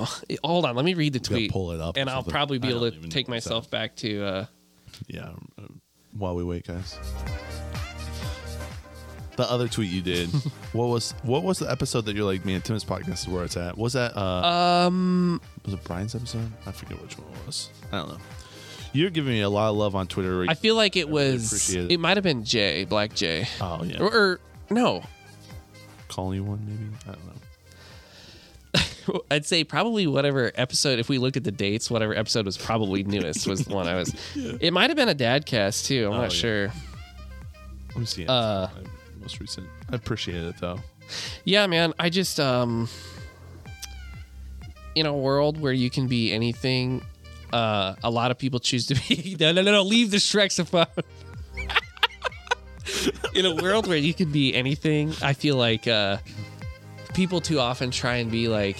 Speaker 2: hold on, let me read the
Speaker 1: gotta
Speaker 2: tweet.
Speaker 1: pull it up or
Speaker 2: And I'll
Speaker 1: something.
Speaker 2: probably be
Speaker 1: I
Speaker 2: able
Speaker 1: don't
Speaker 2: to
Speaker 1: even
Speaker 2: take
Speaker 1: know what's
Speaker 2: myself back to uh
Speaker 1: yeah um, while we wait guys the other tweet you did what was what was the episode that you're like man tim's podcast is where it's at was that uh um was it brian's episode i forget which one it was i don't know you're giving me a lot of love on twitter
Speaker 2: I feel like it
Speaker 1: really
Speaker 2: was
Speaker 1: appreciate
Speaker 2: it.
Speaker 1: it.
Speaker 2: might have been Jay, Black Jay.
Speaker 1: oh yeah
Speaker 2: Or, or no.
Speaker 1: calling you one maybe i don't know
Speaker 2: I'd say probably whatever episode if we looked at the dates, whatever episode was probably newest was the one I was it might have been a dad cast too, I'm
Speaker 1: Oh,
Speaker 2: not
Speaker 1: yeah.
Speaker 2: sure.
Speaker 1: let me see
Speaker 2: Uh,
Speaker 1: My most recent i appreciate it though
Speaker 2: Yeah, man. I just um in a world where you can be anything, uh a lot of people choose to be No, no, no, no, leave the Shrexophone. in a world where you can be anything, I feel like uh people too often try and be like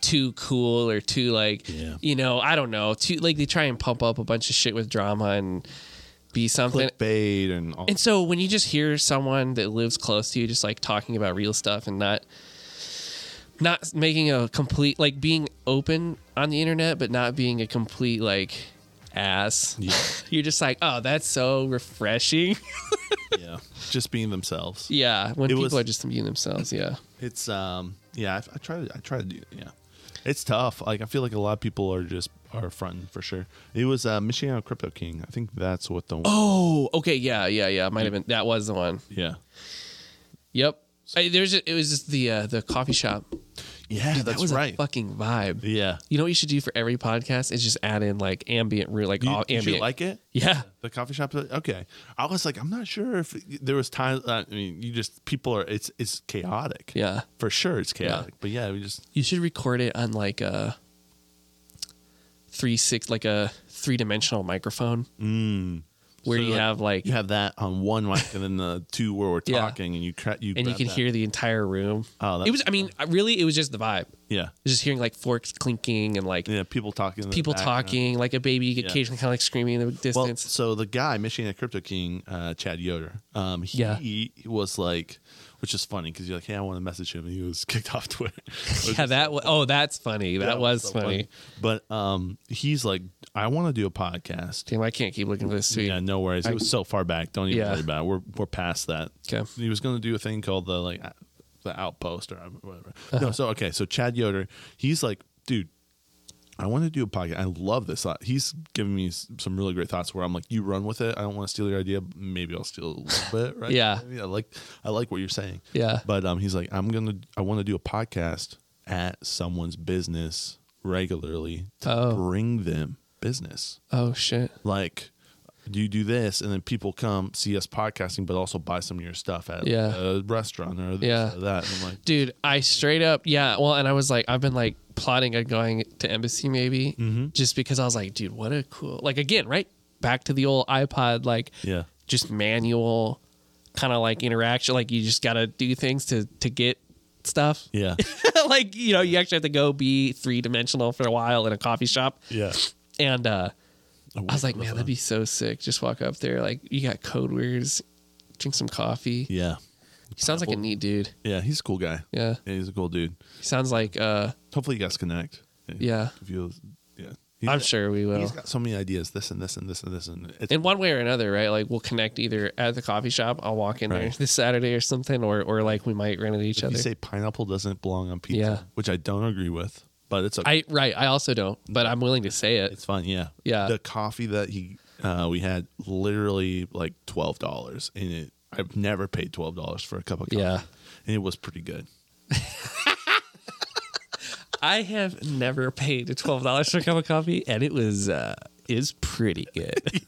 Speaker 2: too cool or too like
Speaker 1: Yeah.
Speaker 2: you know, I don't know, too like they try and pump up a bunch of shit with drama and be something
Speaker 1: clickbait and all
Speaker 2: and so when you just hear someone that lives close to you just like talking about real stuff and not not making a complete like being open on the internet but not being a complete like ass.
Speaker 1: yeah,
Speaker 2: You're just like, "Oh, that's so refreshing."
Speaker 1: yeah just being themselves
Speaker 2: yeah, when
Speaker 1: It
Speaker 2: people
Speaker 1: was-
Speaker 2: are just being themselves, yeah.
Speaker 1: It's um yeah, I, I try to I try to do yeah. It's tough. Like I feel like a lot of people are just are fronting for sure. It was uh Michigan Crypto King. I think that's what the
Speaker 2: Oh, okay, yeah, yeah, yeah. Might have been that was the one.
Speaker 1: yeah.
Speaker 2: Yep. I, there's a, it was just the uh, the coffee shop.
Speaker 1: Yeah,
Speaker 2: that was a fucking vibe.
Speaker 1: yeah.
Speaker 2: You know what you should do for every podcast is just add in like ambient, real like
Speaker 1: You,
Speaker 2: all
Speaker 1: did
Speaker 2: ambient.
Speaker 1: you like it?
Speaker 2: yeah,
Speaker 1: The coffee shop. Okay, I was like, I'm not sure if there was time. uh, I mean, you just people are. It's it's chaotic.
Speaker 2: yeah.
Speaker 1: for sure, it's chaotic. But yeah, we just
Speaker 2: You should record it on like a three six like a three dimensional microphone where
Speaker 1: Mm. So,
Speaker 2: you
Speaker 1: like,
Speaker 2: have like
Speaker 1: you have that on one mic and then the two where we're
Speaker 2: Yeah.
Speaker 1: talking and you cra- you
Speaker 2: and you
Speaker 1: grab
Speaker 2: can
Speaker 1: that.
Speaker 2: hear the entire room.
Speaker 1: Oh, that-
Speaker 2: it was I mean I- really it was just the vibe.
Speaker 1: yeah
Speaker 2: Just hearing like forks clinking and like
Speaker 1: yeah people talking in the
Speaker 2: people
Speaker 1: background.
Speaker 2: talking, like a baby occasionally kind of like screaming in the
Speaker 1: Well,
Speaker 2: distance.
Speaker 1: so the guy, Michigan at Crypto King, uh, Chad Yoder, um, he
Speaker 2: Yeah.
Speaker 1: was like, which is funny because you're like, hey, I want to message him, and he was kicked off Twitter. Which
Speaker 2: yeah,
Speaker 1: is-
Speaker 2: that was, oh that's funny. That, was,
Speaker 1: so
Speaker 2: funny.
Speaker 1: But um, he's like, I want to do a podcast.
Speaker 2: Damn, I can't keep looking for this tweet.
Speaker 1: Yeah, no worries. it was so far back. Don't even
Speaker 2: Yeah.
Speaker 1: worry about it. We're we're past that.
Speaker 2: Okay.
Speaker 1: He was going to do a thing called the like the outpost or whatever. No, so okay, so Chad Yoder, he's like, dude, I want to do a podcast. I love this. thought. He's giving me s- some really great thoughts where I'm like, you run with it. I don't want to steal your idea. but Maybe I'll steal a little bit, right?
Speaker 2: Yeah.
Speaker 1: I mean, I like I like what you're saying.
Speaker 2: Yeah.
Speaker 1: But um, he's like, I'm gonna I want to do a podcast at someone's business regularly to
Speaker 2: Oh.
Speaker 1: bring them business
Speaker 2: Oh shit.
Speaker 1: like you do this and then people come see us podcasting but also buy some of your stuff at
Speaker 2: Yeah.
Speaker 1: a restaurant or this
Speaker 2: Yeah.
Speaker 1: or that and i'm like
Speaker 2: Dude, I straight up, yeah. Well, and I was like, I've been like plotting on going to embassy maybe
Speaker 1: Mm-hmm.
Speaker 2: just because I was like, dude, what a cool, like, again, right back to the old iPod, like,
Speaker 1: yeah
Speaker 2: just manual kind of like interaction. Like, you just got to do things to, to get stuff.
Speaker 1: yeah
Speaker 2: like, you know, you actually have to go be three dimensional for a while in a coffee shop.
Speaker 1: yeah
Speaker 2: And, uh, I was like,
Speaker 1: Away
Speaker 2: man,
Speaker 1: from
Speaker 2: that'd be so sick. Just walk up there, like, you got code words, drink some coffee.
Speaker 1: the- yeah
Speaker 2: He sounds like a neat dude.
Speaker 1: yeah he's a cool guy
Speaker 2: Yeah.
Speaker 1: Yeah, he's a cool dude
Speaker 2: He sounds like, uh,
Speaker 1: hopefully you guys connect
Speaker 2: Yeah.
Speaker 1: if you yeah He's-
Speaker 2: I'm sure we will.
Speaker 1: he's got so many ideas this and this and this and this and it's,
Speaker 2: in one way or another, right? Like we'll connect either at the coffee shop. I'll walk in there
Speaker 1: Right.
Speaker 2: this Saturday or something, or or like we might run into each
Speaker 1: if you
Speaker 2: other.
Speaker 1: say pineapple doesn't belong on pizza
Speaker 2: Yeah.
Speaker 1: which i don't agree with but it's okay
Speaker 2: I right. I also don't, but I'm willing to say it.
Speaker 1: It's fun, yeah.
Speaker 2: Yeah.
Speaker 1: The coffee that he uh, we had literally like twelve dollars in it. I've never paid twelve dollars for a cup of coffee.
Speaker 2: Yeah.
Speaker 1: And it was pretty good.
Speaker 2: I have never paid twelve dollars for a cup of coffee, and it was uh is pretty good.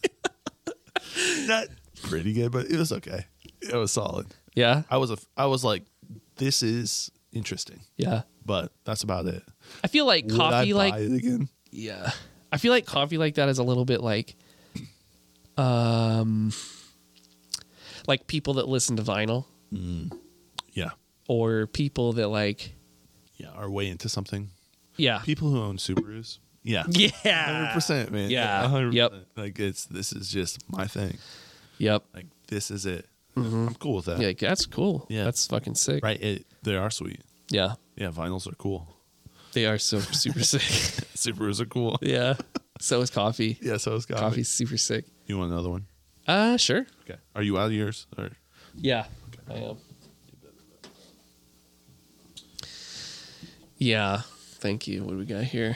Speaker 1: Not pretty good, but it was okay. It was solid.
Speaker 2: yeah,
Speaker 1: I was a I was like, this is interesting.
Speaker 2: yeah.
Speaker 1: But that's about it.
Speaker 2: I feel like
Speaker 1: Would I
Speaker 2: coffee,
Speaker 1: buy
Speaker 2: like
Speaker 1: it again?
Speaker 2: yeah, I feel like coffee like that is a little bit like, um, like people that listen to vinyl
Speaker 1: Yeah.
Speaker 2: or people that like
Speaker 1: Yeah. Our way into something.
Speaker 2: yeah
Speaker 1: People who own Subarus. Yeah.
Speaker 2: yeah
Speaker 1: Hundred percent, man.
Speaker 2: Yeah.
Speaker 1: a hundred
Speaker 2: Yep.
Speaker 1: percent. Like it's this is just my thing.
Speaker 2: Yep.
Speaker 1: Like this is it. I'm cool with that.
Speaker 2: Mm-hmm. Yeah, like, that's cool.
Speaker 1: Yeah.
Speaker 2: That's fucking sick.
Speaker 1: Right. It, they are sweet.
Speaker 2: Yeah.
Speaker 1: Yeah, vinyls are cool.
Speaker 2: They are so super sick.
Speaker 1: Subarus are cool.
Speaker 2: Yeah. So is coffee.
Speaker 1: Yeah, so is coffee.
Speaker 2: Coffee's super sick.
Speaker 1: You want another one?
Speaker 2: Uh sure.
Speaker 1: Okay. Are you out of yours? Or
Speaker 2: Yeah. I am. Yeah. Thank you. What do we got here?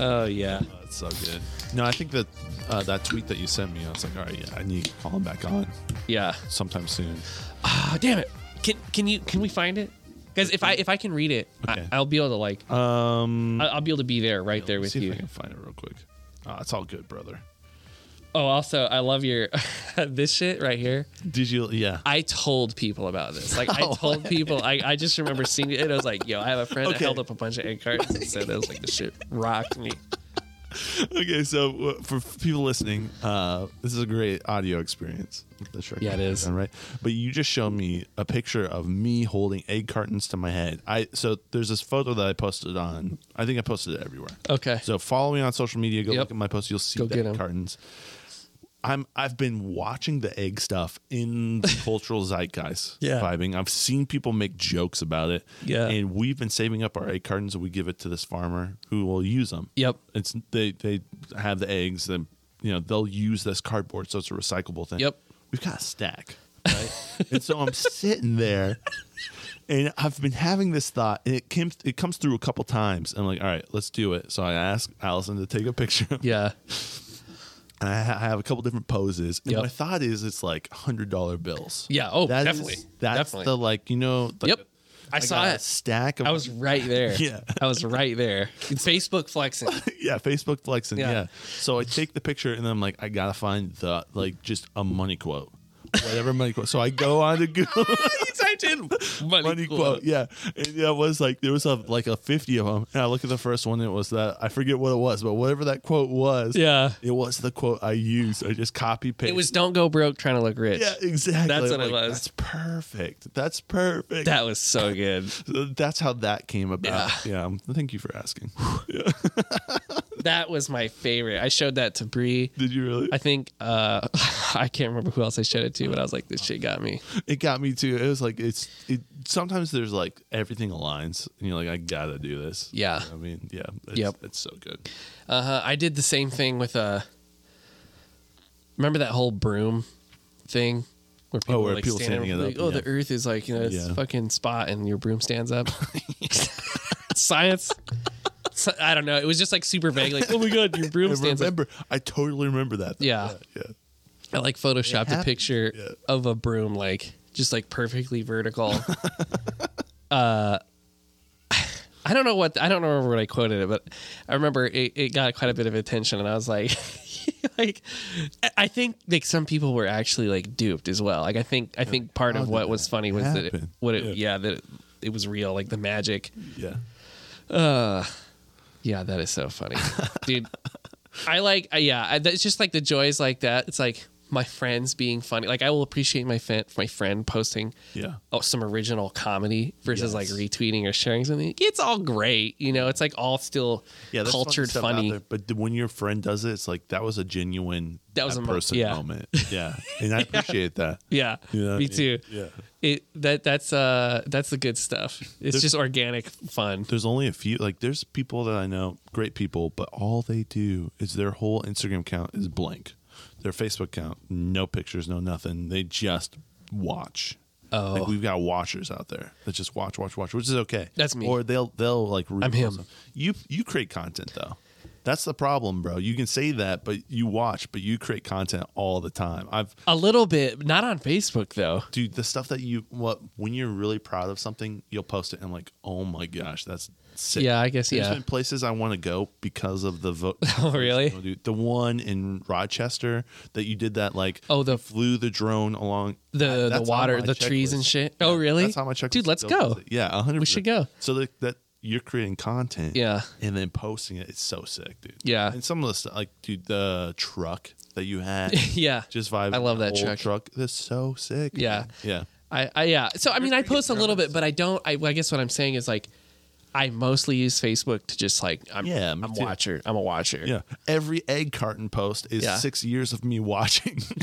Speaker 2: oh yeah.
Speaker 1: oh, it's so good. No, I think that uh, that tweet that you sent me, I was like, all right, yeah, I need to call him back on
Speaker 2: Yeah.
Speaker 1: sometime soon.
Speaker 2: Oh damn it. Can can you can we find it? Because if I if I can read it,
Speaker 1: Okay.
Speaker 2: I, I'll be able to like
Speaker 1: Um,
Speaker 2: I- I'll be able to be there right there
Speaker 1: let me
Speaker 2: with
Speaker 1: see
Speaker 2: you.
Speaker 1: If I can find it real quick. Ah, it's all good, brother.
Speaker 2: Oh, also, I love your this shit right here.
Speaker 1: Did you? Yeah.
Speaker 2: I told people about this. Like,
Speaker 1: Oh,
Speaker 2: I told people. I, I just remember seeing it. and I was like, "Yo, I have a friend that
Speaker 1: Okay.
Speaker 2: held up a bunch of egg cartons and said that was like the shit rocked me."
Speaker 1: okay, so uh, for f- people listening, uh, this is a great audio experience. The Shrek
Speaker 2: Yeah, it is.
Speaker 1: All right, but you just showed me a picture of me holding egg cartons to my head. I so there's this photo that I posted on. I think I posted it everywhere.
Speaker 2: Okay.
Speaker 1: So follow me on social media. Go
Speaker 2: Yep.
Speaker 1: look at my post. You'll see
Speaker 2: Go
Speaker 1: the
Speaker 2: get
Speaker 1: egg
Speaker 2: 'em.
Speaker 1: cartons. I'm I've been watching the egg stuff in the cultural zeitgeist
Speaker 2: Yeah.
Speaker 1: vibing. I've seen people make jokes about it.
Speaker 2: Yeah.
Speaker 1: And we've been saving up our egg cartons and we give it to this farmer who will use them.
Speaker 2: Yep.
Speaker 1: It's they they have the eggs then you know they'll use this cardboard so it's a recyclable thing.
Speaker 2: Yep.
Speaker 1: We've got a stack. Right? and so I'm sitting there and I've been having this thought, and it came, it comes through a couple times. I'm like, all right, let's do it. So I ask Allison to take a picture, and
Speaker 2: Yeah.
Speaker 1: I, ha- I have a couple different poses. And
Speaker 2: Yep.
Speaker 1: my thought is, it's like hundred dollar bills.
Speaker 2: Yeah. Oh,
Speaker 1: That is-
Speaker 2: definitely.
Speaker 1: that's
Speaker 2: definitely.
Speaker 1: the like you know. Like
Speaker 2: yep. I saw
Speaker 1: got a
Speaker 2: it.
Speaker 1: stack of.
Speaker 2: I was right there.
Speaker 1: Yeah.
Speaker 2: I was right there. Facebook flexing.
Speaker 1: yeah, Facebook flexing.
Speaker 2: Yeah.
Speaker 1: Yeah. So I take the picture and then I'm like, I gotta find the like just a money quote, whatever money quote. So I go on to Google.
Speaker 2: you typed in money,
Speaker 1: Money quote. Yeah, and that was like there was a, like a fifty of them, and I look at the first one. It was that I forget what it was, but whatever that quote was,
Speaker 2: Yeah.
Speaker 1: it was the quote I used. I just copy paste.
Speaker 2: It was "Don't go broke trying to look rich."
Speaker 1: yeah, exactly.
Speaker 2: That's
Speaker 1: I'm
Speaker 2: what it was.
Speaker 1: That's perfect. That's perfect.
Speaker 2: That was so good.
Speaker 1: So that's how that came about. Yeah. um, Thank you for asking. Yeah.
Speaker 2: that was my favorite. I showed that to Bree.
Speaker 1: Did you really?
Speaker 2: I think uh, I can't remember who else I showed it to, but I was like, "This shit got me."
Speaker 1: it got me too. It was like it's. It sometimes there's like everything aligns, and you're like, I gotta do this.
Speaker 2: Yeah.
Speaker 1: I mean, yeah. It's,
Speaker 2: Yep.
Speaker 1: It's so good.
Speaker 2: Uh, I did the same thing with uh, remember that whole broom thing where people
Speaker 1: Oh, where
Speaker 2: are, like
Speaker 1: people
Speaker 2: standing,
Speaker 1: standing it
Speaker 2: like,
Speaker 1: up,
Speaker 2: oh,
Speaker 1: yeah.
Speaker 2: the Earth is like in a
Speaker 1: Yeah.
Speaker 2: fucking spot, and your broom stands up. Science. So- I don't know. It was just like super vague. Like, oh my god, your broom
Speaker 1: I
Speaker 2: stands up.
Speaker 1: remember. I totally remember that.
Speaker 2: Yeah.
Speaker 1: Yeah.
Speaker 2: I like photoshopped a
Speaker 1: happened.
Speaker 2: picture
Speaker 1: Yeah.
Speaker 2: of a broom, like just like perfectly vertical. uh, I don't know what I don't remember what I quoted it, but I remember it, it got quite a bit of attention, and I was like, like I- I think like some people were actually like duped as well. Like I think I think part
Speaker 1: how
Speaker 2: of
Speaker 1: Oh, did
Speaker 2: what was funny was that it,
Speaker 1: happen?
Speaker 2: what it yeah,
Speaker 1: Yeah.
Speaker 2: that it, it was real, like the magic.
Speaker 1: Yeah.
Speaker 2: Yeah, that is so funny, dude. I like, uh, yeah, I, it's just like the joys like that. It's like my friends being funny. Like I will appreciate my fan, my friend posting
Speaker 1: Yeah.
Speaker 2: oh, some original comedy versus like
Speaker 1: Yes.
Speaker 2: retweeting or sharing something. It's all great, you know. It's like all still
Speaker 1: Yeah. there's
Speaker 2: cultured
Speaker 1: stuff out
Speaker 2: funny.
Speaker 1: there, but th- when your friend does it, it's like that was a genuine
Speaker 2: That was a mo-
Speaker 1: person
Speaker 2: yeah.
Speaker 1: moment. Yeah. And I appreciate that.
Speaker 2: Yeah,
Speaker 1: You know what I
Speaker 2: me
Speaker 1: mean?
Speaker 2: too.
Speaker 1: Yeah.
Speaker 2: It that that's uh that's the good stuff. It's
Speaker 1: There's-
Speaker 2: just organic fun.
Speaker 1: There's only a few like there's people that I know, great people, but all they do is their whole Instagram account is blank. Their Facebook account, no pictures, no nothing. They just watch.
Speaker 2: Oh.
Speaker 1: Like we've got watchers out there that just watch, watch, watch, which is okay.
Speaker 2: That's me.
Speaker 1: Or they'll they'll like read
Speaker 2: I'm him.
Speaker 1: You you create content though. That's the problem, bro. You can say that, but you watch, but you create content all the time. I've
Speaker 2: A little bit, not on Facebook though.
Speaker 1: dude, the stuff that you what when you're really proud of something, you'll post it and like, oh my gosh, that's sick.
Speaker 2: Yeah, I guess, yeah.
Speaker 1: There's been places I want to go because of the vote.
Speaker 2: Oh, really?
Speaker 1: Dude, the one in Rochester that you did that like
Speaker 2: Oh, the-
Speaker 1: flew the drone along That-
Speaker 2: The the
Speaker 1: that's on
Speaker 2: water,
Speaker 1: my
Speaker 2: the trees and
Speaker 1: checklist.
Speaker 2: shit. Oh really?
Speaker 1: That's how my checklist.
Speaker 2: Dude, let's
Speaker 1: still
Speaker 2: go.
Speaker 1: does it. Yeah, hundred.
Speaker 2: We should go.
Speaker 1: So that, that you're creating content.
Speaker 2: Yeah.
Speaker 1: And then posting it, it's so sick, dude.
Speaker 2: Yeah.
Speaker 1: And some of the stuff, like, dude, the truck that you had,
Speaker 2: yeah.
Speaker 1: just vibe.
Speaker 2: I love that
Speaker 1: old
Speaker 2: truck.
Speaker 1: truck. That's so sick.
Speaker 2: Yeah.
Speaker 1: Yeah.
Speaker 2: I, I yeah. So I mean, I post a little bit, but I don't. I, I guess what I'm saying is like, I mostly use Facebook to just like, I'm,
Speaker 1: Yeah, me
Speaker 2: I'm a
Speaker 1: too.
Speaker 2: watcher. I'm a watcher.
Speaker 1: Yeah. Every egg carton post is
Speaker 2: Yeah.
Speaker 1: six years of me watching.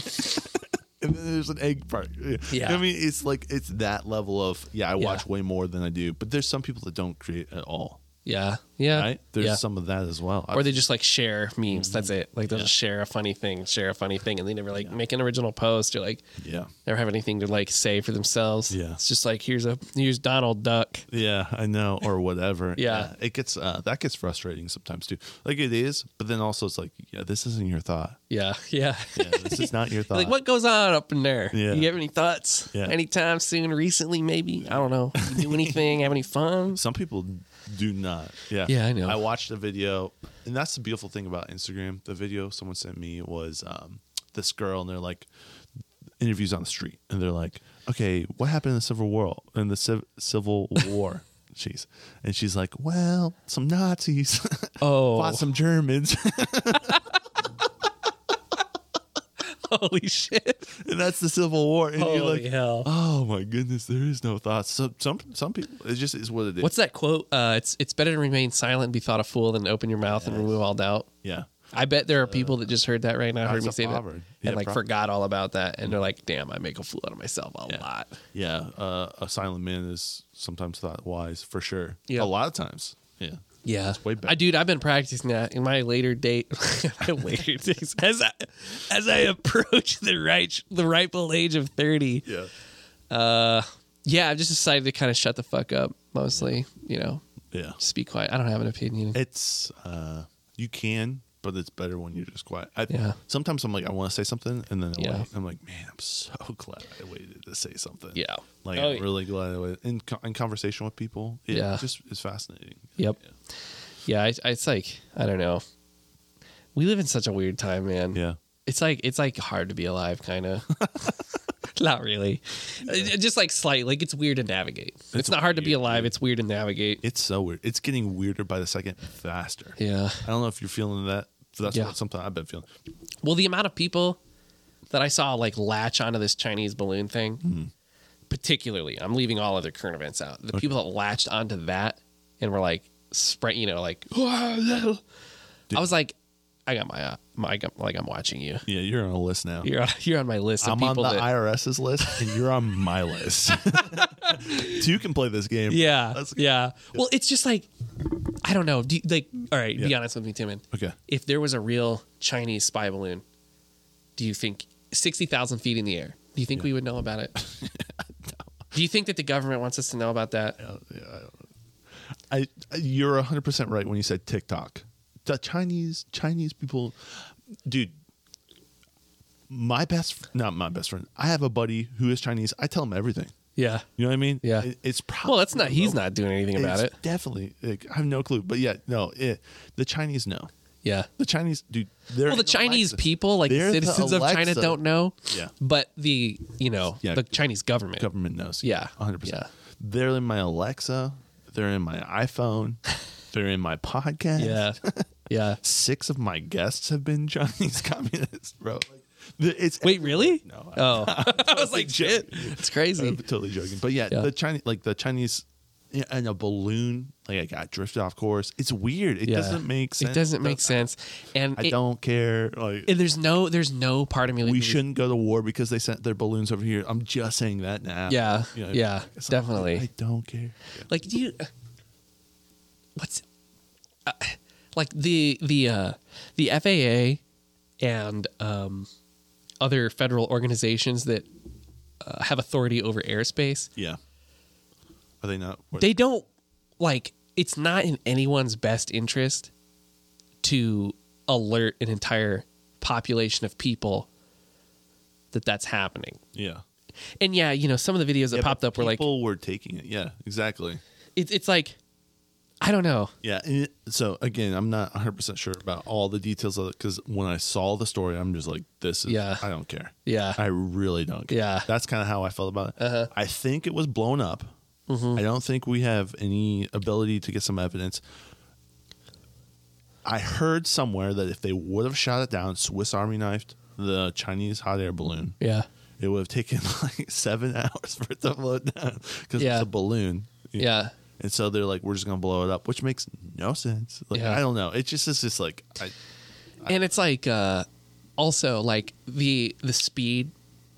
Speaker 1: and then there's an egg part. Yeah.
Speaker 2: Yeah.
Speaker 1: I mean, it's like, it's that level of, yeah, I
Speaker 2: Yeah.
Speaker 1: watch way more than I do. But there's some people that don't create at all.
Speaker 2: yeah, yeah.
Speaker 1: Right? There's
Speaker 2: Uh, yeah.
Speaker 1: some Mm-hmm. of that as well.
Speaker 2: or they just like share memes. That's it. Like they'll just share a funny thing, share a funny thing, and they never like make an original post or like
Speaker 1: yeah.
Speaker 2: never have anything to like say for themselves.
Speaker 1: Yeah.
Speaker 2: it's just like here's a here's Donald Duck.
Speaker 1: Yeah, I know, or whatever.
Speaker 2: Yeah.
Speaker 1: it gets uh, that gets frustrating sometimes too. Like it is, but then also it's like, yeah, this isn't your thought.
Speaker 2: Yeah, yeah.
Speaker 1: Yeah, this is not your thought.
Speaker 2: Like what goes on up in there?
Speaker 1: Yeah.
Speaker 2: You have any thoughts?
Speaker 1: Yeah.
Speaker 2: Anytime soon? Recently? Maybe? I don't know. You do anything? have any fun?
Speaker 1: Some people do not. Yeah.
Speaker 2: Yeah, I know.
Speaker 1: I watched a video, and that's the beautiful thing about Instagram. The video someone sent me was um, this girl, and they're like, interviews on the street, and they're like, okay, what happened in the Civil War? In the civ- Civil War. Jeez. And she's like, well, some Nazis
Speaker 2: Oh,
Speaker 1: fought some Germans.
Speaker 2: holy shit!
Speaker 1: and that's the Civil War. And you're
Speaker 2: Holy
Speaker 1: like,
Speaker 2: hell!
Speaker 1: oh my goodness, there is no thoughts. So, some some people, it just is what it is.
Speaker 2: What's that quote? Uh, it's it's better to remain silent and be thought a fool than open your mouth and remove all doubt.
Speaker 1: yeah,
Speaker 2: I bet there are people that just heard that right now, heard
Speaker 1: that's a
Speaker 2: me say that, and
Speaker 1: proverb. Yeah,
Speaker 2: like
Speaker 1: prob-
Speaker 2: forgot all about that, and they're like, "Damn, I make a fool out of myself a
Speaker 1: Yeah.
Speaker 2: lot."
Speaker 1: yeah. Uh, a silent man is sometimes thought wise for sure.
Speaker 2: Yeah.
Speaker 1: a lot of times. Yeah,
Speaker 2: Yeah,
Speaker 1: way better.
Speaker 2: I dude, I've been practicing that in my later date, my later days as I as I approach the right the ripe old age of thirty. uh,
Speaker 1: yeah,
Speaker 2: Yeah, I've just decided to kind of shut the fuck up mostly. You know,
Speaker 1: yeah.
Speaker 2: just be quiet. I don't have an opinion.
Speaker 1: It's uh, you can, but it's better when you're just quiet. I,
Speaker 2: Yeah.
Speaker 1: Sometimes I'm like, I want to say something, and then I
Speaker 2: Yeah.
Speaker 1: wait. I'm like, man, I'm so glad I waited to say something.
Speaker 2: yeah.
Speaker 1: Like
Speaker 2: Oh,
Speaker 1: I'm really glad I waited. in co- in conversation with people. It
Speaker 2: Yeah.
Speaker 1: just is fascinating.
Speaker 2: Yep. Yeah, I, I- it's like I don't know. We live in such a weird time, man.
Speaker 1: Yeah.
Speaker 2: It's like it's like hard to be alive, kind of. not really. Uh, Just like slight, like it's weird to navigate. It's, not hard to be
Speaker 1: weird,
Speaker 2: alive. It's weird to navigate.
Speaker 1: It's so weird. It's getting weirder by the second, faster.
Speaker 2: Yeah.
Speaker 1: I don't know if you're feeling that. But that's
Speaker 2: Yeah.
Speaker 1: what, something I've been feeling.
Speaker 2: Well, the amount of people that I saw like latch onto this Chinese balloon thing,
Speaker 1: Mm-hmm.
Speaker 2: particularly, I'm leaving all other current events out. The people that latched onto that and were like, spread, you know, like, I was like, I got my, uh, my, I got- like, I'm watching you.
Speaker 1: Yeah, you're on a list now.
Speaker 2: You're on, you're on my list of
Speaker 1: I'm on the
Speaker 2: people that.
Speaker 1: IRS's list, and you're on my list. Two can play this game.
Speaker 2: yeah,
Speaker 1: That's-
Speaker 2: yeah. Well, it's just like, I don't know. Do you, like, all right, be
Speaker 1: Yeah.
Speaker 2: honest with me, Timon.
Speaker 1: Okay.
Speaker 2: If there was a real Chinese spy balloon, do you think sixty thousand feet in the air? Do you think we would know about it? Do you think that the government wants us to know about that?
Speaker 1: I, I- you're 100 percent right when you said TikTok. The Chinese Chinese people, dude. My best, not my best friend. I have a buddy who is Chinese. I tell him everything.
Speaker 2: Yeah.
Speaker 1: You know what I mean?
Speaker 2: Yeah.
Speaker 1: It- it's probably
Speaker 2: Well, that's not. He's not doing anything about it.
Speaker 1: Definitely, like, I have no clue. But yeah, no, it, the Chinese know.
Speaker 2: Yeah.
Speaker 1: The Chinese, dude. They're
Speaker 2: Well, the
Speaker 1: in
Speaker 2: Chinese
Speaker 1: Alexa.
Speaker 2: people, like
Speaker 1: They're the
Speaker 2: citizens of China,
Speaker 1: Alexa.
Speaker 2: don't know.
Speaker 1: Yeah.
Speaker 2: But the you know
Speaker 1: Yeah.
Speaker 2: the Chinese government.
Speaker 1: government knows.
Speaker 2: Yeah.
Speaker 1: 100%.
Speaker 2: Yeah.
Speaker 1: They're in my Alexa. They're in my iPhone. they're in my podcast.
Speaker 2: Yeah. yeah.
Speaker 1: Six of my guests have been Chinese communists, bro. Like, the- it's
Speaker 2: Wait, really?
Speaker 1: No,
Speaker 2: Oh, I was like, shit.
Speaker 1: joking.
Speaker 2: It's
Speaker 1: I'm
Speaker 2: crazy.
Speaker 1: totally joking. But yeah,
Speaker 2: Yeah.
Speaker 1: the Chinese, like the Chinese yeah, and a balloon, like I got drifted off course. It's weird. It
Speaker 2: Yeah.
Speaker 1: doesn't make sense.
Speaker 2: It doesn't make sense. And
Speaker 1: I
Speaker 2: it-
Speaker 1: don't care. Like
Speaker 2: and there's no there's no part of me. like,
Speaker 1: we
Speaker 2: that was-
Speaker 1: shouldn't go to war because they sent their balloons over here. I'm just saying that now.
Speaker 2: Yeah.
Speaker 1: You know,
Speaker 2: yeah.
Speaker 1: it's like,
Speaker 2: Definitely.
Speaker 1: I don't care.
Speaker 2: like do you uh, what's uh, like the the uh the FAA and um other federal organizations that uh, have authority over airspace
Speaker 1: Yeah. Are they not?
Speaker 2: they don't like it's not in anyone's best interest to alert an entire population of people that that's happening
Speaker 1: yeah.
Speaker 2: and yeah you know some of the videos that
Speaker 1: Yeah,
Speaker 2: popped
Speaker 1: but
Speaker 2: up were like
Speaker 1: people were taking it. Yeah, exactly.
Speaker 2: it, it's like i don't know
Speaker 1: Yeah. and it- so again, I'm not 100 percent sure about all the details of it because when I saw the story, I'm just like, this is.
Speaker 2: Yeah.
Speaker 1: I don't care.
Speaker 2: yeah
Speaker 1: I really don't care.
Speaker 2: Yeah. Uh-huh.
Speaker 1: That's kind of how I felt about it. I think it was blown up.
Speaker 2: Mm-hmm.
Speaker 1: I don't think we have any ability to get some evidence. I heard somewhere that if they would have shot it down, Swiss Army knifed the Chinese hot air balloon,
Speaker 2: yeah
Speaker 1: it would have taken like seven hours for it to blow it down because
Speaker 2: Yeah.
Speaker 1: it's a balloon.
Speaker 2: yeah
Speaker 1: And so they're like, we're just going to blow it up, which makes no sense. Like,
Speaker 2: Yeah.
Speaker 1: I don't know. It just is just like, I,
Speaker 2: and it's like uh also like the the speed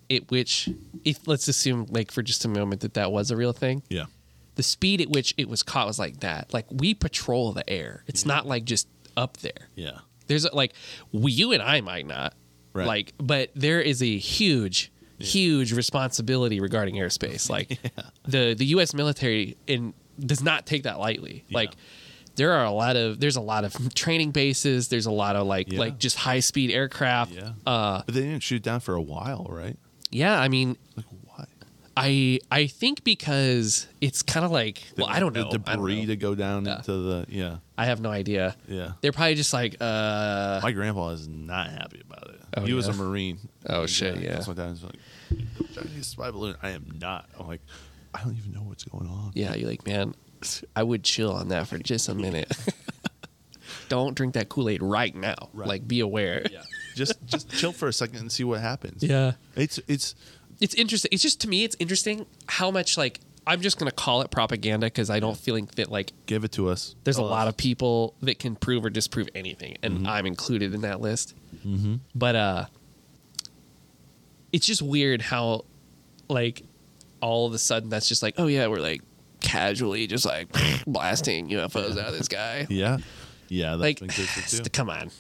Speaker 2: at which if let's assume like for just a moment that that was a real thing
Speaker 1: yeah.
Speaker 2: the speed at which it was caught was like that like we patrol the air it's not like just up there
Speaker 1: Yeah.
Speaker 2: there's like we, you and i might not
Speaker 1: Right.
Speaker 2: like but there is a huge huge responsibility regarding airspace like the the us military in does not take that lightly
Speaker 1: Yeah.
Speaker 2: like there are a lot of there's a lot of training bases there's a lot of like
Speaker 1: Yeah.
Speaker 2: like just high speed aircraft
Speaker 1: Yeah.
Speaker 2: uh
Speaker 1: But they didn't shoot it down for a while, right?
Speaker 2: yeah i mean
Speaker 1: Like, why?
Speaker 2: i i think because it's kind of like well i don't know
Speaker 1: The
Speaker 2: I, don't
Speaker 1: debris
Speaker 2: know.
Speaker 1: to go down
Speaker 2: Yeah.
Speaker 1: into the, yeah.
Speaker 2: I have no idea
Speaker 1: Yeah.
Speaker 2: they're probably just like uh
Speaker 1: My grandpa is not happy about it.
Speaker 2: Oh,
Speaker 1: he was a
Speaker 2: yeah?
Speaker 1: Marine.
Speaker 2: Oh, shit, yeah.
Speaker 1: That's my dad was like, Chinese spy balloon. I am not. I'm like, I don't even know what's going on.
Speaker 2: Yeah, you're like, man, I would chill on that for just a minute. Don't drink that Kool Aid right now.
Speaker 1: Right.
Speaker 2: Like, be aware.
Speaker 1: Yeah. just just chill for a second and see what happens.
Speaker 2: Yeah.
Speaker 1: It's, it's,
Speaker 2: It's interesting. It's just to me, it's interesting how much like I'm just gonna call it propaganda because I don't feel like that like
Speaker 1: give it to us. Oh,
Speaker 2: there's a lot of people that can prove or disprove anything, and I'm included in that list.
Speaker 1: Mm-hmm.
Speaker 2: But uh, it's just weird how like all of a sudden that's just like, oh yeah, we're like casually just like blasting UFOs out of this guy.
Speaker 1: Yeah. Yeah. That's
Speaker 2: like
Speaker 1: been good for two.
Speaker 2: st- come on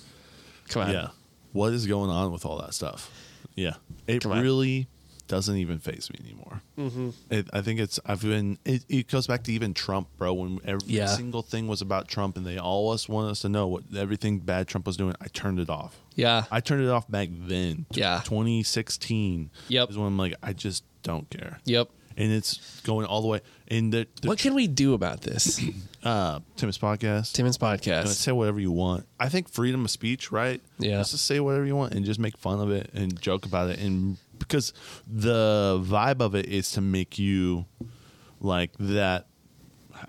Speaker 2: come on
Speaker 1: Yeah. What is going on with all that stuff? Yeah. It
Speaker 2: Come on.
Speaker 1: really doesn't even phase me anymore. Mm-hmm. It, I think it's, I've been, it, it goes back to even Trump, bro. When every
Speaker 2: Yeah.
Speaker 1: single thing was about Trump and they always wanted us to know what everything bad Trump was doing, I turned it off.
Speaker 2: yeah
Speaker 1: I turned it off back then. T-
Speaker 2: Yeah.
Speaker 1: 2016
Speaker 2: Yep.
Speaker 1: is when I'm like, I just don't care.
Speaker 2: yep
Speaker 1: And it's going all the way. And the, the
Speaker 2: what can we do about this
Speaker 1: uh, Tim's podcast.
Speaker 2: timmons
Speaker 1: You know,
Speaker 2: podcast
Speaker 1: say whatever you want. I think freedom of speech, right?
Speaker 2: Yeah.
Speaker 1: Just to say whatever you want and just make fun of it and joke about it. And because the vibe of it is to make you like that,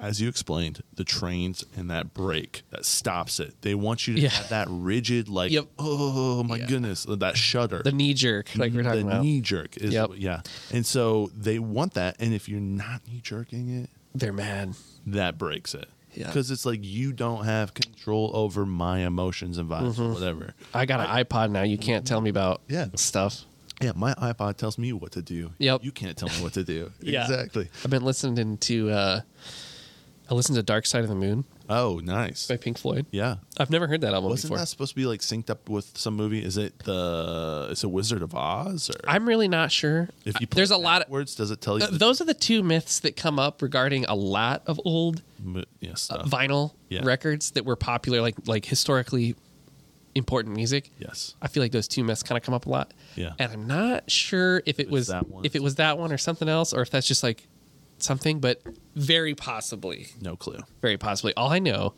Speaker 1: as you explained, the trains and that brake that stops it. They want you to
Speaker 2: Yeah.
Speaker 1: have that rigid, like,
Speaker 2: Yep.
Speaker 1: oh my
Speaker 2: Yeah.
Speaker 1: goodness, that shudder.
Speaker 2: the knee jerk like we're talking
Speaker 1: the
Speaker 2: about
Speaker 1: knee jerk is
Speaker 2: Yep.
Speaker 1: yeah, and so they want that, and if you're not knee jerking it,
Speaker 2: they're mad
Speaker 1: that breaks it.
Speaker 2: Yeah.
Speaker 1: Because it's like you don't have control over my emotions and vibes
Speaker 2: Mm-hmm.
Speaker 1: or whatever.
Speaker 2: i got an ipod now you can't tell me about
Speaker 1: Yeah.
Speaker 2: stuff
Speaker 1: Yeah, my iPod tells me what to do.
Speaker 2: Yep.
Speaker 1: You can't tell me what to do.
Speaker 2: Yeah.
Speaker 1: Exactly.
Speaker 2: i've been listening to uh I listened to Dark Side of the Moon
Speaker 1: Oh, nice.
Speaker 2: by Pink Floyd.
Speaker 1: Yeah.
Speaker 2: I've never heard that album
Speaker 1: Wasn't
Speaker 2: before.
Speaker 1: that supposed to be like synced up with some movie? Is it the is it Wizard of Oz or
Speaker 2: I'm really not sure.
Speaker 1: if you
Speaker 2: There's a lot of
Speaker 1: words does it tell you
Speaker 2: th- those are the two myths that come up regarding a lot of old
Speaker 1: the,
Speaker 2: uh,
Speaker 1: yeah, stuff?
Speaker 2: vinyl
Speaker 1: Uh, Yeah.
Speaker 2: records that were popular, like like historically important music.
Speaker 1: yes.
Speaker 2: I feel like those two myths kind of come up a lot.
Speaker 1: Yeah.
Speaker 2: And I'm not sure if it
Speaker 1: it's
Speaker 2: was
Speaker 1: that one.
Speaker 2: if it was that one or something else, or if that's just like something, but very possibly,
Speaker 1: No clue.
Speaker 2: very possibly. All I know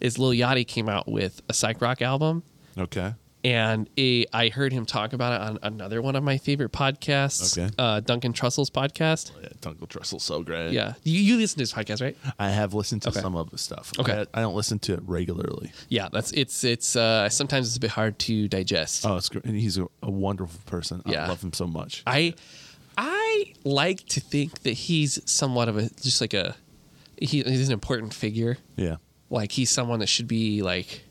Speaker 2: is Lil Yachty came out with a psych rock album,
Speaker 1: Okay.
Speaker 2: and a, I heard him talk about it on another one of my favorite podcasts,
Speaker 1: Okay.
Speaker 2: uh, Duncan Trussell's podcast.
Speaker 1: Yeah, Dunkel Trussell's so great.
Speaker 2: Yeah, you, you listen to his podcast, right?
Speaker 1: I have listened to
Speaker 2: Okay.
Speaker 1: some of the stuff.
Speaker 2: Okay.
Speaker 1: I, I don't listen to it regularly.
Speaker 2: Yeah, that's it's it's uh, sometimes it's a bit hard to digest.
Speaker 1: Oh, it's great. And he's a, a wonderful person.
Speaker 2: Yeah.
Speaker 1: I love him so much.
Speaker 2: I I like to think that he's somewhat of a just like a he, he's an important figure.
Speaker 1: yeah.
Speaker 2: Like he's someone that should be like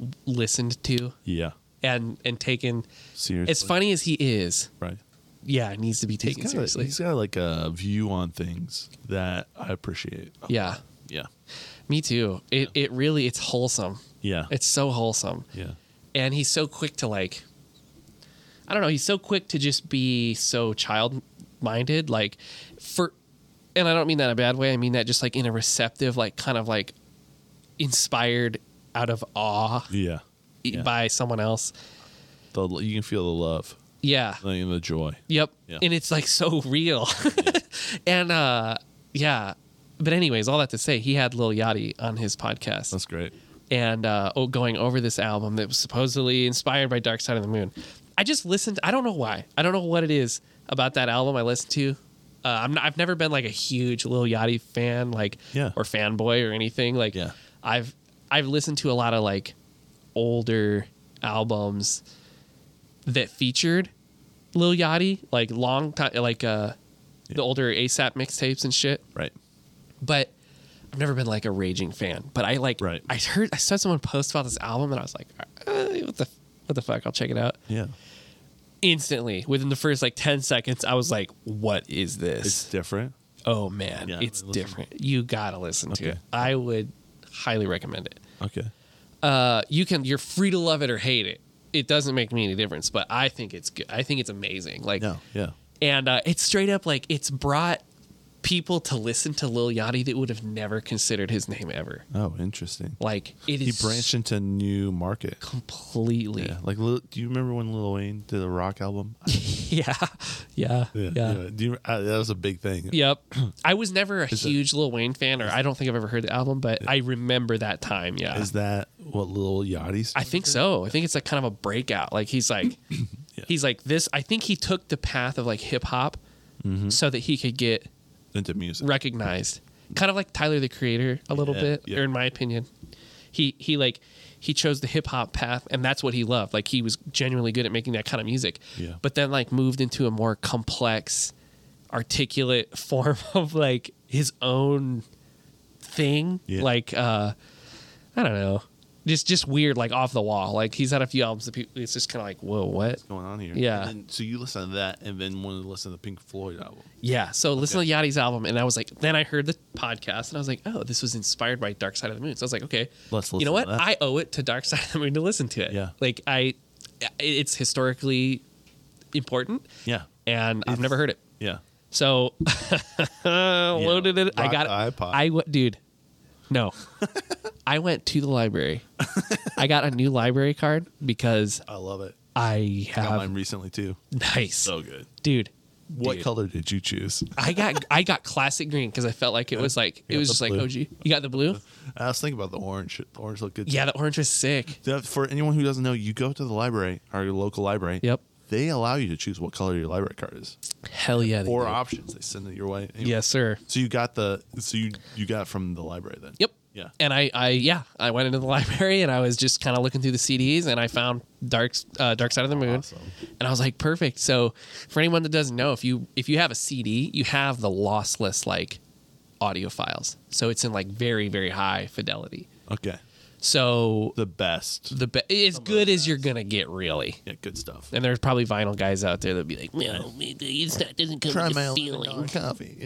Speaker 2: l- listened to
Speaker 1: Yeah.
Speaker 2: and and taken
Speaker 1: Seriously.
Speaker 2: as funny as he is.
Speaker 1: Right.
Speaker 2: Yeah, it needs to be
Speaker 1: He's
Speaker 2: taken
Speaker 1: got, a-
Speaker 2: seriously.
Speaker 1: he's got like a view on things that I appreciate.
Speaker 2: yeah,
Speaker 1: Yeah.
Speaker 2: me too. It it really it's wholesome.
Speaker 1: Yeah.
Speaker 2: It's so wholesome.
Speaker 1: yeah.
Speaker 2: and he's so quick to like i don't know he's so quick to just be so child minded like for and i don't mean that in a bad way i mean that just like in a receptive like kind of like inspired out of awe e,
Speaker 1: Yeah. Yeah.
Speaker 2: by someone else
Speaker 1: The, you can feel the love
Speaker 2: yeah
Speaker 1: and the joy.
Speaker 2: yep
Speaker 1: Yeah.
Speaker 2: and it's like so real and uh yeah but anyways all that to say he had lil yachty on his podcast
Speaker 1: That's great.
Speaker 2: and uh, oh, going over this album that was supposedly inspired by Dark Side of the Moon. I just listened. I don't know why. I don't know what it is about that album I listened to. Uh, I'm not, I've never been like a huge Lil Yachty fan, like
Speaker 1: Yeah.
Speaker 2: or fanboy or anything. Like
Speaker 1: Yeah.
Speaker 2: I've I've listened to a lot of like older albums that featured Lil Yachty, like long time, like uh,
Speaker 1: Yeah.
Speaker 2: the older ASAP mixtapes and shit
Speaker 1: Right.
Speaker 2: but I've never been like a raging fan. But I like
Speaker 1: Right.
Speaker 2: I heard I saw someone post about this album and I was like, uh, what the what the fuck? I'll check it out
Speaker 1: Yeah.
Speaker 2: instantly. Within the first like ten seconds, I was like, what is this?
Speaker 1: It's different.
Speaker 2: oh man,
Speaker 1: Yeah,
Speaker 2: it's
Speaker 1: listen.
Speaker 2: different. You gotta listen to it.
Speaker 1: Okay.
Speaker 2: I would highly recommend it.
Speaker 1: Okay.
Speaker 2: Uh, you can you're free to love it or hate it. It doesn't make me any difference, but I think it's good. I think it's amazing. Like
Speaker 1: No. Yeah.
Speaker 2: and uh, it's straight up like it's brought people to listen to Lil Yachty that would have never considered his name ever.
Speaker 1: Oh, interesting.
Speaker 2: Like it
Speaker 1: He
Speaker 2: is
Speaker 1: branched into a new market.
Speaker 2: completely.
Speaker 1: Yeah. Like, Lil, do you remember when Lil Wayne did a rock album?
Speaker 2: Yeah. Yeah. Yeah.
Speaker 1: Do you, uh, that was a big thing.
Speaker 2: Yep. I was never a
Speaker 1: Is it-
Speaker 2: huge Lil Wayne fan, or I don't think I've ever heard the album, but I remember that time. Yeah.
Speaker 1: Is that what Lil Yachty's?
Speaker 2: I think so. I think it's like kind of a breakout. Like he's like, he's like this. I think he took the path of like hip hop
Speaker 1: Mm-hmm.
Speaker 2: so that he could get
Speaker 1: into music.
Speaker 2: recognized, kind of like Tyler the Creator a little
Speaker 1: Yeah,
Speaker 2: bit,
Speaker 1: yeah.
Speaker 2: or in my opinion, he he like he chose the hip hop path, and that's what he loved. Like he was genuinely good at making that kind of music.
Speaker 1: Yeah.
Speaker 2: But then like moved into a more complex, articulate form of like his own thing.
Speaker 1: Yeah.
Speaker 2: Like uh, I don't know, just just weird, like off the wall. Like he's had a few albums that people. It's just kind of like, whoa, what?
Speaker 1: Going on here.
Speaker 2: Yeah.
Speaker 1: And then- so you listen to that, and then wanted to listen to the Pink Floyd album.
Speaker 2: Yeah. So listen to Yachty's album, and I was like, then I heard the podcast, and I was like, oh, this was inspired by Dark Side of the Moon. So I was like, okay,
Speaker 1: Let's listen
Speaker 2: You know
Speaker 1: to
Speaker 2: what?
Speaker 1: that.
Speaker 2: I owe it to Dark Side of the Moon to listen to it.
Speaker 1: Yeah.
Speaker 2: Like I, it's historically important,
Speaker 1: Yeah.
Speaker 2: and I've
Speaker 1: It's-
Speaker 2: never heard it.
Speaker 1: Yeah.
Speaker 2: So loaded it. I
Speaker 1: rock
Speaker 2: got
Speaker 1: the iPod.
Speaker 2: I went, dude. No, I went to the library. I got a new library card because
Speaker 1: I love it.
Speaker 2: I
Speaker 1: I got
Speaker 2: have
Speaker 1: mine recently too.
Speaker 2: nice,
Speaker 1: So good.
Speaker 2: dude.
Speaker 1: What
Speaker 2: dude.
Speaker 1: color did you choose?
Speaker 2: I got I got classic green because I felt like it was like it
Speaker 1: got
Speaker 2: was
Speaker 1: the
Speaker 2: just
Speaker 1: blue.
Speaker 2: like OG. You got the blue?
Speaker 1: I was thinking about the orange. The orange looked good.
Speaker 2: Yeah, the orange was sick.
Speaker 1: That- For anyone who doesn't know, you go to the library, our local library.
Speaker 2: Yep.
Speaker 1: They allow you to choose what color your library card is.
Speaker 2: Hell yeah. they
Speaker 1: Four
Speaker 2: did.
Speaker 1: options. They send it your way. Anyway,
Speaker 2: Yes, sir.
Speaker 1: So you got the so you you got it from the library then.
Speaker 2: Yep.
Speaker 1: Yeah.
Speaker 2: And I, I yeah, I went into the library and I was just kind of looking through the CDs and I found Dark uh, Dark Side of the Moon.
Speaker 1: Awesome.
Speaker 2: And I was like, perfect. So for anyone that doesn't know, if you if you have a CD, you have the lossless like audio files. So it's in like very very high fidelity.
Speaker 1: Okay.
Speaker 2: So
Speaker 1: The best.
Speaker 2: the be- as good as you're gonna get, really.
Speaker 1: yeah. Good stuff.
Speaker 2: And there's probably vinyl guys out there that'd be like, no, it's not, doesn't come with the feeling.
Speaker 1: coffee.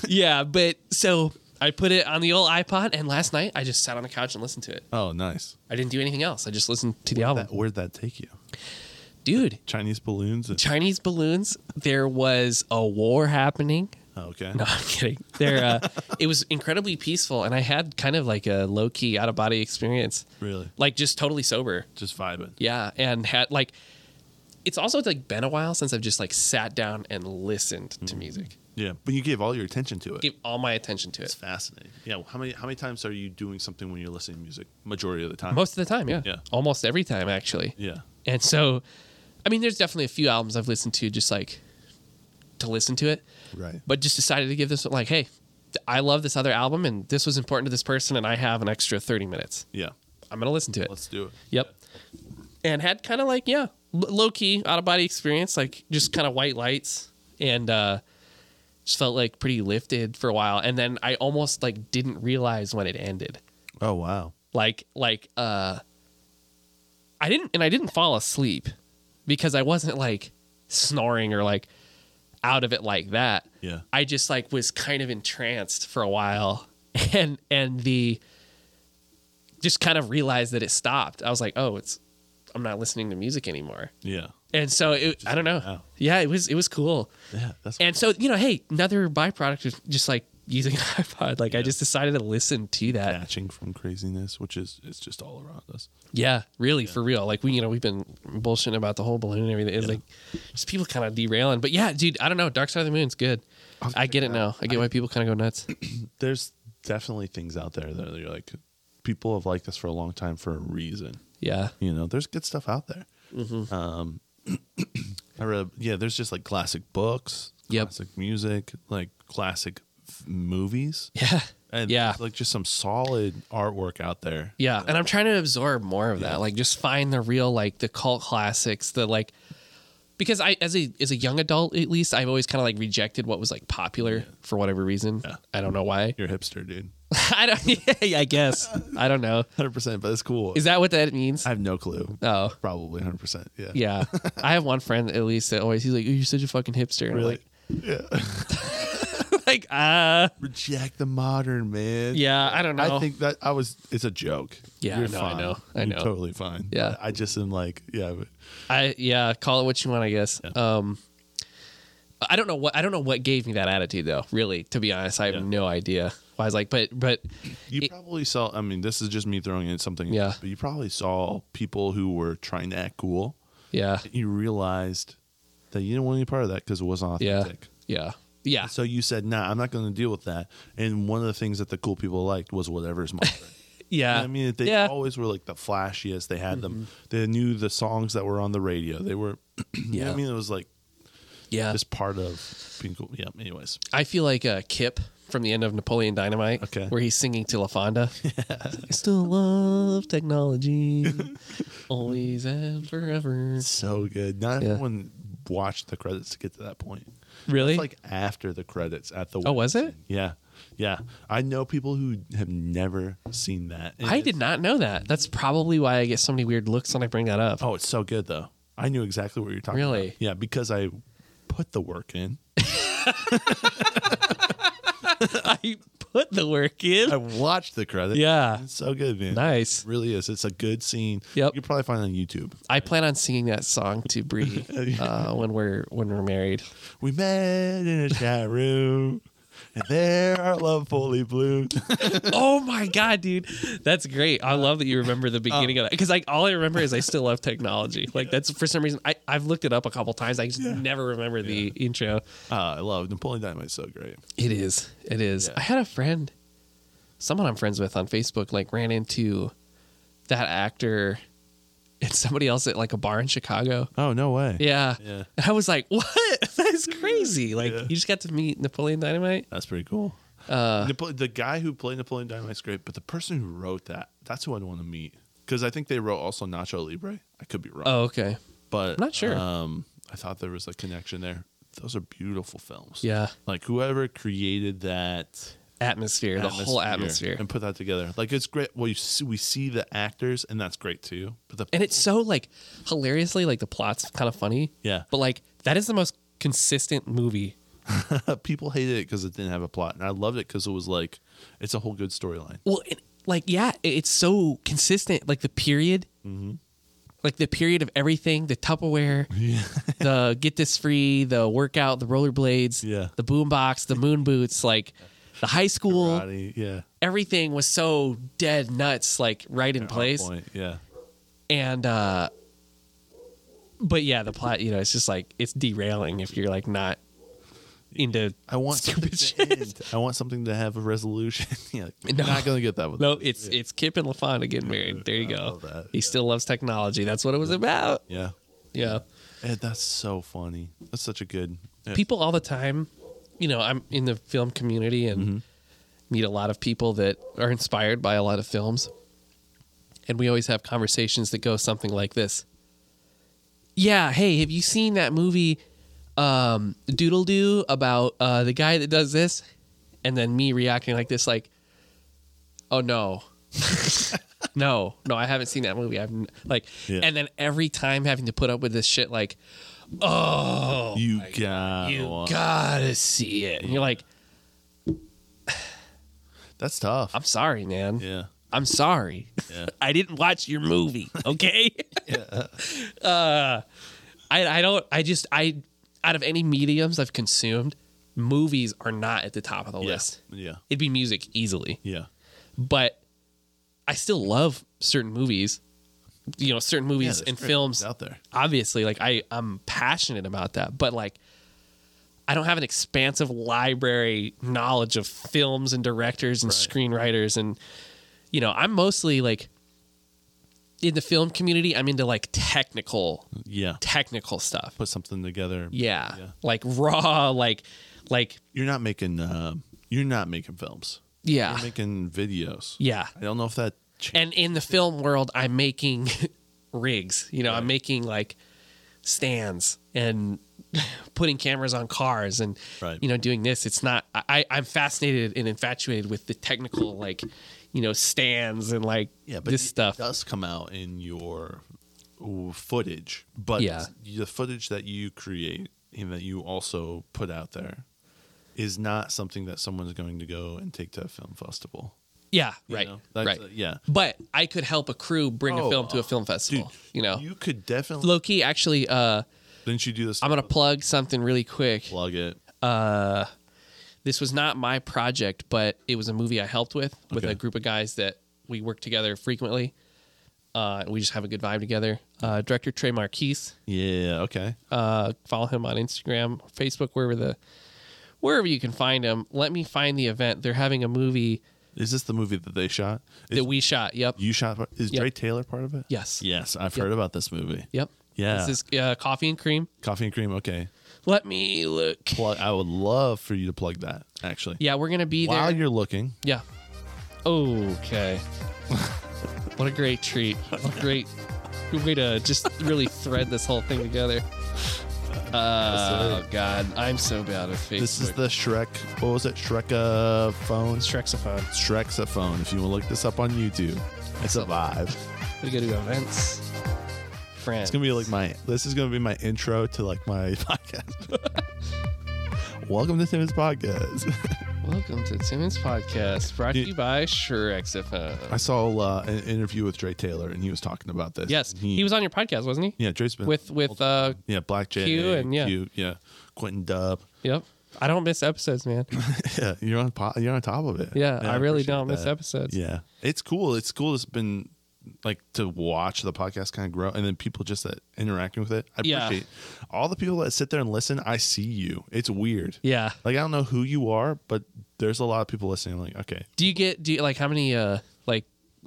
Speaker 2: Yeah. yeah, but so I put it on the old iPod, and last night I just sat on the couch and listened to it.
Speaker 1: Oh, nice.
Speaker 2: I didn't do anything else. I just listened to the album,
Speaker 1: That, where'd that take you?
Speaker 2: dude.
Speaker 1: Chinese balloons. And,
Speaker 2: Chinese balloons. There was a war happening.
Speaker 1: oh, okay.
Speaker 2: No, I'm kidding. There, uh, it was incredibly peaceful, and I had kind of like a low key out of body experience,
Speaker 1: Really?
Speaker 2: like just totally sober.
Speaker 1: Just vibing.
Speaker 2: Yeah, and had like it's also like been a while since I've just like sat down and listened to music.
Speaker 1: Yeah, but you gave all your attention to it.
Speaker 2: Give all my attention to
Speaker 1: It's
Speaker 2: it.
Speaker 1: fascinating. Yeah. How many how many times are you doing something when you're listening to music? Majority of the time.
Speaker 2: Most of the time, yeah.
Speaker 1: Yeah.
Speaker 2: Almost every time actually.
Speaker 1: Yeah.
Speaker 2: And so I mean there's definitely a few albums I've listened to just like to listen to it,
Speaker 1: Right.
Speaker 2: but just decided to give this one like, hey, th- I love this other album and this was important to this person and I have an extra 30 minutes.
Speaker 1: Yeah.
Speaker 2: I'm going to listen to it.
Speaker 1: Let's do it.
Speaker 2: Yep. And had kind of like, yeah, l- low key out of body experience, like just kind of white lights and uh just felt like pretty lifted for a while and then I almost like didn't realize when it ended.
Speaker 1: Oh wow.
Speaker 2: Like like uh I didn't and I didn't fall asleep because I wasn't like snoring or like out of it like that.
Speaker 1: Yeah.
Speaker 2: I just like was kind of entranced for a while and and the just kind of realized that it stopped. I was like, "Oh, it's I'm not listening to music anymore."
Speaker 1: Yeah.
Speaker 2: And so it, I don't know.
Speaker 1: wow.
Speaker 2: Yeah, it was it was cool.
Speaker 1: Yeah. That's
Speaker 2: And so, you know, hey, another byproduct of just like using an iPod, like I just decided to listen to that. Yeah,
Speaker 1: Catching from craziness, which is it's just all around us.
Speaker 2: really for real. Like we, you know, we've been bullshitting about the whole balloon and everything. It's
Speaker 1: Yeah.
Speaker 2: like just people kind of derailing. But yeah, dude, I don't know. Dark Side of the Moon's good.
Speaker 1: I'll
Speaker 2: I
Speaker 1: check
Speaker 2: get
Speaker 1: it
Speaker 2: it now. I get why people kind of go nuts.
Speaker 1: There's definitely things out there that are like people have liked us for a long time for a reason.
Speaker 2: Yeah.
Speaker 1: You know, there's good stuff out there.
Speaker 2: Mm-hmm.
Speaker 1: Um, I read, yeah, there's just like classic books,
Speaker 2: Yep.
Speaker 1: classic music, like classic f- movies,
Speaker 2: Yeah.
Speaker 1: and
Speaker 2: yeah.
Speaker 1: like just some solid artwork out there.
Speaker 2: Yeah, and I'm trying to absorb more of
Speaker 1: Yeah.
Speaker 2: that. Like just find the real like the cult classics, the like because I as a as a young adult at least, I've always kind of like rejected what was like popular for whatever reason.
Speaker 1: Yeah.
Speaker 2: I don't know why.
Speaker 1: You're a hipster, dude.
Speaker 2: I don't yeah, I guess. I don't know.
Speaker 1: 100%, but it's cool.
Speaker 2: Is that what that means?
Speaker 1: I have no clue.
Speaker 2: oh.
Speaker 1: Probably 100%. Yeah.
Speaker 2: Yeah. I have one friend at least that always he's like, "Oh, you're such a fucking hipster." And
Speaker 1: Really? yeah.
Speaker 2: I'm like, like, uh
Speaker 1: Reject the modern, man.
Speaker 2: yeah, I don't know.
Speaker 1: I think that I was. It's a joke.
Speaker 2: Yeah,
Speaker 1: You're
Speaker 2: I know, I
Speaker 1: fine.
Speaker 2: know, I
Speaker 1: You're
Speaker 2: know.
Speaker 1: totally fine.
Speaker 2: Yeah.
Speaker 1: I just am like, yeah, but
Speaker 2: I yeah, call it what you want, I guess. Um I don't know what I don't know what gave me that attitude though, really, to be honest. I have
Speaker 1: Yeah.
Speaker 2: no idea. Why I was like, but but
Speaker 1: you
Speaker 2: It-
Speaker 1: probably saw. I mean, this is just me throwing in something.
Speaker 2: Yeah.
Speaker 1: But you probably saw people who were trying to act cool.
Speaker 2: yeah.
Speaker 1: You realized that you didn't want any part of that because it wasn't
Speaker 2: Yeah.
Speaker 1: authentic.
Speaker 2: Yeah. Yeah.
Speaker 1: So you said, "Nah, I'm not going to deal with that." And one of the things that the cool people liked was whatever's my.
Speaker 2: Yeah.
Speaker 1: I mean, they
Speaker 2: yeah.
Speaker 1: always were like the flashiest. They had them. They knew the songs that were on the radio. They were. you know what
Speaker 2: Yeah.
Speaker 1: I mean, it was like
Speaker 2: yeah.
Speaker 1: just part of being cool. Yeah. Anyways.
Speaker 2: I feel like uh, Kip from the end of Napoleon Dynamite,
Speaker 1: Okay.
Speaker 2: where he's singing to La Fonda. I still love technology, always and forever.
Speaker 1: so good. Not
Speaker 2: Yeah.
Speaker 1: everyone watched the credits to get to that point.
Speaker 2: Really?
Speaker 1: It's like after the credits at the.
Speaker 2: Oh, was it?
Speaker 1: Yeah, yeah. I know people who have never seen that. And
Speaker 2: I
Speaker 1: it's-
Speaker 2: did not know that. That's probably why I get so many weird looks when I bring that up.
Speaker 1: Oh, it's so good though. I knew exactly what you're talking about.
Speaker 2: Really?
Speaker 1: Yeah, because I put the work in.
Speaker 2: I put the work in.
Speaker 1: I watched the credits.
Speaker 2: Yeah.
Speaker 1: it's so good, man.
Speaker 2: Nice.
Speaker 1: It really is. It's a good scene.
Speaker 2: Yep.
Speaker 1: You can probably find it on YouTube.
Speaker 2: I plan on singing that song to Bree uh, when we're when we're married.
Speaker 1: We met in a chat room, and there our love fully bloomed.
Speaker 2: oh my god, dude, that's great. I love that you remember
Speaker 1: Oh.
Speaker 2: the beginning of that because like all I remember is I still love technology. Like that's for some reason I I've looked it up a couple times. I just never remember the intro.
Speaker 1: Uh, I love Napoleon Dynamite's so great.
Speaker 2: It is. It is.
Speaker 1: Yeah.
Speaker 2: I had a friend, someone I'm friends with on Facebook, like ran into that actor and somebody else at like a bar in Chicago.
Speaker 1: Oh no way.
Speaker 2: Yeah.
Speaker 1: Yeah.
Speaker 2: And I was like, what? That's crazy. Like,
Speaker 1: Yeah.
Speaker 2: you just got to meet Napoleon Dynamite.
Speaker 1: That's pretty cool.
Speaker 2: Uh,
Speaker 1: Napo- the guy who played Napoleon Dynamite's great, but the person who wrote that, that's who I'd want to meet. Because I think they wrote also Nacho Libre. I could be wrong.
Speaker 2: Oh, okay.
Speaker 1: but
Speaker 2: I'm not sure.
Speaker 1: Um, I thought there was a connection there. Those are beautiful films.
Speaker 2: Yeah.
Speaker 1: Like whoever created that
Speaker 2: Atmosphere, the whole atmosphere.
Speaker 1: and put that together. Like it's great. Well, you see, we see the actors, and that's great too. But the
Speaker 2: and it's so like hilariously like the plot's kind of funny
Speaker 1: Yeah.
Speaker 2: but like that is the most consistent movie
Speaker 1: People hated it because it didn't have a plot, and I loved it because it was like it's a whole good storyline.
Speaker 2: Well, it, like yeah, it- it's so consistent. Like the period,
Speaker 1: Mm-hmm.
Speaker 2: like the period of everything, the Tupperware, the get this free, the workout, the rollerblades,
Speaker 1: Yeah.
Speaker 2: the boombox, the moon boots, like the high school.
Speaker 1: Karate, yeah,
Speaker 2: Everything was so dead nuts, like right in place.
Speaker 1: Point, yeah.
Speaker 2: and uh but yeah the plot you know it's just like it's derailing if you're like not into
Speaker 1: I want
Speaker 2: Stupid
Speaker 1: stupid
Speaker 2: shit.
Speaker 1: shit. I want something to have a resolution. yeah,
Speaker 2: No.
Speaker 1: you're not gonna get that one.
Speaker 2: no it's it's kip and lafana getting married there you
Speaker 1: I
Speaker 2: go
Speaker 1: love that,
Speaker 2: he still loves technology that's what it was about
Speaker 1: Yeah,
Speaker 2: yeah
Speaker 1: Ed, that's so funny. That's such a good. yeah.
Speaker 2: people all the time you know i'm in the film community and
Speaker 1: Mm-hmm.
Speaker 2: meet a lot of people that are inspired by a lot of films and we always have conversations that go something like this yeah hey have you seen that movie um doodle doo about uh the guy that does this and then me reacting like this like oh no no no i haven't seen that movie i've n- like
Speaker 1: Yeah.
Speaker 2: and then every time having to put up with this shit like oh
Speaker 1: you got.
Speaker 2: you
Speaker 1: one.
Speaker 2: gotta see it. And you're like,
Speaker 1: That's tough.
Speaker 2: I'm sorry, man.
Speaker 1: yeah,
Speaker 2: I'm sorry.
Speaker 1: yeah.
Speaker 2: I didn't watch your movie. Okay. uh, I I don't. I just I out of any mediums I've consumed, movies are not at the top of the list.
Speaker 1: Yeah,
Speaker 2: It'd be music easily,
Speaker 1: yeah,
Speaker 2: but I still love certain movies. You know, certain
Speaker 1: yeah.
Speaker 2: movies and
Speaker 1: there's
Speaker 2: films
Speaker 1: out there.
Speaker 2: obviously like I I'm passionate about that, but like I don't have an expansive library knowledge of films and directors and screenwriters and you know, I'm mostly like in the film community, I'm into like technical
Speaker 1: Yeah,
Speaker 2: technical stuff.
Speaker 1: put something together.
Speaker 2: Yeah.
Speaker 1: Mm. Yeah.
Speaker 2: Like raw like like
Speaker 1: You're not making. Uh, you're not making films.
Speaker 2: yeah.
Speaker 1: You're making videos.
Speaker 2: Ah. Yeah.
Speaker 1: I don't know if that. Changed.
Speaker 2: and in the film world i'm making rigs you know i'm making like stands and putting cameras on cars and
Speaker 1: Right.
Speaker 2: you know doing this it's not I, i'm fascinated and infatuated with the technical like you know stands and like
Speaker 1: yeah, but
Speaker 2: this stuff
Speaker 1: it does come out in your ooh, footage, but
Speaker 2: Yeah.
Speaker 1: the footage that you create and that you also put out there is not something that someone's going to go and take to a film festival.
Speaker 2: yeah
Speaker 1: you
Speaker 2: right
Speaker 1: know? That's-
Speaker 2: right
Speaker 1: uh, yeah,
Speaker 2: but i could help a crew bring a
Speaker 1: Oh,
Speaker 2: film to a film
Speaker 1: dude,
Speaker 2: festival you know
Speaker 1: you could definitely.
Speaker 2: low key actually uh
Speaker 1: didn't you do this?
Speaker 2: i'm gonna plug something really quick
Speaker 1: plug it.
Speaker 2: this was not my project, but it was a movie I helped with with
Speaker 1: Okay.
Speaker 2: a group of guys that we work together frequently. Uh, we just have a good vibe together. Uh, director Trey Marquise,
Speaker 1: Yeah. Okay.
Speaker 2: uh, follow him on Instagram, Facebook, wherever the wherever you can find him. Let me find the event. They're having a movie
Speaker 1: Is this the movie that they shot? Is
Speaker 2: that we shot. Yep.
Speaker 1: you shot? part- Is
Speaker 2: Yep.
Speaker 1: Dre Taylor part of it?
Speaker 2: Yes.
Speaker 1: Yes, I've
Speaker 2: Yep.
Speaker 1: heard about this movie.
Speaker 2: Yep.
Speaker 1: Yeah.
Speaker 2: This is uh, coffee and cream.
Speaker 1: Coffee and cream. Okay.
Speaker 2: Let me look.
Speaker 1: Plug. I would love for you to plug that. Actually.
Speaker 2: Yeah, we're gonna be
Speaker 1: While
Speaker 2: there.
Speaker 1: you're looking,
Speaker 2: Yeah. Okay. what a great treat. What a great good way to just really thread this whole thing together. Uh, oh God, I'm so bad at Facebook.
Speaker 1: This is the Shrek. What was it? Shreka phone.
Speaker 2: Strexophone.
Speaker 1: Shrexaphone. If you want to look this up on YouTube, it's a vibe.
Speaker 2: We go to events. Friends.
Speaker 1: It's gonna be like my. This is gonna be my intro to like my podcast. Welcome to Tim's podcast.
Speaker 2: Welcome to Timmons Podcast, brought to
Speaker 1: Dude.
Speaker 2: you by Shrexophone.
Speaker 1: I saw uh, an interview with Dre Taylor, and he was talking about this.
Speaker 2: Yes,
Speaker 1: And
Speaker 2: he was on your podcast, wasn't he?
Speaker 1: Yeah, Dre's been
Speaker 2: With with uh,
Speaker 1: yeah Black J
Speaker 2: Q and- yeah.
Speaker 1: Q, yeah Quentin Dub.
Speaker 2: yep. I don't miss episodes, man.
Speaker 1: Yeah, you're on po- you're on top of it.
Speaker 2: Yeah,
Speaker 1: And
Speaker 2: I really
Speaker 1: appreciate
Speaker 2: don't miss
Speaker 1: that.
Speaker 2: episodes.
Speaker 1: Yeah, it's cool. It's cool. It's been like to watch the podcast kind of grow, and then people just that interacting with it. I
Speaker 2: Yeah.
Speaker 1: appreciate all the people that sit there and listen. I see you. It's weird.
Speaker 2: Yeah.
Speaker 1: Like I don't know who you are, but there's a lot of people listening. Like okay,
Speaker 2: Do you get do you, like how many uh like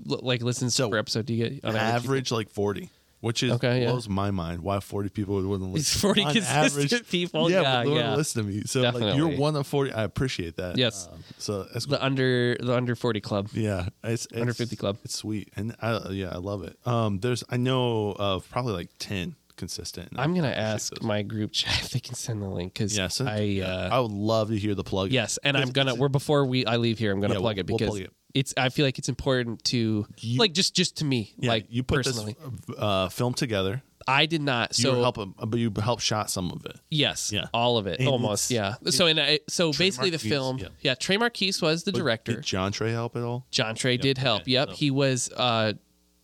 Speaker 2: l- like listens
Speaker 1: So,
Speaker 2: per episode do you get on average?
Speaker 1: average like forty. Which is
Speaker 2: Okay, yeah.
Speaker 1: blows my mind. Why forty people would want to listen?
Speaker 2: It's 40
Speaker 1: on
Speaker 2: consistent people.
Speaker 1: yeah,
Speaker 2: Yeah,
Speaker 1: but they wouldn't
Speaker 2: yeah.
Speaker 1: listen to me. So like,
Speaker 2: Definitely.
Speaker 1: you're one of forty. I appreciate that. Um,
Speaker 2: Yes.
Speaker 1: so that's cool.
Speaker 2: The under the under forty club.
Speaker 1: Yeah, it's, it's
Speaker 2: Under 50 club.
Speaker 1: It's sweet, and I, yeah, I love it. Um, there's I know of probably like ten consistent.
Speaker 2: I'm gonna
Speaker 1: Appreciate
Speaker 2: ask
Speaker 1: those.
Speaker 2: my group chat if they can send the link because
Speaker 1: Yeah, send-
Speaker 2: I uh,
Speaker 1: I would love to hear the plug.
Speaker 2: yes, and I'm
Speaker 1: It's-
Speaker 2: gonna
Speaker 1: it's-
Speaker 2: we're before we I leave here I'm gonna
Speaker 1: Yeah,
Speaker 2: plug it
Speaker 1: we'll- we'll
Speaker 2: because
Speaker 1: plug it.
Speaker 2: it's I feel like it's important to
Speaker 1: You-
Speaker 2: like just just to me
Speaker 1: yeah,
Speaker 2: like
Speaker 1: you put
Speaker 2: personally
Speaker 1: this uh, film together.
Speaker 2: I did not.
Speaker 1: you
Speaker 2: So
Speaker 1: were helping, but you helped shot some of it.
Speaker 2: Yes.
Speaker 1: Yeah.
Speaker 2: All of it.
Speaker 1: And
Speaker 2: almost.
Speaker 1: it's-
Speaker 2: Yeah. So and I, so
Speaker 1: Trey
Speaker 2: basically the
Speaker 1: Marquise,
Speaker 2: film. Yeah.
Speaker 1: yeah.
Speaker 2: Trey Marquise was the
Speaker 1: But
Speaker 2: director.
Speaker 1: Did John Trey help at all?
Speaker 2: John Trey did help.
Speaker 1: okay,
Speaker 2: yep.
Speaker 1: so-
Speaker 2: He was uh,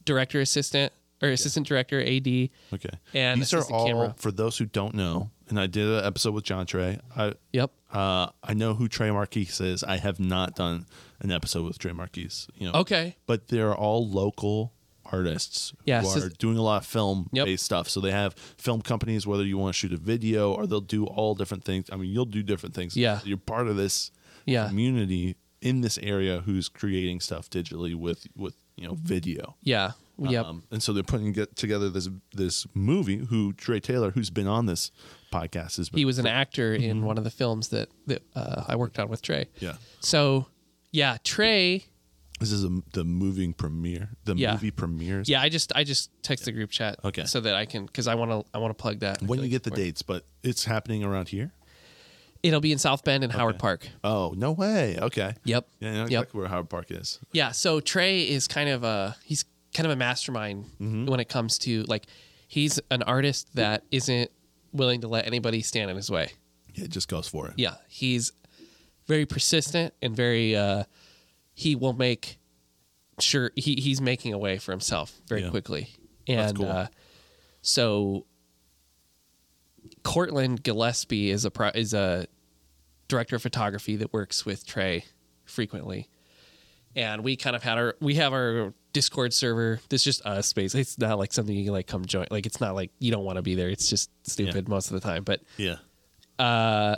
Speaker 2: director assistant or assistant director AD.
Speaker 1: Okay.
Speaker 2: And
Speaker 1: these are
Speaker 2: assistant
Speaker 1: all
Speaker 2: camera.
Speaker 1: for those who don't know. And I did an episode with John Trey. I
Speaker 2: Yep.
Speaker 1: uh, I know who Trey Marquise is. I have not done an episode with Trey Marquise. You know.
Speaker 2: Okay.
Speaker 1: But they are all local artists
Speaker 2: Yeah,
Speaker 1: who
Speaker 2: so-
Speaker 1: are doing a lot of film
Speaker 2: Yep.
Speaker 1: based stuff. So they have film companies, whether you want to shoot a video or they'll do all different things. I mean, you'll do different things.
Speaker 2: Yeah.
Speaker 1: You're part of this
Speaker 2: Yeah.
Speaker 1: community in this area who's creating stuff digitally with with you know video.
Speaker 2: Yeah. Yep.
Speaker 1: Um, and so they're putting get together this this movie. Who Trey Taylor, who's been on this podcast, has been.
Speaker 2: he was an actor in
Speaker 1: mm-hmm.
Speaker 2: one of the films that that uh, I worked on with Trey.
Speaker 1: yeah.
Speaker 2: So yeah, Trey.
Speaker 1: This is a, the moving premiere. The
Speaker 2: Yeah.
Speaker 1: movie premieres.
Speaker 2: Yeah, I just I just text the group chat.
Speaker 1: Okay.
Speaker 2: So that I can because I want to I want to plug that. I
Speaker 1: When
Speaker 2: feel
Speaker 1: you get
Speaker 2: like
Speaker 1: the
Speaker 2: it's important.
Speaker 1: dates, but it's happening around here.
Speaker 2: it'll be in South Bend and Howard
Speaker 1: Okay.
Speaker 2: Park.
Speaker 1: Oh no way. Okay.
Speaker 2: Yep.
Speaker 1: Yeah, I know
Speaker 2: Yep.
Speaker 1: exactly where Howard Park is.
Speaker 2: Yeah, so Trey is kind of a he's kind of a mastermind
Speaker 1: Mm-hmm.
Speaker 2: when it comes to like he's an artist that isn't willing to let anybody stand in his way.
Speaker 1: Yeah, it just goes for it.
Speaker 2: Yeah, he's very persistent and very uh he will make sure he he's making a way for himself very
Speaker 1: Yeah.
Speaker 2: quickly. And
Speaker 1: That's cool.
Speaker 2: uh so Cortland Gillespie is a pro- is a director of photography that works with Trey frequently. And we kind of had our we have our Discord server. It's just us basically. It's not like something you can like come join. Like it's not like you don't want to be there. It's just stupid most of the time. But uh,
Speaker 1: Yeah.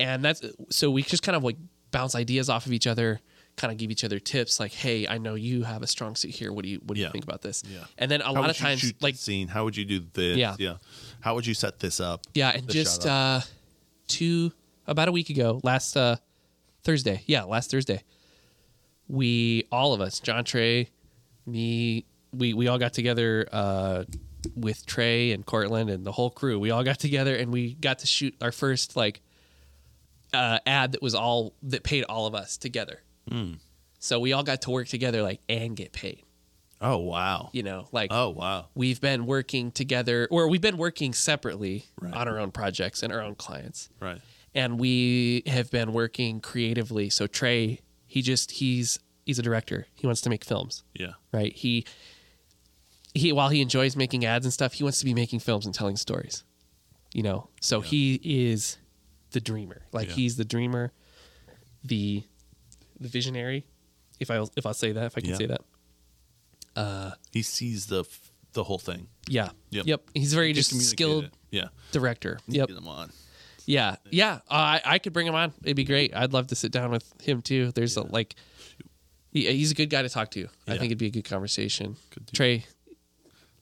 Speaker 2: and that's so we just kind of like bounce ideas off of each other kind of give each other tips like hey i know you have a strong suit here what do you what do you
Speaker 1: Yeah.
Speaker 2: think about this
Speaker 1: Yeah.
Speaker 2: and then a
Speaker 1: How
Speaker 2: lot
Speaker 1: would
Speaker 2: of
Speaker 1: you
Speaker 2: times
Speaker 1: shoot
Speaker 2: like
Speaker 1: this scene. How would you do this?
Speaker 2: Yeah.
Speaker 1: Yeah. How would you set this up?
Speaker 2: yeah and
Speaker 1: the
Speaker 2: just
Speaker 1: shot
Speaker 2: uh two about a week ago last uh thursday yeah last thursday we all of us john trey me we we all got together uh with trey and Cortland and the whole crew we all got together and we got to shoot our first like uh ad that was all that paid all of us together so we all got to work together like and get paid uh,
Speaker 1: Oh wow.
Speaker 2: you know like
Speaker 1: Oh wow.
Speaker 2: we've been working together or we've been working separately
Speaker 1: Right.
Speaker 2: on our own projects and our own clients
Speaker 1: Right.
Speaker 2: and we have been working creatively so trey he just he's he's a director he wants to make films
Speaker 1: Yeah.
Speaker 2: right he he while he enjoys making ads and stuff he wants to be making films and telling stories you know so he is the dreamer like
Speaker 1: Yeah.
Speaker 2: he's the dreamer the the visionary if i if i'll say that if i can
Speaker 1: Yeah.
Speaker 2: say that
Speaker 1: He sees the f- the whole thing.
Speaker 2: yeah
Speaker 1: Yep.
Speaker 2: he's very
Speaker 1: He
Speaker 2: just
Speaker 1: communicated
Speaker 2: skilled
Speaker 1: it. Yeah.
Speaker 2: director yep
Speaker 1: Get him on.
Speaker 2: Yeah, yeah. Uh, I I could bring him on. It'd be great. I'd love to sit down with him too. There's a, like, he- he's a good guy to talk to. I
Speaker 1: Yeah.
Speaker 2: think it'd be a good conversation.
Speaker 1: Good dude.
Speaker 2: Trey,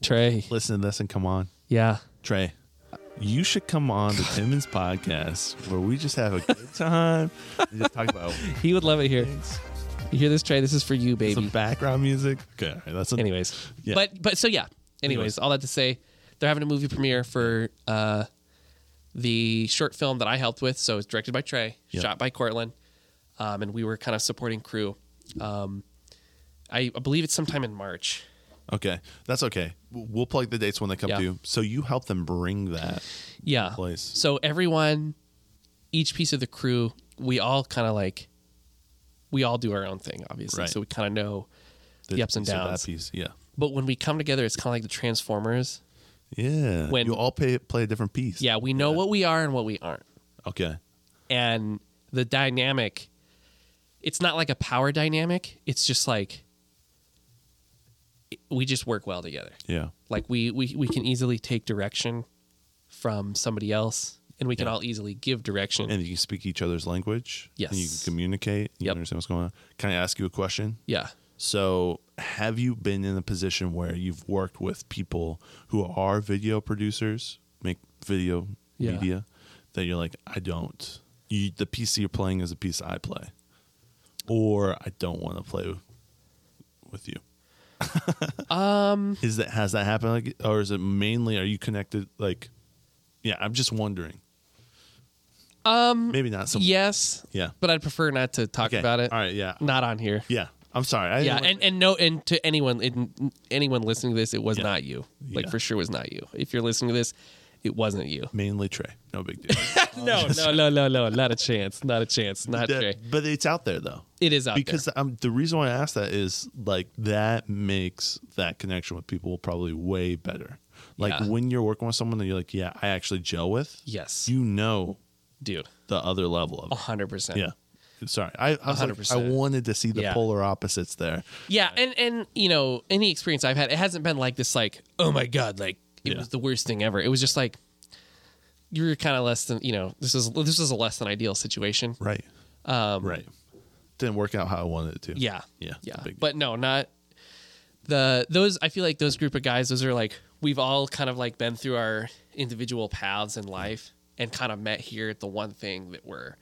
Speaker 2: Trey.
Speaker 1: Listen to this and come on.
Speaker 2: Yeah,
Speaker 1: Trey, you should come on the Timmons podcast where we just have a good time and just talk about
Speaker 2: he would love it here. You hear this, Trey? This is for you,
Speaker 1: some
Speaker 2: baby.
Speaker 1: background music. Okay, all right, that's an
Speaker 2: Anyways,
Speaker 1: Yeah.
Speaker 2: but but so yeah. Anyways,
Speaker 1: Anyways.
Speaker 2: all that to say, they're having a movie premiere for uh, the short film that I helped with. So it's directed by Trey,
Speaker 1: Yeah.
Speaker 2: shot by Cortland, um, and we were kind of supporting crew. Um, I, I believe it's sometime in March.
Speaker 1: Okay, that's okay. We'll plug the dates when they come
Speaker 2: Yeah.
Speaker 1: to you. So you help them bring that.
Speaker 2: yeah
Speaker 1: place.
Speaker 2: so everyone each piece of the crew we all kind of like we all do our own thing obviously
Speaker 1: Right.
Speaker 2: so we kind of know
Speaker 1: The
Speaker 2: The ups and
Speaker 1: piece of
Speaker 2: downs.
Speaker 1: That piece. Yeah.
Speaker 2: but when we come together it's kind of like the transformers
Speaker 1: Yeah.
Speaker 2: When-
Speaker 1: you all pay, play a different piece.
Speaker 2: yeah we know what we are and what we aren't
Speaker 1: Okay.
Speaker 2: and the dynamic it's not like a power dynamic it's just like we just work well together
Speaker 1: Yeah.
Speaker 2: like we we, we can easily take direction from somebody else and we can
Speaker 1: Yeah.
Speaker 2: all easily give direction
Speaker 1: And you can speak each other's language. And you can
Speaker 2: Yes.
Speaker 1: communicate. You
Speaker 2: Yep.
Speaker 1: understand what's going on. Can I ask you a question?
Speaker 2: yeah
Speaker 1: So, have you been in a position where you've worked with people who are video producers, make video
Speaker 2: Yeah.
Speaker 1: media, that you're like, I don't. You, the piece you're playing is a piece I play, or I don't want to play with, with you. um, is that has that happened, like, or is it mainly are you connected? Like, yeah, I'm just wondering. Um, maybe not so.
Speaker 2: yes
Speaker 1: yeah.
Speaker 2: but I'd prefer not to talk
Speaker 1: Okay.
Speaker 2: about it.
Speaker 1: All right. Yeah.
Speaker 2: Not on here.
Speaker 1: Yeah. I'm sorry. I
Speaker 2: yeah,
Speaker 1: didn't-
Speaker 2: and, and no, and to anyone, in, anyone listening to this, it was
Speaker 1: Yeah.
Speaker 2: not you. Like
Speaker 1: Yeah.
Speaker 2: for sure, was not you. If you're listening to this, it wasn't you.
Speaker 1: mainly Trey. No big deal.
Speaker 2: no, no, no, no, no, not a chance, not a chance, not
Speaker 1: That-
Speaker 2: Trey.
Speaker 1: But it's out there though.
Speaker 2: It is out
Speaker 1: because um, the reason why I asked that is like that makes that connection with people probably way better. Like
Speaker 2: Yeah.
Speaker 1: when you're working with someone that you're like, yeah, I actually gel with.
Speaker 2: Yes.
Speaker 1: you know
Speaker 2: dude,
Speaker 1: the other level of it.
Speaker 2: hundred percent.
Speaker 1: yeah. Sorry, I I, was like, I
Speaker 2: 100%.
Speaker 1: wanted to see the
Speaker 2: Yeah.
Speaker 1: polar opposites there.
Speaker 2: Yeah, and and you know, any experience I've had, it hasn't been like this. Like, oh my god, like it
Speaker 1: Yeah.
Speaker 2: was the worst thing ever. It was just like you were kind of less than you know. This is this is a less than ideal situation.
Speaker 1: Right. Um, right. Didn't work out how I wanted it to.
Speaker 2: Yeah,
Speaker 1: Yeah.
Speaker 2: yeah.
Speaker 1: Big deal.
Speaker 2: But no, not the those. I feel like those group of guys. Those are like we've all kind of like been through our individual paths in life and kind of met here at the one thing that we're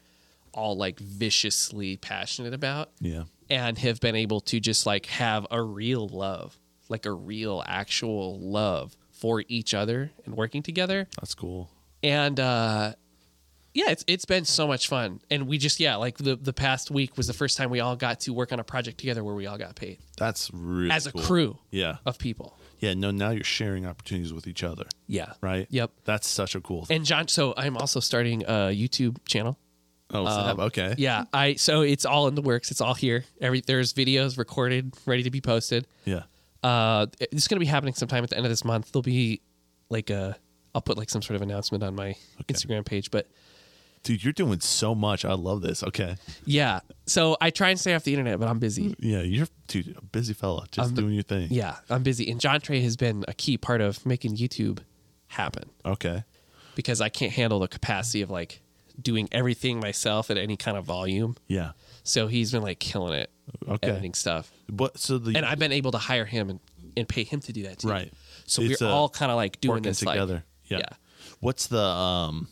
Speaker 2: all like viciously passionate about.
Speaker 1: yeah.
Speaker 2: and have been able to just like have a real love, like a real actual love for each other and working together.
Speaker 1: That's cool.
Speaker 2: And uh yeah, it's it's been so much fun. And we just yeah, like the the past week was the first time we all got to work on a project together where we all got paid
Speaker 1: That's really
Speaker 2: as a
Speaker 1: cool.
Speaker 2: crew
Speaker 1: Yeah.
Speaker 2: of people.
Speaker 1: Yeah. No. Now you're sharing opportunities with each other.
Speaker 2: Yeah.
Speaker 1: Right.
Speaker 2: Yep.
Speaker 1: That's such a cool. thing.
Speaker 2: And John, so I'm also starting a YouTube channel.
Speaker 1: Oh, snap. okay.
Speaker 2: um, Yeah, I so it's all in the works. It's all here. Every there's videos recorded, ready to be posted.
Speaker 1: Yeah.
Speaker 2: uh it's going to be happening sometime at the end of this month there'll be like a i'll put like some sort of announcement on my instagram page but
Speaker 1: Dude, you're doing so much. I love this. Okay.
Speaker 2: yeah so i try and stay off the internet but i'm busy
Speaker 1: Yeah, you're dude, a busy fella, just
Speaker 2: I'm-
Speaker 1: doing your thing.
Speaker 2: yeah i'm busy and john trey has been a key part of making youtube happen
Speaker 1: Okay.
Speaker 2: because i can't handle the capacity of like doing everything myself at any kind of volume
Speaker 1: Yeah.
Speaker 2: so he's been like killing it
Speaker 1: Okay.
Speaker 2: editing stuff
Speaker 1: But so the
Speaker 2: and i've been able to hire him and, and pay him to do that too
Speaker 1: right.
Speaker 2: so
Speaker 1: It's,
Speaker 2: we're
Speaker 1: uh,
Speaker 2: all kind of like doing
Speaker 1: working
Speaker 2: this like-
Speaker 1: together. yeah.
Speaker 2: yeah.
Speaker 1: What's the um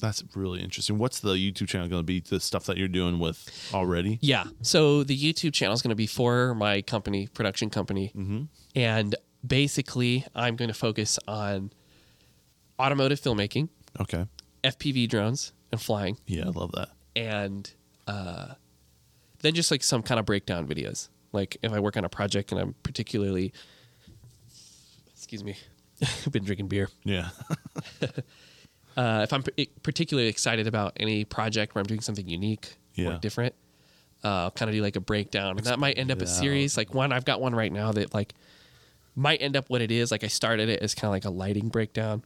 Speaker 1: that's really interesting. What's the YouTube channel going to be? The stuff that you're doing with already?
Speaker 2: Yeah. So the YouTube channel is going to be for my company, production company. And basically, I'm going to focus on automotive filmmaking,
Speaker 1: Okay.
Speaker 2: FPV drones, and flying,
Speaker 1: Yeah, I love that.
Speaker 2: and uh, then just like some kind of breakdown videos. Like if I work on a project and I'm particularly, excuse me, I've been drinking beer.
Speaker 1: Yeah.
Speaker 2: Uh, if I'm p- particularly excited about any project where I'm doing something unique
Speaker 1: Yeah.
Speaker 2: or different, uh, kind of do like a breakdown, and that might end up a
Speaker 1: it out.
Speaker 2: series. Like one, I've got one right now that like might end up what it is. Like I started it as kind of like a lighting breakdown,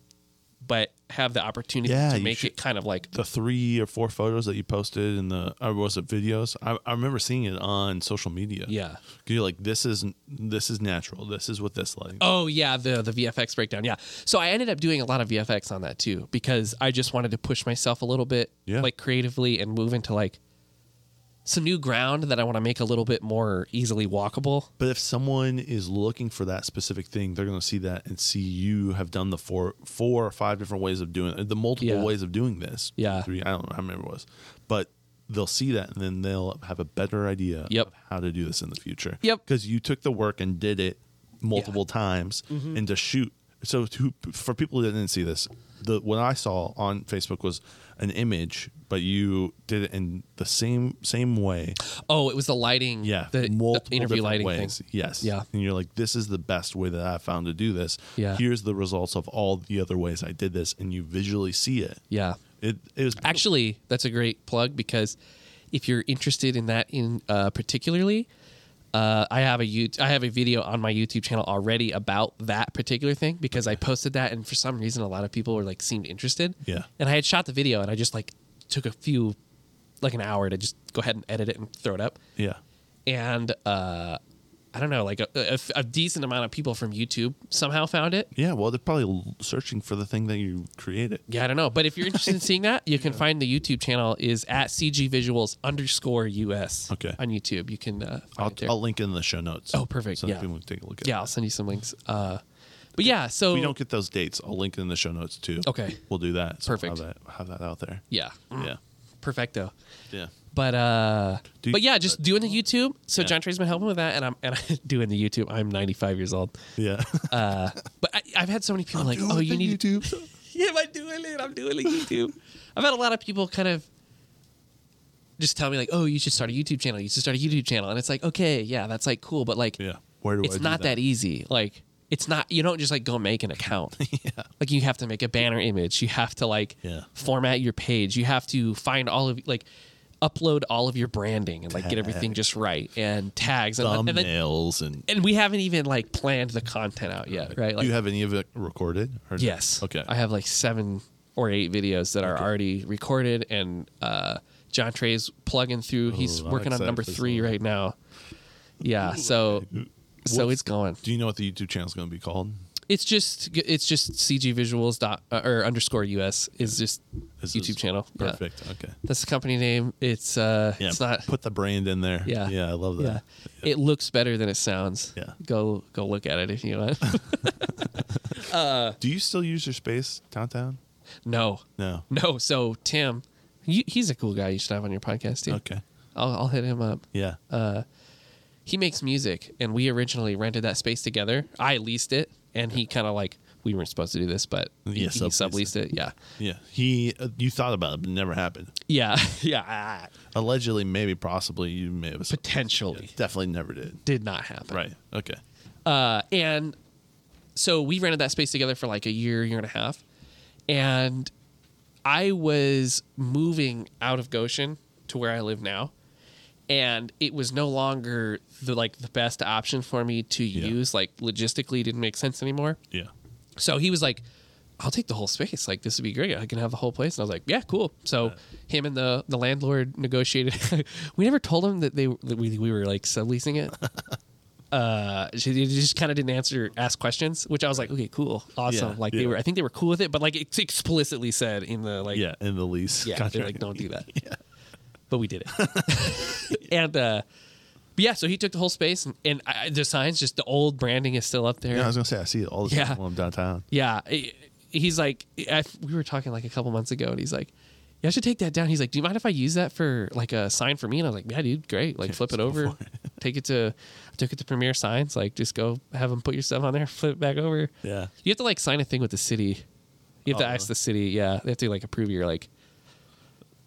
Speaker 2: but have the opportunity
Speaker 1: Yeah,
Speaker 2: to
Speaker 1: you
Speaker 2: make
Speaker 1: should-
Speaker 2: it kind of like
Speaker 1: the 3 or 4 photos that you posted in the or was it videos? I, I remember seeing it on social media.
Speaker 2: yeah.
Speaker 1: You're like this is this is natural. This is what this like.
Speaker 2: Oh yeah, the the VFX breakdown. Yeah. So I ended up doing a lot of VFX on that too because I just wanted to push myself a little bit
Speaker 1: Yeah.
Speaker 2: like creatively and move into like some new ground that I want to make a little bit more easily walkable.
Speaker 1: But if someone is looking for that specific thing, they're going to see that and see you have done the four, four or five different ways of doing the multiple
Speaker 2: Yeah.
Speaker 1: ways of doing this.
Speaker 2: Yeah.
Speaker 1: three. I don't know how many it was, but they'll see that and then they'll have a better idea
Speaker 2: Yep.
Speaker 1: of how to do this in the future.
Speaker 2: Yep.
Speaker 1: because you took the work and did it multiple times
Speaker 2: Mm-hmm.
Speaker 1: and to shoot. So to, for people that didn't see this, the what I saw on Facebook was an image, but you did it in the same same way.
Speaker 2: Oh, it was the lighting.
Speaker 1: Yeah,
Speaker 2: the, the interview
Speaker 1: different
Speaker 2: lighting
Speaker 1: ways.
Speaker 2: thing.
Speaker 1: Yes.
Speaker 2: Yeah.
Speaker 1: and you're like, this is the best way that I found to do this.
Speaker 2: Yeah.
Speaker 1: here's the results of all the other ways I did this, and you visually see it.
Speaker 2: Yeah.
Speaker 1: It it was
Speaker 2: Actually, that's a great plug because if you're interested in that in uh, particularly, uh, I have a you I have a video on my YouTube channel already about that particular thing because I posted that and for some reason a lot of people were like seemed interested.
Speaker 1: Yeah.
Speaker 2: And I had shot the video and I just like took a few like an hour to just go ahead and edit it and throw it up.
Speaker 1: yeah,
Speaker 2: And uh I don't know, like a, a, a decent amount of people from YouTube somehow found it.
Speaker 1: yeah. Well, they're probably l- searching for the thing that you created.
Speaker 2: Yeah, I don't know. But if you're interested in seeing that, you can find the YouTube channel is at CG Visuals underscore US.
Speaker 1: Okay.
Speaker 2: On YouTube, you can uh, find
Speaker 1: I'll,
Speaker 2: it there.
Speaker 1: I'll link it in the show notes.
Speaker 2: Oh, perfect.
Speaker 1: So that
Speaker 2: Yeah.
Speaker 1: people can take a look at.
Speaker 2: yeah, I'll send you some links. Uh, but yeah, so
Speaker 1: If we don't get those dates. I'll link it in the show notes too.
Speaker 2: Okay.
Speaker 1: we'll do that. So
Speaker 2: Perfect. Mm.
Speaker 1: Have that, have that out there.
Speaker 2: yeah,
Speaker 1: Yeah,
Speaker 2: perfecto.
Speaker 1: yeah.
Speaker 2: But uh,
Speaker 1: Do you-
Speaker 2: but yeah, just doing the YouTube. So
Speaker 1: Yeah.
Speaker 2: John Trey's been helping with that, and I'm and I'm doing the YouTube. I'm 95 years old.
Speaker 1: Yeah.
Speaker 2: Uh, but I, I've had so many people like,
Speaker 1: Doing
Speaker 2: oh,
Speaker 1: the
Speaker 2: you need
Speaker 1: YouTube.
Speaker 2: yeah, I'm doing it. I'm doing it. YouTube. I've had a lot of people kind of just tell me like, oh, you should start a YouTube channel. You should start a YouTube channel, and it's like, okay, yeah, that's like cool, but like,
Speaker 1: Yeah. Where do I
Speaker 2: it's
Speaker 1: do
Speaker 2: not that?
Speaker 1: that?
Speaker 2: easy. Like, it's not. You don't just like go make an account.
Speaker 1: yeah.
Speaker 2: like you have to make a banner image. You have to like
Speaker 1: Yeah.
Speaker 2: format your page. You have to find all of like upload all of your branding and like get everything just right and tags and, and then,
Speaker 1: Thumbnails and,
Speaker 2: and we haven't even like planned the content out yet, right? Like,
Speaker 1: do you have any of it recorded? Or no?
Speaker 2: Yes.
Speaker 1: Okay.
Speaker 2: I have like seven or eight videos that are already recorded, and uh, John Trey's plugging through. He's
Speaker 1: Ooh, I'm
Speaker 2: working on number
Speaker 1: excited for
Speaker 2: three
Speaker 1: this
Speaker 2: right now. Yeah. So, so
Speaker 1: What's-
Speaker 2: it's going.
Speaker 1: Do you know what the YouTube channel's going to be called?
Speaker 2: It's just it's just CG Visuals dot uh, or underscore US is just
Speaker 1: This
Speaker 2: YouTube
Speaker 1: is
Speaker 2: channel. Yeah.
Speaker 1: Perfect. Okay.
Speaker 2: That's the company name. It's uh,
Speaker 1: Yeah.
Speaker 2: it's not.
Speaker 1: put the brand in there.
Speaker 2: Yeah.
Speaker 1: Yeah. I love
Speaker 2: Yeah.
Speaker 1: that.
Speaker 2: It looks better than it sounds.
Speaker 1: Yeah.
Speaker 2: Go go look at it if you want.
Speaker 1: Do you still use your space downtown?
Speaker 2: no.
Speaker 1: No.
Speaker 2: No. So Tim, you, he's a cool guy. You should have on your podcast too.
Speaker 1: Okay.
Speaker 2: I'll, I'll hit him up.
Speaker 1: Yeah.
Speaker 2: He makes music, and we originally rented that space together. I leased it, and he kind of like we weren't supposed to do this, but he,
Speaker 1: Yeah,
Speaker 2: he
Speaker 1: subleased
Speaker 2: subleased it. Yeah,
Speaker 1: yeah. He. Uh, you thought about it, but it never happened.
Speaker 2: yeah, yeah.
Speaker 1: Allegedly, maybe, possibly, you may have
Speaker 2: Potentially
Speaker 1: Yeah, definitely never did.
Speaker 2: did not happen.
Speaker 1: Right. Okay.
Speaker 2: Uh, and so we rented that space together for like a year, year and a half. And I was moving out of Goshen to where I live now. And it was no longer the like the best option for me to use. Like logistically it didn't make sense anymore.
Speaker 1: Yeah.
Speaker 2: So he was like, I'll take the whole space. Like this would be great. I can have the whole place. And I was like, yeah, cool. So him and the the landlord negotiated. we never told him that they that we, we were like subleasing it. uh, she they just kind of didn't answer ask questions, which I was like, okay, cool, awesome.
Speaker 1: Yeah,
Speaker 2: like
Speaker 1: yeah.
Speaker 2: they were, I think they were cool with it, but like it's explicitly said in the like
Speaker 1: Yeah. In the lease
Speaker 2: yeah, they're
Speaker 1: contract.
Speaker 2: like don't do that. But we did it. and uh but yeah, so he took the whole space and, and I, the signs just the old branding is still up there.
Speaker 1: Yeah, I was gonna say I see it all the time
Speaker 2: Yeah.
Speaker 1: when I'm downtown.
Speaker 2: Yeah, i- he's like, I, we were talking like a couple months ago, and he's like, "Yeah, I should take that down." He's like, "Do you mind if I use that for like a sign for me?" And I was like, "Yeah, dude, great. Like, flip it over, take it to, I took it to Premier Signs. Like, just go have them put your stuff on there, flip it back over.
Speaker 1: Yeah.
Speaker 2: You have to like sign a thing with the city. You have
Speaker 1: Oh,
Speaker 2: to ask
Speaker 1: really?
Speaker 2: the city. Yeah, they have to like approve your like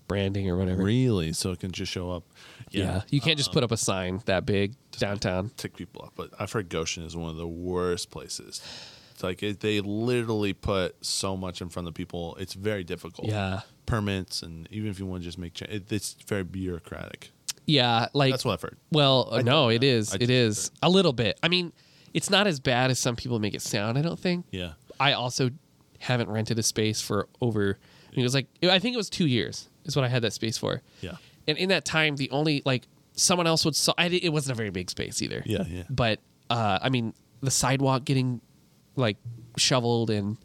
Speaker 2: branding or whatever.
Speaker 1: Really? So it can just show up.
Speaker 2: yeah. you can't just put up a sign that big downtown.
Speaker 1: tick people off, but I've heard Goshen is one of the worst places. It's like it, they literally put so much in front of people. It's very difficult.
Speaker 2: Yeah.
Speaker 1: Permits and even if you want to just make change, it, it's very bureaucratic.
Speaker 2: Yeah, like
Speaker 1: That's what I've heard.
Speaker 2: Well, uh, no, it is.
Speaker 1: I
Speaker 2: It
Speaker 1: just-
Speaker 2: is a little bit. I mean, it's not as bad as some people make it sound. I don't think.
Speaker 1: Yeah.
Speaker 2: I also haven't rented a space for over. I mean, it was like I think it was two years is what I had that space for.
Speaker 1: Yeah.
Speaker 2: And in that time, the only like someone else would. So I, di- it wasn't a very big space either.
Speaker 1: Yeah, yeah.
Speaker 2: But uh, I mean, the sidewalk getting like shoveled and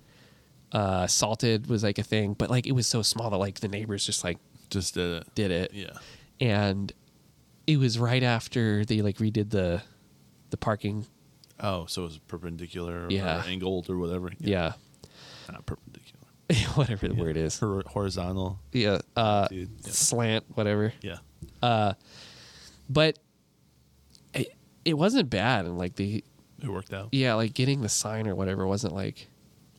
Speaker 2: uh, salted was like a thing, but like it was so small that like the neighbors just like
Speaker 1: Just did it.
Speaker 2: did it
Speaker 1: Yeah.
Speaker 2: and it was right after they like redid the the parking
Speaker 1: Oh, so it was perpendicular or
Speaker 2: Yeah.
Speaker 1: angled or whatever.
Speaker 2: yeah,
Speaker 1: Not perpendicular.
Speaker 2: whatever the word is
Speaker 1: Hor- horizontal.
Speaker 2: yeah uh
Speaker 1: Dude. Yeah.
Speaker 2: slant whatever
Speaker 1: yeah.
Speaker 2: but it, it wasn't bad and like the
Speaker 1: It worked out.
Speaker 2: yeah like getting the sign or whatever wasn't like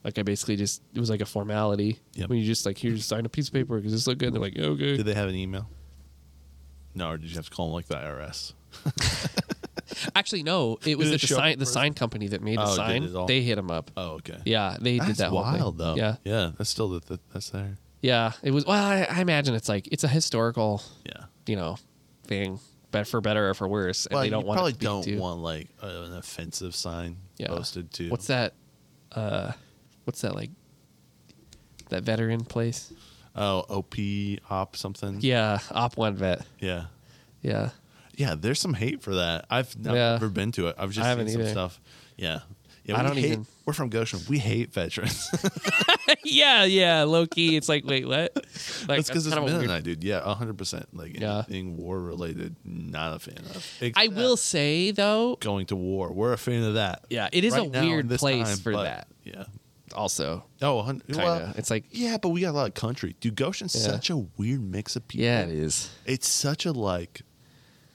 Speaker 2: like i basically just it was like a formality
Speaker 1: Yep.
Speaker 2: when you just like here just sign a piece of paper because this look good and they're like okay
Speaker 1: Did they have an email? No, or did you have to call them like the IRS?
Speaker 2: actually no it was
Speaker 1: Did
Speaker 2: the,
Speaker 1: it show up
Speaker 2: sign
Speaker 1: in
Speaker 2: the
Speaker 1: person?
Speaker 2: sign company that made the
Speaker 1: Oh, did
Speaker 2: sign
Speaker 1: it all?
Speaker 2: they hit him up
Speaker 1: Oh, okay.
Speaker 2: yeah they
Speaker 1: That's
Speaker 2: did that whole thing.
Speaker 1: wild though.
Speaker 2: yeah
Speaker 1: Yeah. That's still the, the that's there.
Speaker 2: Yeah, it was. Well, I, I imagine it's like it's a historical,
Speaker 1: Yeah.
Speaker 2: you know, thing, but for better or for worse, and
Speaker 1: Well,
Speaker 2: they don't
Speaker 1: you
Speaker 2: want
Speaker 1: probably
Speaker 2: it to be
Speaker 1: don't
Speaker 2: too-
Speaker 1: want like uh, an offensive sign
Speaker 2: Yeah.
Speaker 1: posted to
Speaker 2: What's that? Uh, what's that like? That veteran place?
Speaker 1: Oh, op op something.
Speaker 2: Yeah, op one vet.
Speaker 1: yeah,
Speaker 2: Yeah,
Speaker 1: yeah. There's some hate for that. I've not-
Speaker 2: Yeah.
Speaker 1: never been to it. I've just
Speaker 2: I
Speaker 1: seen
Speaker 2: haven't
Speaker 1: some
Speaker 2: either.
Speaker 1: stuff. Yeah, yeah.
Speaker 2: I
Speaker 1: we
Speaker 2: don't
Speaker 1: hate-
Speaker 2: even-
Speaker 1: We're from Goshen. We hate veterans.
Speaker 2: yeah, yeah. Low key, it's like wait, what? Like
Speaker 1: that's because it's
Speaker 2: kind of a weird
Speaker 1: Mennonite, dude. Yeah, hundred percent. Like
Speaker 2: Yeah.
Speaker 1: anything war related, not a fan of.
Speaker 2: I
Speaker 1: Except
Speaker 2: will say though,
Speaker 1: going to war. We're a fan of that.
Speaker 2: Yeah, it is a
Speaker 1: Right now,
Speaker 2: weird
Speaker 1: this
Speaker 2: place
Speaker 1: time,
Speaker 2: for
Speaker 1: but-
Speaker 2: that.
Speaker 1: Yeah.
Speaker 2: also,
Speaker 1: Oh, 100
Speaker 2: kinda.
Speaker 1: well,
Speaker 2: it's like
Speaker 1: yeah, but we got a lot of country, dude. Goshen's
Speaker 2: Yeah.
Speaker 1: such a weird mix of people.
Speaker 2: yeah, it is.
Speaker 1: it's such a like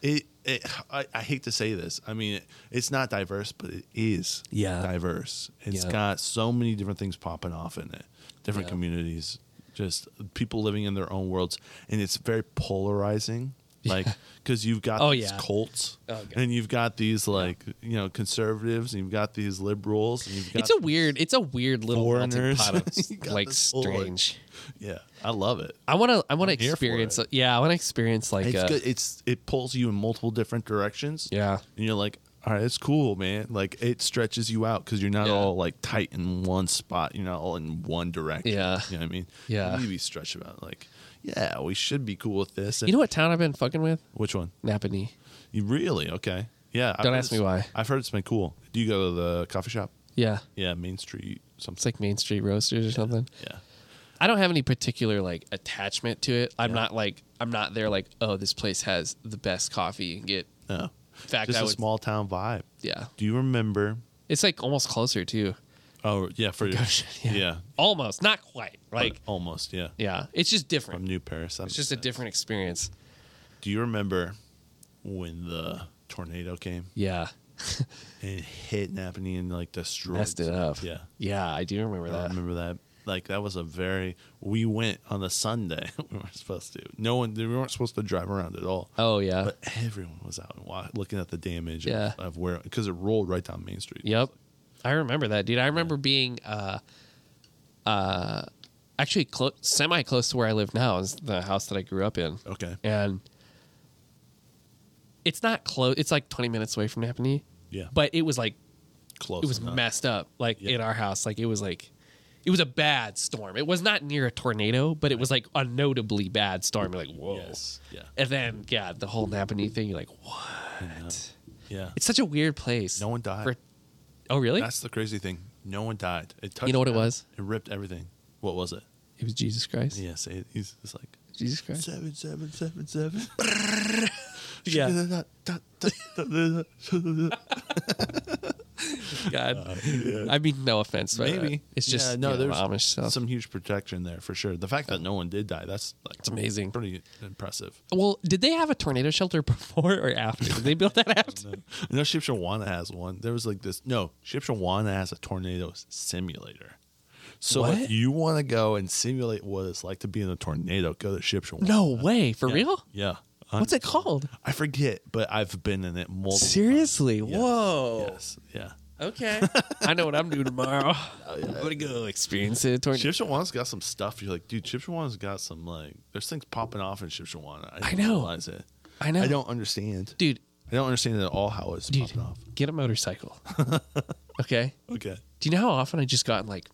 Speaker 1: it, it I, I hate to say this i mean it's not diverse but it is
Speaker 2: Yeah.
Speaker 1: diverse It's
Speaker 2: Yeah.
Speaker 1: got so many different things popping off in it different
Speaker 2: Yeah.
Speaker 1: communities just people living in their own worlds, and it's very polarizing. Like, because you've got
Speaker 2: Oh,
Speaker 1: these
Speaker 2: yeah.
Speaker 1: cults,
Speaker 2: Oh, God.
Speaker 1: and you've got these like you know conservatives, and you've got these liberals, and you've got
Speaker 2: It's a weird. It's a weird little melting
Speaker 1: Foreigners.
Speaker 2: pot of
Speaker 1: You got
Speaker 2: like
Speaker 1: this whole, like,
Speaker 2: strange.
Speaker 1: yeah. I love it.
Speaker 2: I want to. I want to
Speaker 1: I'm here for
Speaker 2: experience.
Speaker 1: it.
Speaker 2: Yeah, I want to experience like.
Speaker 1: It's
Speaker 2: uh,
Speaker 1: good. It's it pulls you in multiple different directions.
Speaker 2: Yeah.
Speaker 1: and you're like, all right, it's cool, man. Like it stretches you out because you're not
Speaker 2: Yeah.
Speaker 1: all like tight in one spot. You're not all in one direction.
Speaker 2: Yeah.
Speaker 1: you know what I mean.
Speaker 2: Yeah.
Speaker 1: you need to be stretched about like, yeah, we should be cool with this.
Speaker 2: You know what town I've been fucking with?
Speaker 1: Which one?
Speaker 2: Napanee.
Speaker 1: You really okay? Yeah. I've
Speaker 2: Don't
Speaker 1: heard
Speaker 2: ask me
Speaker 1: it's-
Speaker 2: why.
Speaker 1: I've heard it's been cool. Do you go to the coffee shop?
Speaker 2: Yeah,
Speaker 1: Yeah, Main Street
Speaker 2: it's
Speaker 1: something.
Speaker 2: like Main Street Roasters or something.
Speaker 1: yeah.
Speaker 2: I don't have any particular like attachment to it. I'm not like I'm not there like oh this place has the best coffee you can get.
Speaker 1: No.
Speaker 2: In fact,
Speaker 1: Just
Speaker 2: I
Speaker 1: a
Speaker 2: would
Speaker 1: small town vibe.
Speaker 2: yeah.
Speaker 1: Do you remember?
Speaker 2: It's like almost closer too.
Speaker 1: Oh yeah, for
Speaker 2: Gosh, yeah.
Speaker 1: yeah,
Speaker 2: Almost, not quite. Like
Speaker 1: almost yeah.
Speaker 2: yeah, it's just
Speaker 1: From
Speaker 2: different.
Speaker 1: New Paris. That
Speaker 2: It's
Speaker 1: makes
Speaker 2: just a
Speaker 1: sense.
Speaker 2: different experience.
Speaker 1: Do you remember when the tornado came
Speaker 2: Yeah,
Speaker 1: and it hit Napanee and like destroyed?
Speaker 2: messed it up.
Speaker 1: Yeah,
Speaker 2: yeah, I do remember
Speaker 1: I
Speaker 2: that.
Speaker 1: remember that. Like that was a very. We went on the Sunday. we weren't supposed to. No one. We weren't supposed to drive around at all.
Speaker 2: Oh yeah,
Speaker 1: But everyone was out and wa- looking at the damage of-
Speaker 2: Yeah.
Speaker 1: of, where because it rolled right down Main Street.
Speaker 2: Yep. I remember that, dude. I remember being uh uh actually clo- semi close to where I live now is the house that I grew up in.
Speaker 1: Okay.
Speaker 2: And it's not close. It's like 20 minutes away from Napanee,
Speaker 1: Yeah.
Speaker 2: but it was like
Speaker 1: close.
Speaker 2: it was
Speaker 1: enough.
Speaker 2: messed up like
Speaker 1: Yeah.
Speaker 2: in our house. Like it was like it was a bad storm. It was not near a tornado, but it was like a notably bad storm. You're like, whoa.
Speaker 1: Yes. Yeah.
Speaker 2: And then, yeah, the whole Napanee thing, you're like, what?
Speaker 1: Yeah.
Speaker 2: It's such a weird place.
Speaker 1: No one died.
Speaker 2: For- oh, really?
Speaker 1: That's the crazy thing. No one died. It touched
Speaker 2: You know what it
Speaker 1: down.
Speaker 2: was?
Speaker 1: It ripped everything. What was it?
Speaker 2: It was Jesus Christ.
Speaker 1: Yes. It, he's it's like
Speaker 2: Jesus Christ.
Speaker 1: seven seven seven seven.
Speaker 2: Yeah. God. I mean, no offense, but
Speaker 1: Uh, Maybe
Speaker 2: maybe it's just
Speaker 1: uh, Yeah, no.
Speaker 2: you know,
Speaker 1: there's
Speaker 2: Amish stuff.
Speaker 1: some huge protection there for sure. The fact that no one did die, that's like
Speaker 2: it's amazing.
Speaker 1: pretty impressive.
Speaker 2: Well, did they have a tornado shelter before or after? Did they build that after?
Speaker 1: No, no Shipshawana has one. There was like this. No, Shipshawana has a tornado simulator. So
Speaker 2: What?
Speaker 1: if you want to go and simulate what it's like to be in a tornado, go to Shipshawana.
Speaker 2: No way, for real.
Speaker 1: Yeah.
Speaker 2: What's it called?
Speaker 1: I forget, but I've been in it multiple. times.
Speaker 2: Seriously?
Speaker 1: Yes,
Speaker 2: Whoa.
Speaker 1: Yes. Yeah.
Speaker 2: Okay. I know what I'm doing tomorrow.
Speaker 1: Oh,
Speaker 2: I'm gonna go experience a tornado.
Speaker 1: Shipshawana's got some stuff. You're like, dude, Shipshawana's got some like. There's things popping off in Shipshawana.
Speaker 2: I
Speaker 1: didn't
Speaker 2: know.
Speaker 1: Realize it.
Speaker 2: I know,
Speaker 1: I don't understand.
Speaker 2: dude.
Speaker 1: I don't understand at all how it's
Speaker 2: Dude,
Speaker 1: popping off.
Speaker 2: get a motorcycle. okay.
Speaker 1: Okay.
Speaker 2: Do you know how often I just got and like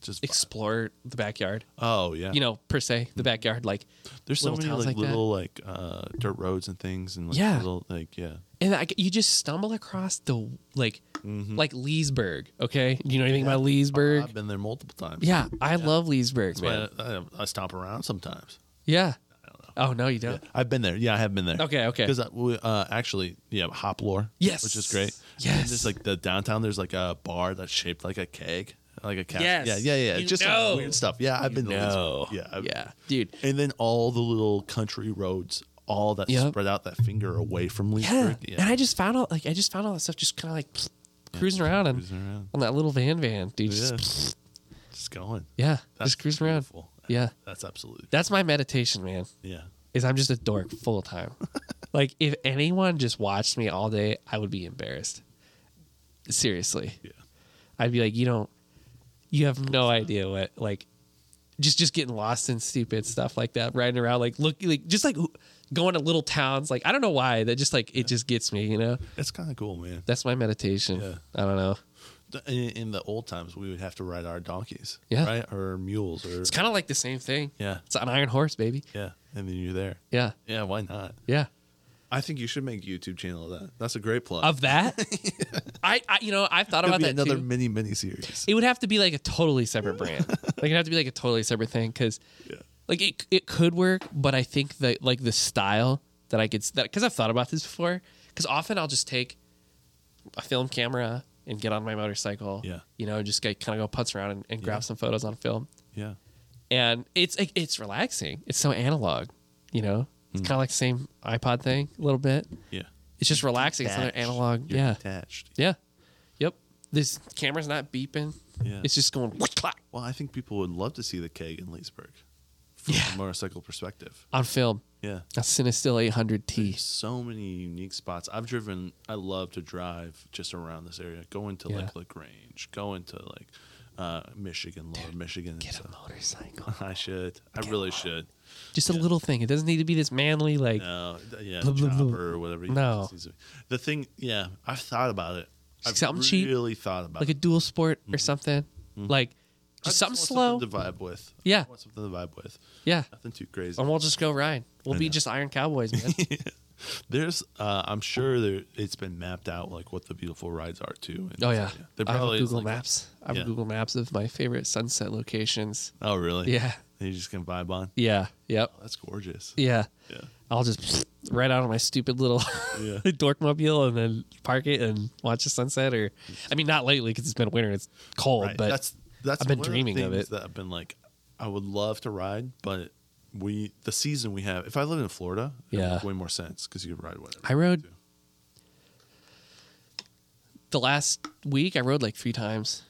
Speaker 1: Just
Speaker 2: explore the backyard?
Speaker 1: oh yeah.
Speaker 2: You know, per se, the backyard, like
Speaker 1: there's so
Speaker 2: little
Speaker 1: many
Speaker 2: towns
Speaker 1: like,
Speaker 2: like that.
Speaker 1: little like uh, dirt roads and things and like
Speaker 2: Yeah.
Speaker 1: little like yeah.
Speaker 2: and I, you just stumble across the like
Speaker 1: Mm-hmm.
Speaker 2: like Leesburg. Okay, do you know anything about Leesburg?
Speaker 1: I've been there multiple times.
Speaker 2: yeah, I love Leesburg,
Speaker 1: That's
Speaker 2: man.
Speaker 1: why I, I, I stomp around sometimes.
Speaker 2: yeah. Oh no, you don't.
Speaker 1: I've been there. Yeah, I have been there.
Speaker 2: Okay, okay.
Speaker 1: Because uh, actually, yeah, Hoplore.
Speaker 2: Yes.
Speaker 1: Which is great. And
Speaker 2: Yes.
Speaker 1: there's like the downtown. There's like a bar that's shaped like a keg, like a cat.
Speaker 2: Yes.
Speaker 1: Yeah, yeah, yeah.
Speaker 2: You
Speaker 1: Just
Speaker 2: know.
Speaker 1: Like weird stuff. Yeah, I've been. to
Speaker 2: know.
Speaker 1: Leesburg. Yeah. I've-
Speaker 2: Yeah, dude.
Speaker 1: And then all the little country roads, all that
Speaker 2: Yep.
Speaker 1: spread out that finger away from
Speaker 2: Yeah.
Speaker 1: Leesburg.
Speaker 2: and I just found all like I just found all that stuff just kind of like pfft, cruising around on,
Speaker 1: Cruising around.
Speaker 2: on that little van van, dude. Just,
Speaker 1: Yeah.
Speaker 2: pfft,
Speaker 1: Just going.
Speaker 2: yeah,
Speaker 1: That's
Speaker 2: just cruising around.
Speaker 1: beautiful.
Speaker 2: Yeah.
Speaker 1: That's absolutely.
Speaker 2: That's my meditation, man.
Speaker 1: yeah.
Speaker 2: Is I'm just a dork full time. like if anyone just watched me all day, I would be embarrassed. Seriously.
Speaker 1: Yeah.
Speaker 2: I'd be like, you don't, you have no idea what like, just just getting lost in stupid stuff like that, riding around like look like just like going to little towns. Like I don't know why that just like it just gets me. You know,
Speaker 1: That's kind of cool, man.
Speaker 2: that's my meditation.
Speaker 1: Yeah.
Speaker 2: I don't know.
Speaker 1: The- In, in the old times, we would have to ride our donkeys.
Speaker 2: Yeah.
Speaker 1: Right? Or mules or.
Speaker 2: It's kind of like the same thing.
Speaker 1: yeah.
Speaker 2: It's an iron horse, baby.
Speaker 1: Yeah. And then you're there.
Speaker 2: Yeah,
Speaker 1: Yeah, why not?
Speaker 2: yeah.
Speaker 1: I think you should make a YouTube channel of that. That's a great plug.
Speaker 2: Of that, I, I you know I've thought
Speaker 1: Could
Speaker 2: about
Speaker 1: be
Speaker 2: that
Speaker 1: another
Speaker 2: too.
Speaker 1: mini mini series.
Speaker 2: it would have to be like a totally separate brand. like it'd have to be like a totally separate thing because,
Speaker 1: Yeah.
Speaker 2: like it it could work, but I think that like the style that I could that because I've thought about this before. Because often I'll just take a film camera and get on my motorcycle.
Speaker 1: Yeah.
Speaker 2: you know, just like, kind of go putz around and, and grab some photos on film.
Speaker 1: Yeah.
Speaker 2: And it's like it's relaxing. It's so analog. You know, it's
Speaker 1: Hmm.
Speaker 2: kind of like the same iPod thing a little bit.
Speaker 1: Yeah.
Speaker 2: It's just relaxing. It's
Speaker 1: Attached.
Speaker 2: another analog.
Speaker 1: You're
Speaker 2: yeah.
Speaker 1: Attached.
Speaker 2: Yeah. Yep. This camera's not beeping.
Speaker 1: Yeah.
Speaker 2: It's just going clack.
Speaker 1: well, I think people would love to see the keg in Leesburg. from
Speaker 2: Yeah.
Speaker 1: a motorcycle perspective.
Speaker 2: on film.
Speaker 1: Yeah.
Speaker 2: A Cinestill 800T.
Speaker 1: So many unique spots. I've driven. I love to drive just around this area. Going to
Speaker 2: Yeah.
Speaker 1: like Lagrange. Going to like uh, Michigan, Lower Michigan. and
Speaker 2: Get a
Speaker 1: stuff.
Speaker 2: motorcycle.
Speaker 1: I should. I really should.
Speaker 2: Just a little thing. It doesn't need to be this manly. Like
Speaker 1: No, th- yeah,
Speaker 2: Blah, blah, blah.
Speaker 1: chopper or whatever. you
Speaker 2: No.
Speaker 1: just use it. the thing. Yeah, I've thought about it. I've
Speaker 2: Something cheap.
Speaker 1: really thought about
Speaker 2: like a
Speaker 1: it.
Speaker 2: dual sport or something. Like
Speaker 1: I
Speaker 2: just
Speaker 1: Mm-hmm. just
Speaker 2: something
Speaker 1: want
Speaker 2: slow.
Speaker 1: to vibe with.
Speaker 2: Yeah.
Speaker 1: I want something to vibe with.
Speaker 2: yeah,
Speaker 1: Nothing too crazy.
Speaker 2: and we'll just go ride. We'll
Speaker 1: I
Speaker 2: be
Speaker 1: know.
Speaker 2: just Iron Cowboys, man.
Speaker 1: There's, uh, I'm sure there, it's been mapped out like what the beautiful rides are too. And
Speaker 2: oh yeah,
Speaker 1: they're
Speaker 2: I have
Speaker 1: probably
Speaker 2: a Google
Speaker 1: like-
Speaker 2: Maps. I have
Speaker 1: yeah.
Speaker 2: a Google Maps of my favorite sunset locations.
Speaker 1: Oh really?
Speaker 2: Yeah,
Speaker 1: You just can vibe on.
Speaker 2: yeah, yep,
Speaker 1: That's gorgeous.
Speaker 2: yeah.
Speaker 1: Yeah.
Speaker 2: I'll just right out on my stupid little
Speaker 1: Yeah.
Speaker 2: dorkmobile and then park it and watch the sunset. Or, I mean, not lately because it's been winter. It's cold,
Speaker 1: Right.
Speaker 2: but
Speaker 1: that's that's
Speaker 2: I've been
Speaker 1: one the
Speaker 2: dreaming of
Speaker 1: things
Speaker 2: it.
Speaker 1: That I've been like, I would love to ride, but we the season we have. If I lived in Florida, it would
Speaker 2: Yeah.
Speaker 1: make way more sense because you could ride whatever.
Speaker 2: I rode
Speaker 1: too.
Speaker 2: the last week. I rode like three times.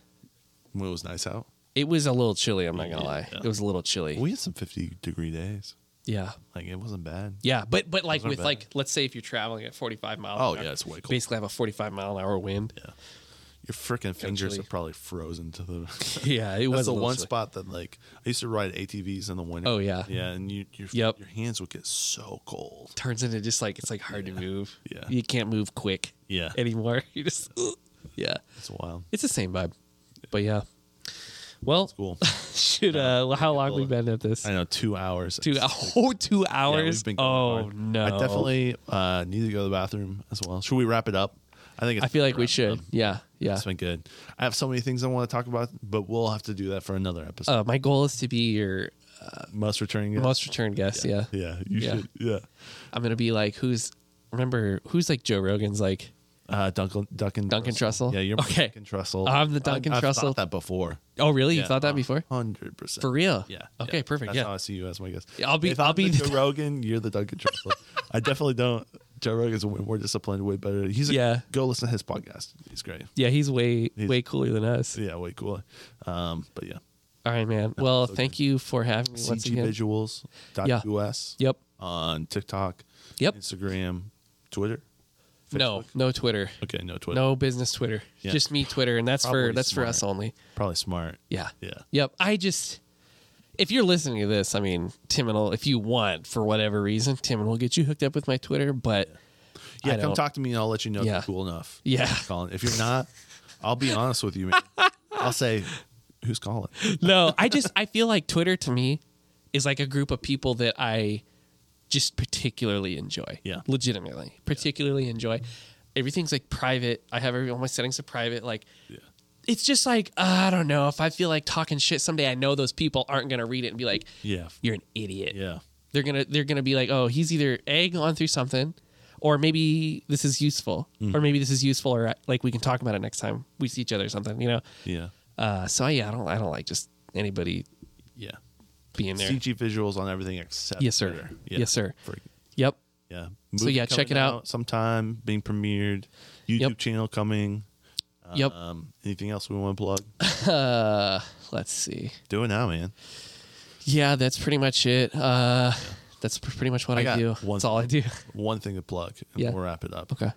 Speaker 1: when it was nice out.
Speaker 2: It was a little chilly. I'm not gonna lie.
Speaker 1: Yeah.
Speaker 2: It was a little chilly.
Speaker 1: We had some 50 degree days.
Speaker 2: yeah,
Speaker 1: Like it wasn't bad.
Speaker 2: yeah. But but like
Speaker 1: Those are
Speaker 2: with
Speaker 1: bad.
Speaker 2: like let's say if you're traveling at 45 miles.
Speaker 1: Oh
Speaker 2: an hour,
Speaker 1: yeah, it's way cold.
Speaker 2: basically have a 45 mile an hour wind.
Speaker 1: Your freaking fingers
Speaker 2: chilly.
Speaker 1: are probably frozen to the.
Speaker 2: Yeah, it
Speaker 1: That's
Speaker 2: was
Speaker 1: the
Speaker 2: a little
Speaker 1: one
Speaker 2: chilly.
Speaker 1: spot that like I used to ride ATVs in the winter.
Speaker 2: Oh, yeah.
Speaker 1: yeah, and you your
Speaker 2: Yep.
Speaker 1: your hands would get so cold.
Speaker 2: Turns into just like it's like hard to move.
Speaker 1: Yeah.
Speaker 2: you can't move quick
Speaker 1: Yeah,
Speaker 2: anymore. You just yeah.
Speaker 1: it's wild.
Speaker 2: It's the same vibe. But yeah. Well,
Speaker 1: Cool.
Speaker 2: should uh how long we been at this?
Speaker 1: I know two hours.
Speaker 2: Two
Speaker 1: It's-
Speaker 2: oh, two
Speaker 1: yeah,
Speaker 2: hours.
Speaker 1: we've been going
Speaker 2: oh
Speaker 1: hard.
Speaker 2: no.
Speaker 1: I definitely uh, need to go to the bathroom as well. Should we wrap it up? I think. It's
Speaker 2: I feel like we
Speaker 1: wrap it up.
Speaker 2: should. Yeah. Yeah.
Speaker 1: It's been good. I have so many things I want to talk about, but we'll have to do that for another episode.
Speaker 2: Uh my goal is to be your
Speaker 1: Must return. guest?
Speaker 2: most return guest, yeah.
Speaker 1: Yeah, you
Speaker 2: Yeah.
Speaker 1: should. Yeah.
Speaker 2: I'm gonna be like who's remember who's like Joe Rogan's like
Speaker 1: Uh, Duncan Duncan
Speaker 2: Duncan Trussell?
Speaker 1: Yeah, you're
Speaker 2: Okay.
Speaker 1: Duncan Trussell.
Speaker 2: I'm the Duncan
Speaker 1: I, I've
Speaker 2: Trussell.
Speaker 1: thought that before.
Speaker 2: Oh really?
Speaker 1: Yeah,
Speaker 2: You thought that before?
Speaker 1: Hundred percent.
Speaker 2: For real?
Speaker 1: Yeah.
Speaker 2: Okay,
Speaker 1: yeah.
Speaker 2: perfect.
Speaker 1: That's
Speaker 2: yeah.
Speaker 1: how I see you as my guest.
Speaker 2: Yeah, I'll be-
Speaker 1: If
Speaker 2: I'll
Speaker 1: I'm
Speaker 2: be
Speaker 1: the
Speaker 2: the-
Speaker 1: Joe Rogan. You're the Duncan Trussell. I definitely don't. Joe Rogan's way more disciplined, way better. He's a,
Speaker 2: Yeah.
Speaker 1: Go listen to his podcast. He's great.
Speaker 2: Yeah, he's way
Speaker 1: He's-
Speaker 2: way cooler than us.
Speaker 1: Yeah, way cool. Um, but yeah,
Speaker 2: All right, man. Well,
Speaker 1: so
Speaker 2: thank you for having me once again.
Speaker 1: cgvisuals.us
Speaker 2: Yep.
Speaker 1: on TikTok,
Speaker 2: Yep.
Speaker 1: Instagram, Twitter.
Speaker 2: No,
Speaker 1: Facebook?
Speaker 2: no Twitter.
Speaker 1: Okay, no Twitter.
Speaker 2: No business Twitter.
Speaker 1: Yeah.
Speaker 2: Just me Twitter, and that's for
Speaker 1: Probably
Speaker 2: that's
Speaker 1: smart.
Speaker 2: for us only.
Speaker 1: probably smart.
Speaker 2: Yeah.
Speaker 1: Yeah.
Speaker 2: Yep. I just if you're listening to this, I mean, Timon will if you want for whatever reason, Timon will get you hooked up with my Twitter, but
Speaker 1: Yeah,
Speaker 2: I
Speaker 1: come
Speaker 2: don't-
Speaker 1: talk to me and I'll let you know
Speaker 2: Yeah.
Speaker 1: if you're cool enough.
Speaker 2: Yeah.
Speaker 1: Colin. If you're not, I'll be honest with you, man. I'll say, who's calling?
Speaker 2: no, I just I feel like Twitter to me is like a group of people that I just particularly enjoy.
Speaker 1: Yeah.
Speaker 2: Legitimately. Particularly enjoy. Everything's like private. I have every, all my settings are private. Like
Speaker 1: Yeah.
Speaker 2: it's just like I don't know if I feel like talking shit someday. I know those people aren't gonna read it and be like,
Speaker 1: Yeah.
Speaker 2: "You're an idiot."
Speaker 1: Yeah.
Speaker 2: They're gonna they're gonna be like, "Oh, he's either a gone through something, or maybe this is useful,
Speaker 1: Mm.
Speaker 2: or maybe this is useful, or like we can talk about it next time we see each other or something." You know.
Speaker 1: Yeah.
Speaker 2: Uh, so yeah, I don't I don't like just anybody
Speaker 1: Yeah.
Speaker 2: being there.
Speaker 1: CG visuals on everything except
Speaker 2: Yes, sir.
Speaker 1: Twitter.
Speaker 2: Yes, sir.
Speaker 1: Freak.
Speaker 2: Yep.
Speaker 1: Yeah.
Speaker 2: So, yeah, check
Speaker 1: coming
Speaker 2: it out.
Speaker 1: sometime, being premiered. YouTube
Speaker 2: Yep.
Speaker 1: channel coming.
Speaker 2: Yep.
Speaker 1: Um, anything else we want to plug?
Speaker 2: Uh, let's see.
Speaker 1: Do it now, man.
Speaker 2: Yeah, that's pretty much it. Uh, that's pr- pretty much what
Speaker 1: I
Speaker 2: I,
Speaker 1: got
Speaker 2: do.
Speaker 1: one-
Speaker 2: That's all I do.
Speaker 1: One thing to plug, and
Speaker 2: Yeah.
Speaker 1: we'll wrap it up.
Speaker 2: Okay.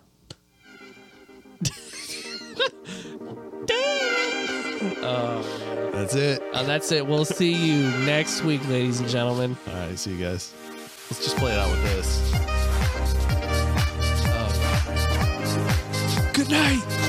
Speaker 1: That's it.
Speaker 2: Uh, that's it. We'll see you next week, ladies and gentlemen.
Speaker 1: All right, see you guys. Let's just play it out with this.
Speaker 2: Good night.